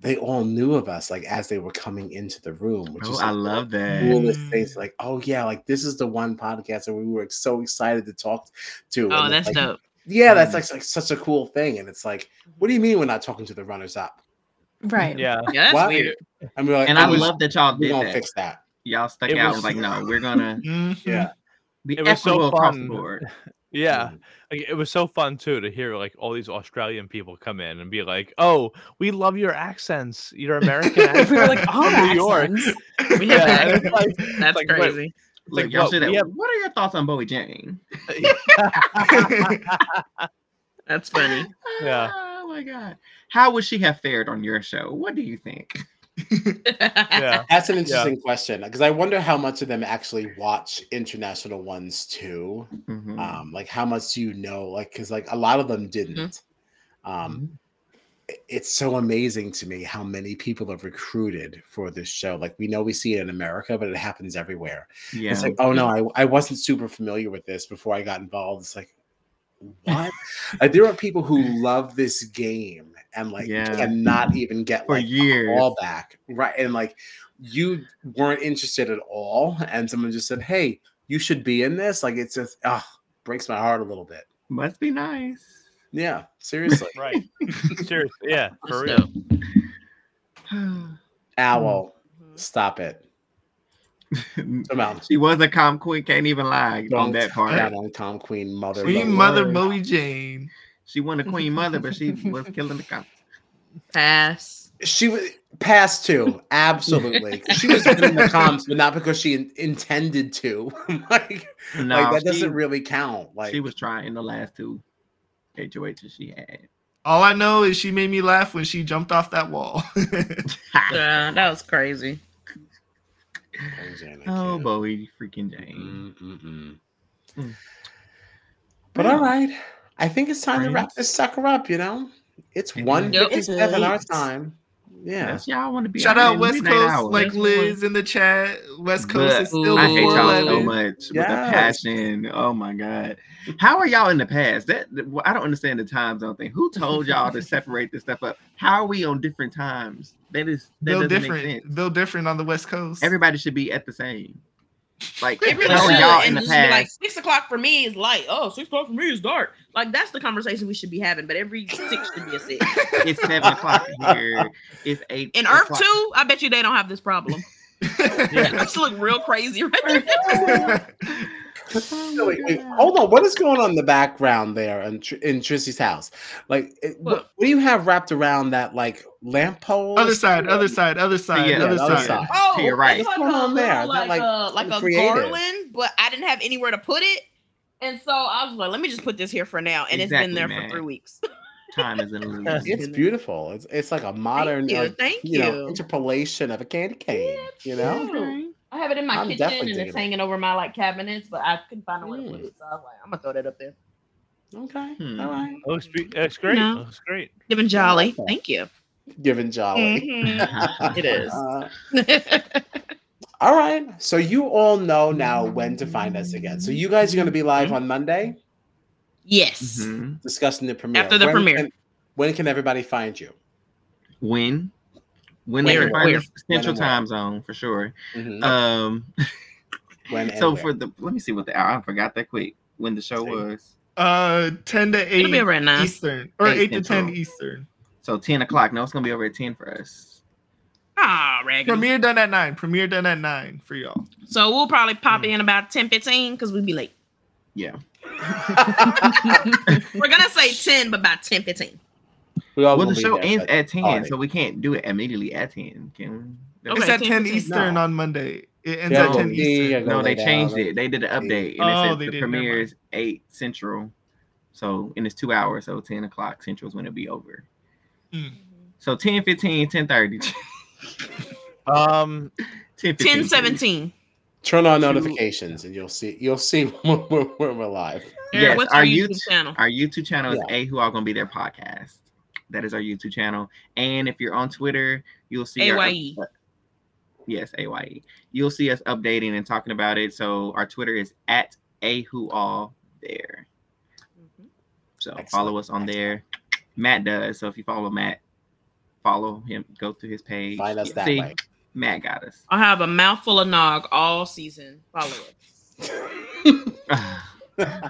they all knew of us like as they were coming into the room, which Oh, is I like, love the that. coolest things. Like, oh yeah, like this is the one podcast that we were so excited to talk to. Oh, and, that's like, dope. Yeah, that's Um, Mm. like, like such a cool thing. And it's like, what Mhm. do you mean we're not talking to the runners up? Right. Yeah. Yeah, that's Why? weird. And we're like, And I "Oh, we- love that y'all we're did gonna that. fix that. Y'all stuck It out. was- Was, like, no, we're gonna Mhm. Yeah. be It was so equitable across the fun. board. Yeah. Mm. Mm. Like, it was so fun too to hear like all these Australian people come in and be like, "Oh, we love your accents, your American accents." we were like, oh, New York. accents. We have Yeah, and that. it's like, That's like, wait, crazy. Look, like, y'all what, should we have, have- What are your thoughts on Bowie Jane? That's funny. Yeah. Oh my god. How would she have fared on your show? What do you think? yeah. That's an interesting question because I wonder how much of them actually watch international ones too. Mm. Mhm. Um, like how much do you know? Like, because like a lot of them didn't. Mm-hmm. Um, i- it's so amazing to me how many people have recruited for this show. Like we know we see it in America, but it happens everywhere. yeah. It's like, oh no, I, I wasn't super familiar with this before I got involved. It's like, what? like, there are people who love this game and like Yeah. cannot even get For like, uh, a years. ball back, right? And like you weren't interested at all, and someone just said, hey, you should be in this. Like it's just, ah, breaks my heart a little bit. Must be nice. Yeah, seriously. Right. Seriously. Yeah. For That's real. dope. Owl, Mm-hmm. stop it. Somehow. she was a calm queen, can't even lie on Don't that tap part. out on Tom Queen, mother. We lover. Queen Mother word. Bowie Jane. She won a queen mother, but she was killing the cops. Pass. She was past two, absolutely. she was doing the comps, but not because she in- intended to. like, No, like, that she, doesn't really count. Like, she was trying the last two HOHs she had. All I know is she made me laugh when she jumped off that wall. Yeah, that was crazy. oh, Bowie freaking Jane. Mm-mm-mm. Mm. But Yeah. all right, I think it's time to wrap Friends. this sucker up. You know, it's It one is. Yep. fifty-seven our It's late. time. Yeah, Yes, y'all want to be Shout out out in West midnight Coast, hours. like Yes, Liz in the chat. West Coast But is still I hate before y'all so 11. much with the Yes. passion. Oh my god, how are y'all in the past? That I don't understand the time zone thing. Who told y'all to separate this stuff up? How are we on different times? That is that Bill doesn't make different. sense. Bill different on the West Coast. Everybody should be at the same. Like It really how should. are y'all in And the just be like past? six o'clock for me is light. Oh, six o'clock for me is dark. Like that's the conversation we should be having. But every six should be a six. It's seven o'clock here. It's eight. In Earth o'clock. Two, I bet you they don't have this problem. This look real crazy right there. So wait, wait, hold on. What is going on in the background there in, Tr- in Trissie's house? Like, it, what, What? what do you have wrapped around that like lamppost? other side, other side, other side, yeah, other the other side. side. Oh, To your right. it's like What's going a on there? little, Is that, like, like, a like a creative? garland, but I didn't have anywhere to put it, and so I was like, let me just put this here for now, and it's been Exactly, there man. for three weeks. Time is an illusion. It's beautiful. It's it's like a modern, thank you, uh, thank you. you know, interpolation of a candy cane. you know, Cute. I have it in my I'm kitchen definitely and digging it. it's hanging over my like cabinets, but I couldn't find nowhere to put Mm. it, so I was like, I'm gonna throw that up there. okay, Hmm. all right, It looks, be- it's Oh, great. No. It looks great. Giving jolly, Okay. thank you. given Mm. jolly. Mhm. It is. Uh, all right, so you all know now when to find us again. So you guys are going to be Mm-hmm. live on Monday yes. Mhm. discussing the premiere. After the When premiere. can- when can everybody find you? When? When they Where? can find Where? us Central When and where? Time Zone for sure. Mhm. Um, When and so where? for the let me see what the I forgot that quick when the show See. was. Uh, 10 to 8 It'll be around nine. Eastern or Eight 8 to 10 Central. Eastern. So ten o'clock. No, it's gonna be over at ten for us. Ah, raggedy. Premiere done at 9. Premiere done at 9 for y'all. So we'll probably pop Mm. in about 10, 15 because we'd be late. Yeah. We're gonna say 10, but about 10, 15. We all Well, the gonna show leave that, ends but- at ten, alright. so we can't do it immediately at ten, can we? Okay, it's at 10, 10 15. Eastern on Monday. It ends Yeah, at 10 yeah, Eastern. yeah, No, Go lay they changed down. it. They did an update, and Oh, it says they the did, never premiere is eight central. So and it's two hours, so ten o'clock central is when it'll be over. Mm. So 10, 15, 10 Um, 10, 15, 10 17. Turn on Two- notifications and you'll see. You'll see when we're, when we're live. Eric, Yes, what's our our YouTube YouTube- channel? Our YouTube channel is Yeah. A Who All Gonna Be Their Podcast. That is our YouTube channel. And if you're on Twitter, you'll see our- E. uh, AYE. yes, AYE. You'll see us updating and talking about it. So our Twitter is at A Who All There. So Excellent. follow us on there. Matt does. So if you follow Matt, follow him. Go through his page. Find us that See, way. Matt got us. I'll have a mouthful of nog all season. Follow us. Ah,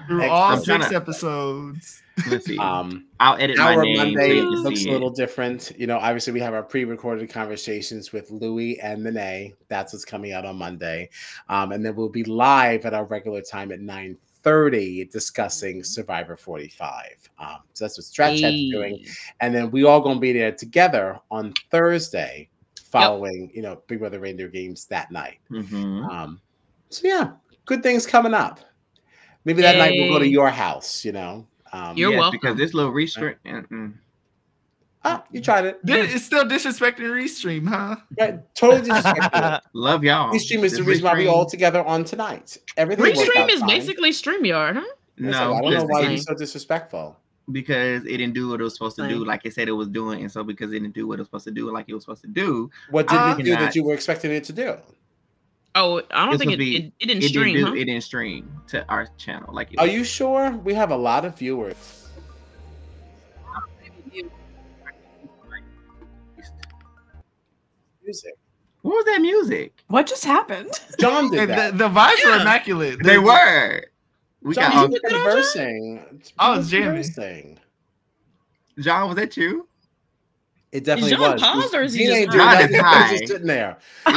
Through all Excellent. six episodes. Let's see. um, I'll edit my our name. so Monday you can looks see a it. little different. You know, obviously we have our pre-recorded conversations with Louie and Monet. That's what's coming out on Monday, um, and then we'll be live at our regular time at nine thirty discussing Survivor 45. Um, so that's what Stretch Head's doing. Mm-hmm. Hey. and then we all gonna be there together on Thursday, following you know Big Brother Reindeer games that night. Mm-hmm. Mhm. Um, so yeah, good things coming up. Maybe that night we'll go to Yay. your house. You know, um, You're Yes, welcome. Because this little restrict. mm-mm. ah, you tried it. Then It's still disrespecting Restream, huh? Right, totally disrespectful. Love y'all. This stream is the This reason why we restream- all together on tonight. Everything worked Restream out is fine. basically StreamYard, huh? I said, No, I don't know listen, why it- you're so disrespectful. because it didn't do what it was supposed to do, Right. like it said it was doing, and so because it didn't do what it was supposed to do, like it was supposed to do, What did I it do that cannot- you were expecting it to do? Oh, I don't This think would it, be- it, it didn't it stream, didn't do, huh? it didn't stream to our channel. Like, it Are was- you sure? We have a lot of viewers. Music. What was that music? What just happened? John Hey, did that. The, the vibes were Yeah. immaculate. They were. We John, got Oh, all, you were conversing. I was jamming. Conversing. John. Was that you? It definitely John was. paused This or is he just teenager high? was John is just high. sitting there. Oh,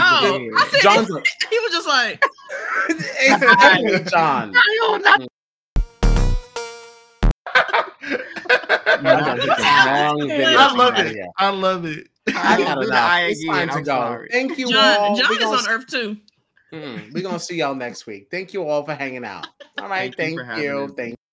I said John's he was just like, exactly John. John got hit the wrong video I love out it. here. I love it. I got will do the enough. eye It's again, time to I'm go. sorry. Thank you all. John, We John is gonna on Earth too. Mm, we're gonna see y'all next week. Thank you all for hanging out. All right, Thank thank you for you. having us. Thank